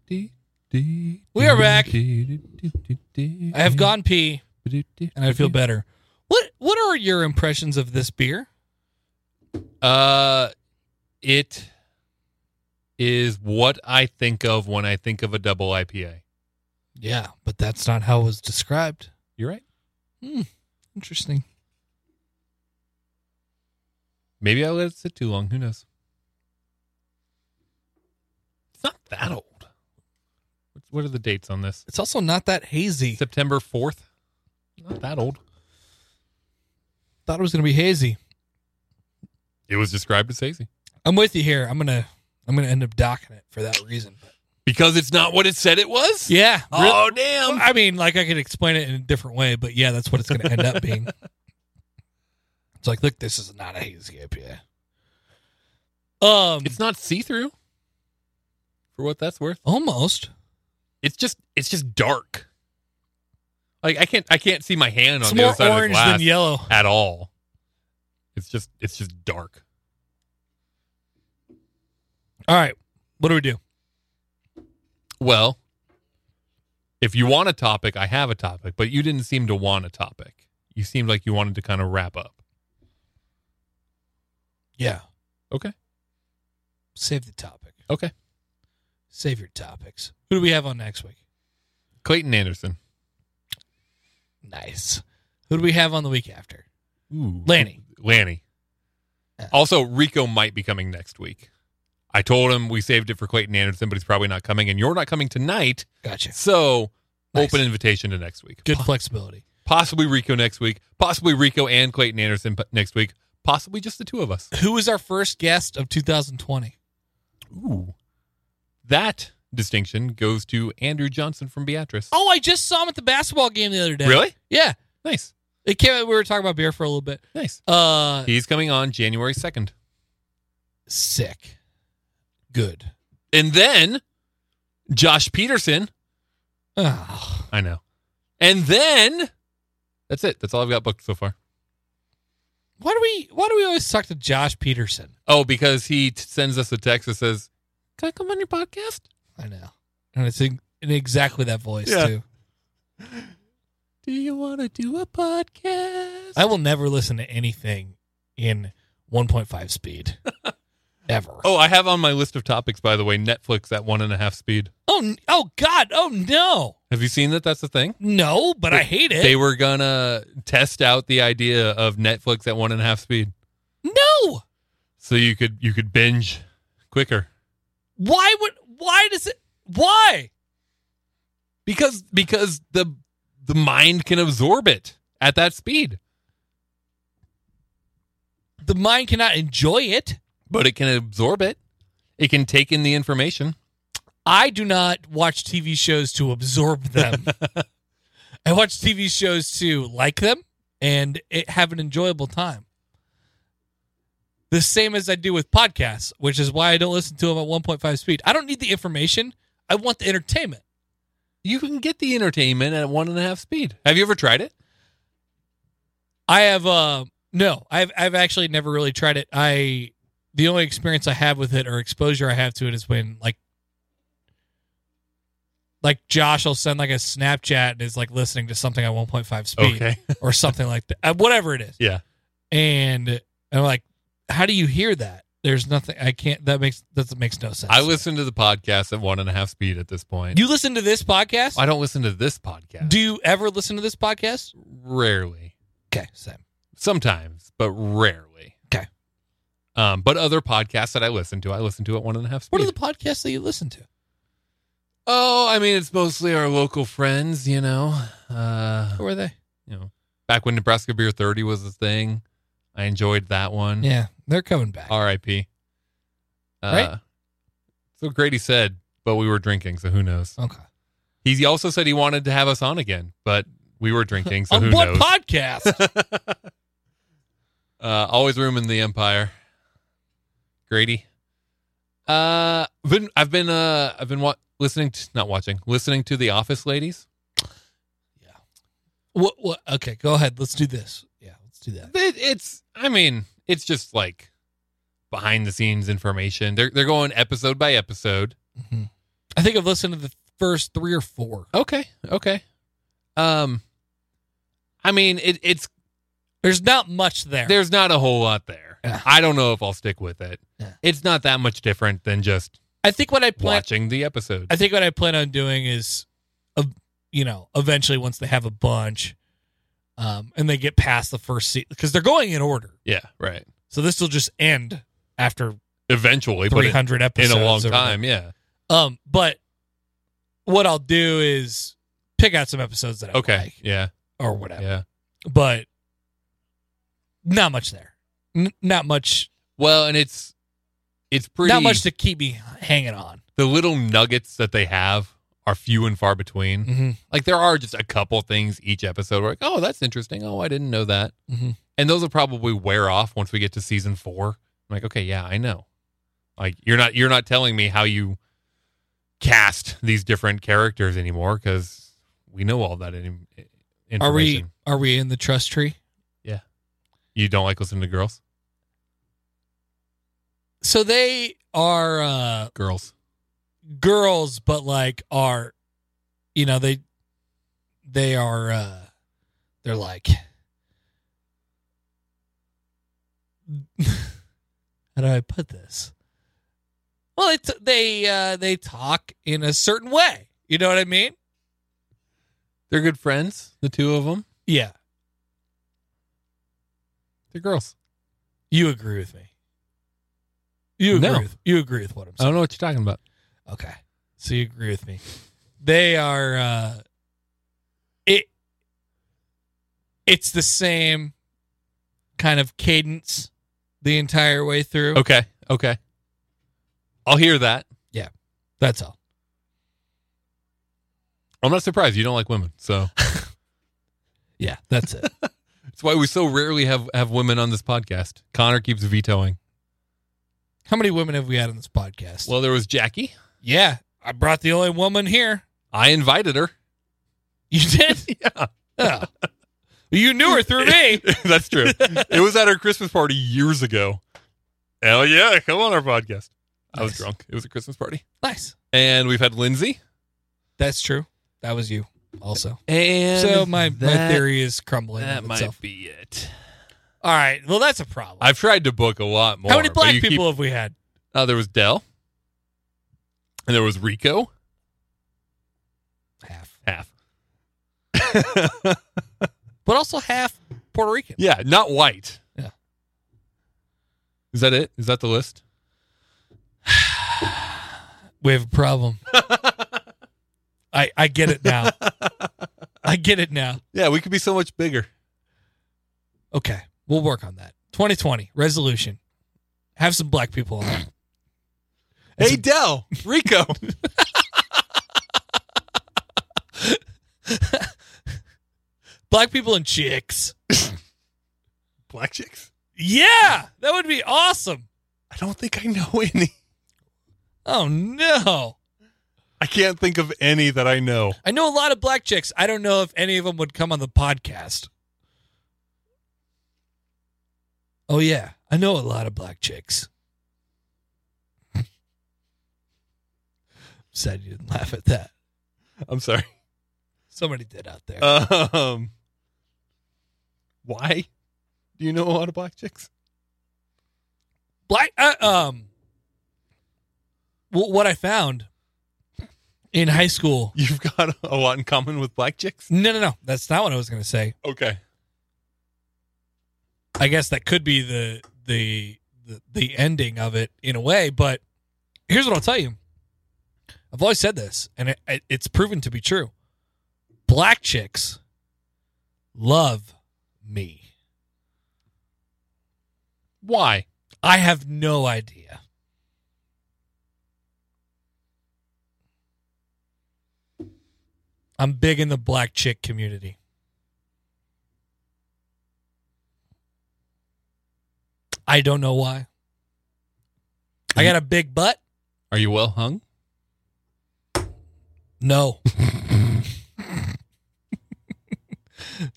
B: We are back. I
C: Mm-hmm.
B: have gone pee and I feel better. What What are your impressions of this beer?
C: Uh, it is what I think of when I think of a double IPA.
B: Yeah, but that's not how it was described.
C: You're right.
B: Interesting.
C: Maybe I let it sit too long. Who knows? It's not that old. What's- What are the dates on this?
B: It's also not that hazy.
C: September 4th? Not that old.
B: Thought it was gonna be hazy.
C: It was described as hazy.
B: I'm with you here. I'm gonna I'm gonna end up docking it for that reason.
C: Because it's not what it said it was?
B: Yeah.
C: Oh, damn.
B: um, I mean, like I could explain it in a different way, but yeah, that's what it's going to end up being. It's like, look, this is not a hazy IPA. Um,
C: It's not see through for what that's worth.
B: almost.
C: It's just it's just dark. Like I can't I can't see my hand
B: It's
C: on the
B: more
C: other side of the
B: orange
C: glass
B: than yellow.
C: at all. It's just it's just dark.
B: All right, what do we do?
C: Well, if you want a topic, I have a topic, but you didn't seem to want a topic. You seemed like you wanted to kind of wrap up.
B: Yeah,
C: Okay.
B: save the topic.
C: Okay.
B: Save your topics. Who do we have on next week?
C: Clayton Anderson.
B: Nice. Who do we have on the week after?
C: Ooh.
B: Lanny.
C: Lanny.
B: Yeah.
C: Also, Rico might be coming next week. I told him we saved it for Clayton Anderson, but he's probably not coming, and you're not coming tonight.
B: Gotcha.
C: So,
B: Nice.
C: open invitation to next week.
B: Good flexibility.
C: Possibly Rico next week. Possibly Rico and Clayton Anderson p- next week. Possibly just the two of us.
B: Who is our first guest of 2020?
C: Ooh. That distinction goes to Andrew Johnson from Beatrice.
B: Oh, I just saw him at the basketball game the other day.
C: Really?
B: Yeah.
C: Nice.
B: It came. We were talking about beer for a little bit.
C: Nice.
B: Uh,
C: He's coming on January 2nd.
B: sick. Good.
C: And then Josh Peterson.
B: Ah,
C: I know. And then that's it. That's all I've got booked so far.
B: why do we? Why do we always talk to Josh Peterson?
C: Oh, because he t- sends us a text that says, Can I come on your podcast?
B: I know, and it's in, in exactly that voice
C: Yeah.
B: too.
C: Do you want to do a podcast?
B: I will never listen to anything in 1.5 speed, ever.
C: oh, I have on my list of topics, by the way, Netflix at one and a half speed.
B: oh, n- oh, God, oh no,
C: Have you seen that? That's the thing.
B: no, but I hate it.
C: They were going to test out the idea of Netflix at one and a half speed
B: no,
C: so you could you could binge quicker.
B: why would? Why does it? Why?
C: because because the the mind can absorb it at that speed
B: The mind cannot enjoy it.
C: but it can absorb it it can take in the information
B: I do not watch TV shows to absorb them. I watch TV shows to like them and it, have an enjoyable time. The same as I do with podcasts, which is why I don't listen to them at 1.5 speed. I don't need the information. I want the entertainment.
C: you can get the entertainment at one and a half speed have you ever tried it
B: I have uh no, I've I've actually never really tried it. I the only experience I have with it or exposure I have to it is when like like Josh will send like a Snapchat and is like listening to something at 1.5 speed
C: Okay.
B: or something like that, Uh, whatever it is.
C: Yeah.
B: And, and I'm like, how do you hear that? There's nothing I can't. That makes that makes no sense.
C: I listen to the podcast at one and a half speed at this point.
B: You listen to this podcast?
C: I don't listen to this podcast.
B: Do you ever listen to this podcast?
C: rarely.
B: Okay, same.
C: Sometimes, but rarely.
B: Okay.
C: Um, but other podcasts that I listen to, I listen to at one and a half speed.
B: What are the podcasts that you listen to?
C: oh, I mean, it's mostly our local friends, you know. Uh,
B: Who are they?
C: you know, back when Nebraska Beer 30 was a thing, I enjoyed that one.
B: Yeah, they're coming
C: Uh,
B: back.
C: R.I.P.
B: Right?
C: Uh, So Grady said, but we were drinking, so who knows?
B: Okay.
C: He also said he wanted to have us on again, but we were drinking, so
B: On
C: who
B: what
C: knows?
B: podcast?
C: uh, always room in the empire. Grady. Uh, been I've been uh I've been wa- listening to not watching listening to The Office Ladies.
B: what, what? Okay, go ahead. Let's do this. Yeah, let's do that.
C: It, it's I mean it's just like behind the scenes information. They're they're going episode by episode.
B: Mm-hmm. I think I've listened to the first three or four.
C: Okay, okay. Um, I mean it it's
B: There's not much there.
C: there's not a whole lot there.
B: Yeah.
C: I don't know if I'll stick with it.
B: Yeah.
C: It's not that much different than just
B: I think what I plan.
C: watching the episode.
B: I think what I plan on doing is, uh, you know, eventually once they have a bunch, um, and they get past the first seat because they're going in order.
C: Yeah, right.
B: So this will just end after
C: Eventually, but
B: 300
C: in
B: episodes
C: a long
B: over
C: time. Yeah.
B: there. Um, but what I'll do is pick out some episodes that I
C: Okay.
B: like
C: yeah.
B: or whatever.
C: Yeah.
B: But not much there. N- not much.
C: Well, and it's it's pretty.
B: Not much to keep me hanging on.
C: the little nuggets that they have are few and far between.
B: Mm-hmm.
C: Like there are just a couple things each episode. Where like, oh, that's interesting. Oh, I didn't know that.
B: Mhm.
C: And those will probably wear off once we get to season four. I'm like, okay, yeah, I know. Like you're not you're not telling me how you cast these different characters anymore because we know all that in, information.
B: Are we are we in the trust tree?
C: You don't like listening to girls?
B: So they are uh,
C: Girls.
B: girls, but like are, you know they they are uh, they're like. How do I put this? Well, it's, they uh, they talk in a certain way. You know what I mean?
C: They're good friends, the two of them.
B: Yeah,
C: They're girls.
B: you agree with me. You agree
C: No.
B: with you agree with what I'm
C: I
B: saying.
C: don't know what you're talking about.
B: Okay. So you agree with me. They are uh it it's the same kind of cadence the entire way through.
C: Okay. Okay. I'll hear that.
B: That's all.
C: I'm not surprised you don't like women. So
B: Yeah, that's it.
C: that's why we so rarely have, have women on this podcast. Connor keeps vetoing.
B: How many women have we had on this podcast?
C: Well, there was Jackie.
B: yeah, I brought the only woman here.
C: I invited her.
B: You did?
C: Yeah.
B: Oh. You knew her through me.
C: That's true. it was at our Christmas party years ago. Hell yeah. Come on our podcast. I was
B: Nice.
C: drunk. It was a Christmas party.
B: Nice.
C: And we've had Lindsay.
B: That's true. That was you also.
C: And
B: So my, my
C: that-
B: theory is crumbling.
C: That
B: of
C: might
B: itself.
C: be it.
B: All right. Well, that's a problem.
C: I've tried to book a lot more.
B: How many
C: but
B: black
C: you keep-
B: people have we had?
C: Uh, there was Dell. And there was Rico.
B: Half.
C: Half.
B: But also half Puerto Rican.
C: Yeah, not white.
B: Yeah.
C: Is that it? Is that the list?
B: We have a problem. I I get it now. I get it now.
C: Yeah, we could be so much bigger.
B: Okay. We'll work on that. 2020 resolution. Have some black people on. As
C: hey,
B: a-
C: Dell, Rico.
B: Black people and chicks.
C: Black chicks?
B: Yeah. That would be awesome.
C: I don't think I know any.
B: Oh no.
C: I can't think of any that I know.
B: I know a lot of black chicks. I don't know if any of them would come on the podcast. Oh yeah. I know a lot of black chicks. said you didn't laugh at that.
C: I'm sorry.
B: Somebody did out there.
C: Um, why? Do you know a lot of black chicks?
B: Black. Uh, um. wh- What I found in high school.
C: You've got a lot in common with black chicks.
B: No, no, no. That's not what I was going to say.
C: Okay.
B: I guess that could be the the the, the ending of it in a way. But here's what I'll tell you. I've always said this, and it, it, it's proven to be true. Black chicks love me.
C: Why?
B: I have no idea. I'm big in the black chick community. I don't know why. I got a big butt?
C: Are you well hung?
B: No.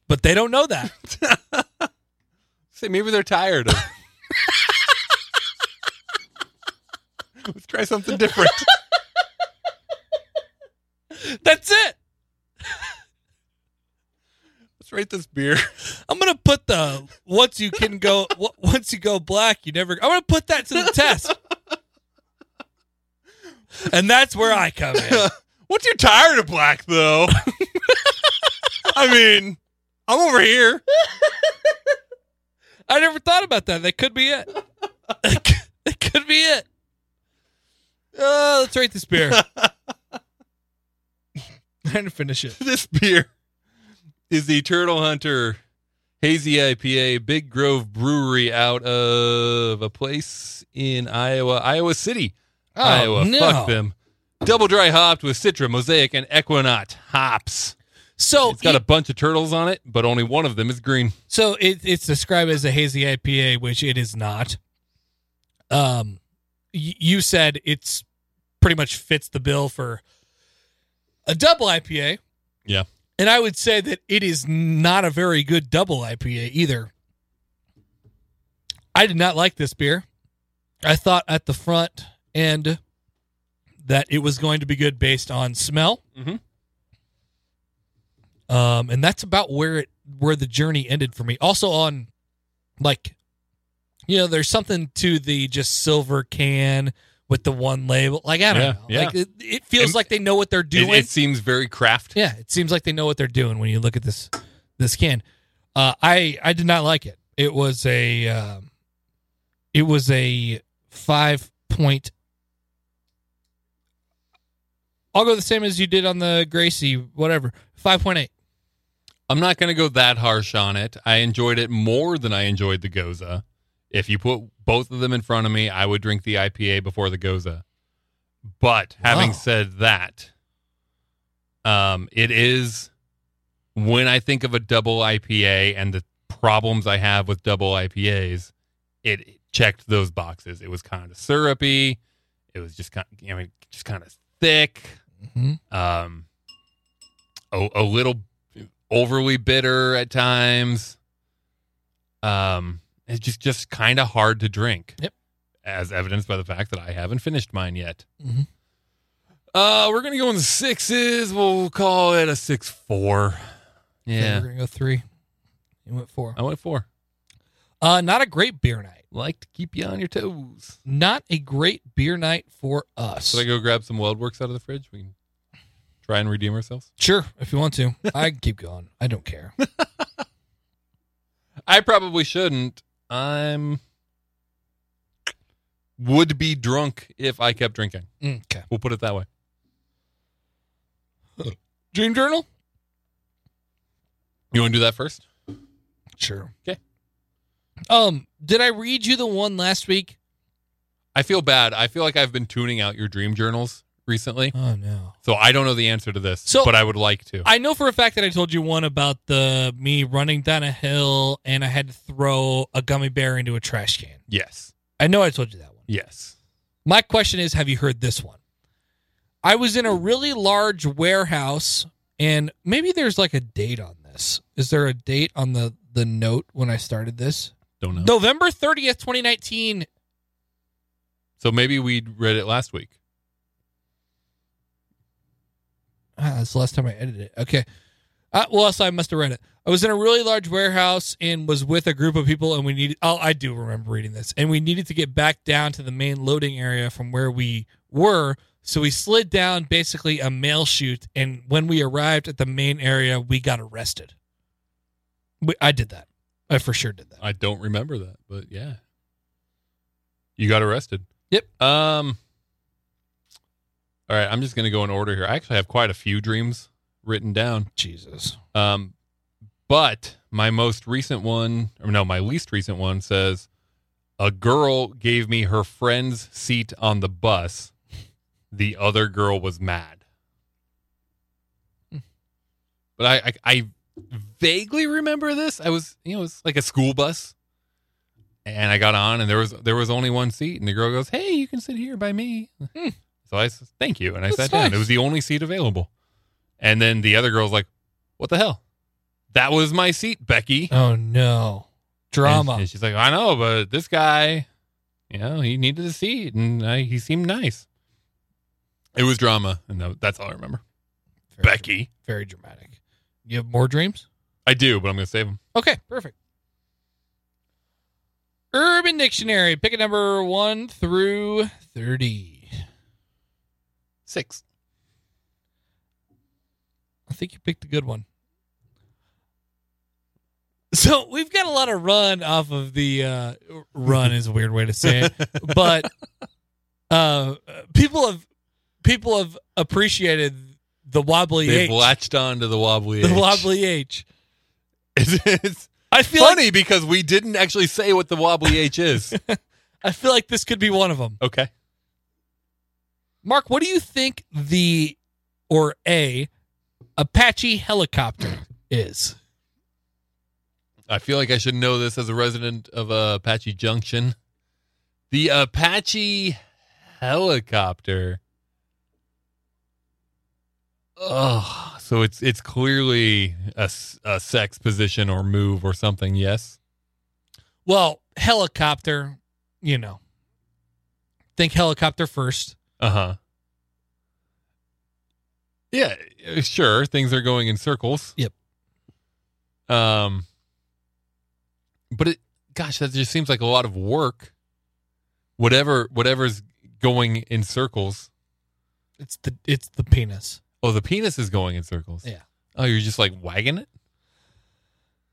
B: but they don't know that.
C: Say maybe they're tired of. Let's try something different.
B: That's it.
C: Let's rate this beer.
B: I'm gonna put the once you can go w- once you go black, you never. I'm gonna put that to the test, and that's where I come in.
C: Once you're tired of black, though, I mean, I'm over here.
B: I never thought about that. That could be it. That could be it. Uh, let's rate this beer. Trying to finish it.
C: This beer is the Turtle Hunter Hazy IPA, Big Grove Brewery out of a place in Iowa, Iowa City,
B: Oh,
C: Iowa.
B: no.
C: Fuck them. Double dry hopped with Citra, Mosaic, and Equinot hops.
B: So
C: It's got
B: e-
C: a bunch of turtles on it, but only one of them is green.
B: So it, it's described as a hazy IPA, which it is not. Um, y- you said it's pretty much fits the bill for a double IPA.
C: Yeah.
B: and I would say that it is not a very good double IPA either. I did not like this beer. I thought at the front end that it was going to be good based on smell.
C: Mhm.
B: Um, and that's about where it where the journey ended for me. Also on like you know, there's something to the just silver can with the one label. Like I don't
C: Yeah,
B: know.
C: yeah.
B: Like it, it feels
C: And-
B: like they know what they're
C: It,
B: doing.
C: it seems very craft.
B: Yeah, it seems like they know what they're doing when you look at this this can. Uh, I I did not like it. It was a um, it was a five point. I'll go the same as you did on the Gracie, whatever. Five point eight.
C: I'm not going to go that harsh on it. I enjoyed it more than I enjoyed the Goza. If you put both of them in front of me, I would drink the IPA before the Goza. But having
B: Wow.
C: said that, um, it is when I think of a double IPA and the problems I have with double IPAs, it checked those boxes. It was kind of syrupy. It was just kind, I mean, just kind of thick
B: Mhm.
C: um a, a little overly bitter at times um it's just just kind of hard to drink
B: Yep.
C: as evidenced by the fact that i haven't finished mine yet
B: Mhm.
C: uh we're gonna go in the sixes we'll call it a six four
B: we're
C: yeah
B: gonna go three. You went four.
C: i went four Oh.
B: Uh, not a great beer night.
C: like to keep you on your toes
B: Not a great beer night for us.
C: should i go grab some weldworks out of the fridge we can try and redeem ourselves
B: Sure, if you want to, I can keep going. I don't care.
C: I probably shouldn't. I'm would be drunk if I kept drinking.
B: Mm, Okay.
C: We'll put it that way.
B: Dream Journal.
C: You want to do that first?
B: Sure.
C: Okay.
B: Um, did I read you the one last week?
C: I feel bad. I feel like I've been tuning out your dream journals recently,
B: Oh no.
C: so I don't know the answer to this.
B: So-
C: but I would like to.
B: I know for a fact that I told you one about the me running down a hill and I had to throw a gummy bear into a trash can.
C: yes,
B: I know I told you that one.
C: yes.
B: My question is, have you heard this one? I was in a really large warehouse, and maybe there's like a date on this. Is there a date on the the note when I started this?
C: Don't know.
B: November 30th, 2019.
C: So maybe we read it last week.
B: Ah, that's the last time I edited it. Okay. Uh, well, else I must have read it. I was in a really large warehouse and was with a group of people, and we needed. Oh, I do remember reading this. And we needed to get back down to the main loading area from where we were. So we slid down basically a mail chute, and when we arrived at the main area, we got arrested. We, I did that. I for sure did that.
C: I don't remember that, but yeah. You got arrested.
B: Yep.
C: Um All right, I'm just going to go in order here. I actually have quite a few dreams written down.
B: Jesus.
C: Um, but my most recent one, or no, my least recent one says, a girl gave me her friend's seat on the bus. The other girl was mad. But I, I, I vaguely remember this. I was, you know, it's like a school bus, and I got on, and there was there was only one seat, and the girl goes, "Hey, you can sit here by me." So I said, "Thank you," and I
B: Hmm. That's
C: sat down.
B: nice.
C: It was the only seat available, and then the other girl's like, "What the hell? That was my seat, Becky."
B: Oh no. Drama.
C: And, and she's like, I know, but this guy, you know, he needed a seat, and I, he seemed nice. It was drama, and that, that's all I remember.
B: Very
C: Becky,
B: dra- Very dramatic. You have more dreams?
C: I do, but I'm gonna save him.
B: Okay, perfect. Urban Dictionary, pick a number one through 30.
C: Six.
B: I think you picked a good one. So we've got a lot of run off of the uh, run is a weird way to say it, but uh, people have people have appreciated the wobbly
C: They've
B: H,
C: latched on to the wobbly.
B: the
C: H.
B: wobbly H.
C: It's, it's
B: I feel like,
C: funny because we didn't actually say what the wobbly H is.
B: I feel like this could be one of them.
C: okay.
B: Mark, what do you think the or a Apache helicopter is?
C: I feel like I should know this as a resident of uh, Apache Junction. The Apache helicopter. Oh, so it's it's clearly a, s- a sex position or move or something. Yes.
B: Well, helicopter, you know. Think helicopter first.
C: Uh huh. Yeah, uh, sure. Things are going in circles.
B: Yep.
C: Um. But it, gosh, that just seems like a lot of work. Whatever, whatever's going in circles.
B: It's the it's the penis.
C: Oh, the penis is going in circles.
B: Yeah.
C: Oh, you're just like wagging it.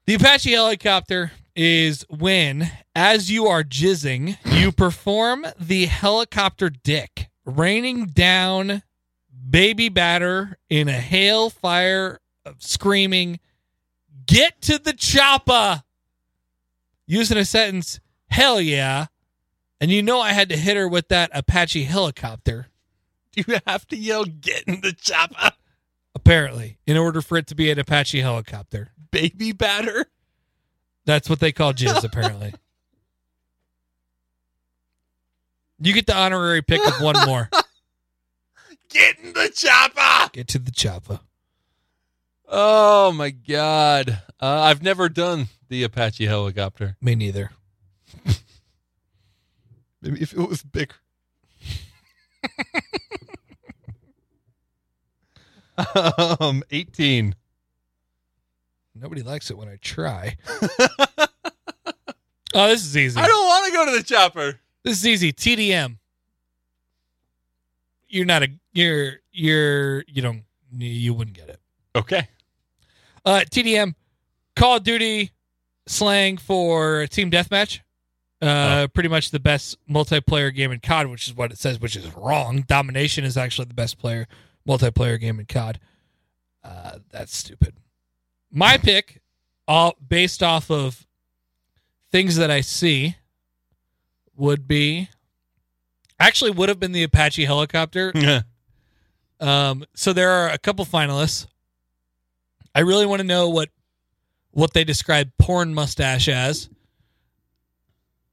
B: The Apache helicopter is when, as you are jizzing, you perform the helicopter dick, raining down baby batter in a hail fire of screaming, Get to the choppa! Using a sentence, Hell yeah. And you know I had to hit her with that Apache helicopter,
C: Do you have to yell "get in the chopper,
B: apparently, in order for it to be an Apache helicopter.
C: baby batter"?
B: That's what they call jizz, apparently. You get the honorary pick of one more.
C: Get in the chopper.
B: Get to the choppa.
C: Oh my god! Uh, I've never done the Apache helicopter.
B: Me neither.
C: Maybe if it was bigger. um, 18.
B: Nobody likes it when I try. oh, this is easy.
C: I don't want to go to the chopper.
B: This is easy. TDM. You're not a. You're. You're. You don't. You wouldn't get it.
C: Okay.
B: Uh, TDM, Call of Duty slang for team deathmatch. Uh, pretty much the best multiplayer game in COD, which is what it says, which is wrong. Domination is actually the best player multiplayer game in COD. Uh, that's stupid. My pick, all based off of things that I see, would be actually would have been the Apache helicopter.
C: Yeah.
B: Um, so there are a couple finalists. I really want to know what what they describe porn mustache as.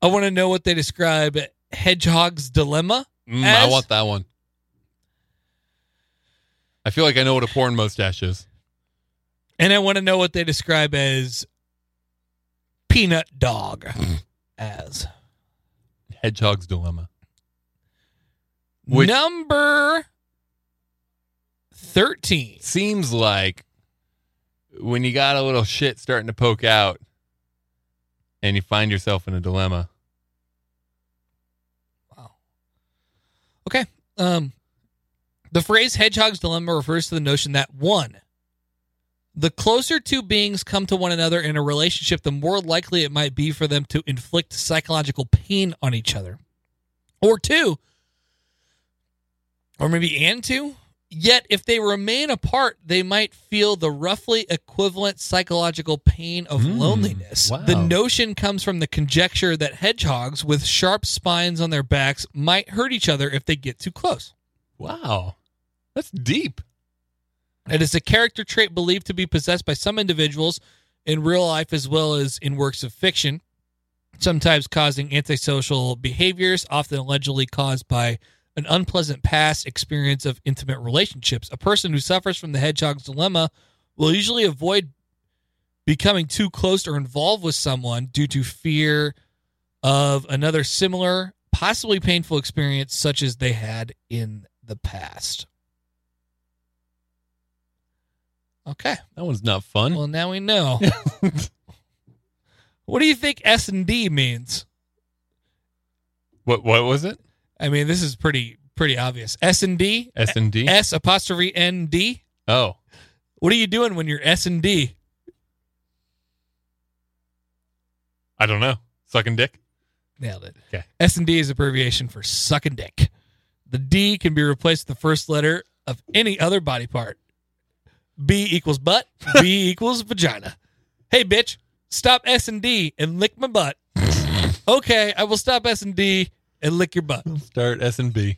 B: I want to know what they describe hedgehog's dilemma.
C: Mm, I
B: As-
C: want that one. I feel like I know what a porn mustache is.
B: And I want to know what they describe as peanut dog as.
C: Hedgehog's dilemma. Which-
B: Number 13.
C: seems like when you got a little shit starting to poke out and you find yourself in a dilemma.
B: Okay. Um, the phrase hedgehog's dilemma refers to the notion that one, the closer two beings come to one another in a relationship, the more likely it might be for them to inflict psychological pain on each other. Or two, or maybe and two, yet if they remain apart, they might feel the roughly equivalent psychological pain of
C: Mm,
B: loneliness.
C: wow.
B: The notion comes from the conjecture that hedgehogs with sharp spines on their backs might hurt each other if they get too close.
C: Wow. That's deep.
B: It is a character trait believed to be possessed by some individuals in real life as well as in works of fiction, sometimes causing antisocial behaviors, often allegedly caused by an unpleasant past experience of intimate relationships. A person who suffers from the hedgehog's dilemma will usually avoid becoming too close or involved with someone due to fear of another similar, possibly painful experience such as they had in the past. Okay.
C: That one's not fun.
B: Well, now we know. what do you think S and D means?
C: what what was it?
B: I mean, this is pretty pretty obvious. S and D,
C: S and D?
B: S apostrophe N D.
C: Oh.
B: What are you doing when you're S and D?
C: I don't know. Sucking dick.
B: Nailed it.
C: Okay.
B: S and D is abbreviation for sucking dick. The D can be replaced with the first letter of any other body part. B equals butt. B equals vagina. Hey, bitch, stop S and D and lick my butt. okay, I will stop S and D and lick your butt.
C: Start S and B.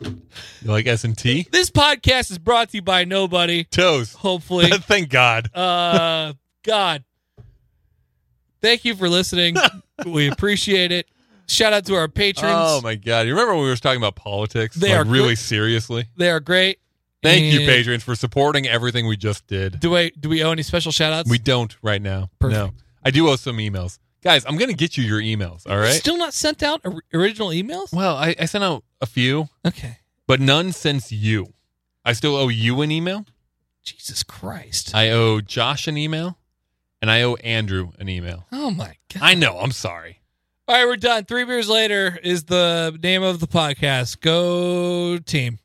C: you like S and T?
B: This podcast is brought to you by nobody.
C: Toes.
B: Hopefully,
C: Thank God.
B: uh, God, thank you for listening. we appreciate it. Shout out to our patrons.
C: Oh my God! You remember when we were talking about politics?
B: They
C: like,
B: are
C: really
B: good-
C: seriously.
B: They are great.
C: Thank you,
B: And
C: patrons, for supporting everything we just did.
B: Do I do we owe any special shout outs?
C: We don't right now. No,
B: Perfect.
C: I do owe some emails, guys. I'm gonna get you your emails. All right.
B: still not sent out or- original emails.
C: well, I, I sent out a few,
B: Okay,
C: but none since you. I still owe you an email.
B: Jesus Christ.
C: I owe Josh an email, and I owe Andrew an email.
B: oh my God.
C: I know. I'm sorry.
B: All right, we're done. Three beers later is the name of the podcast. Go team.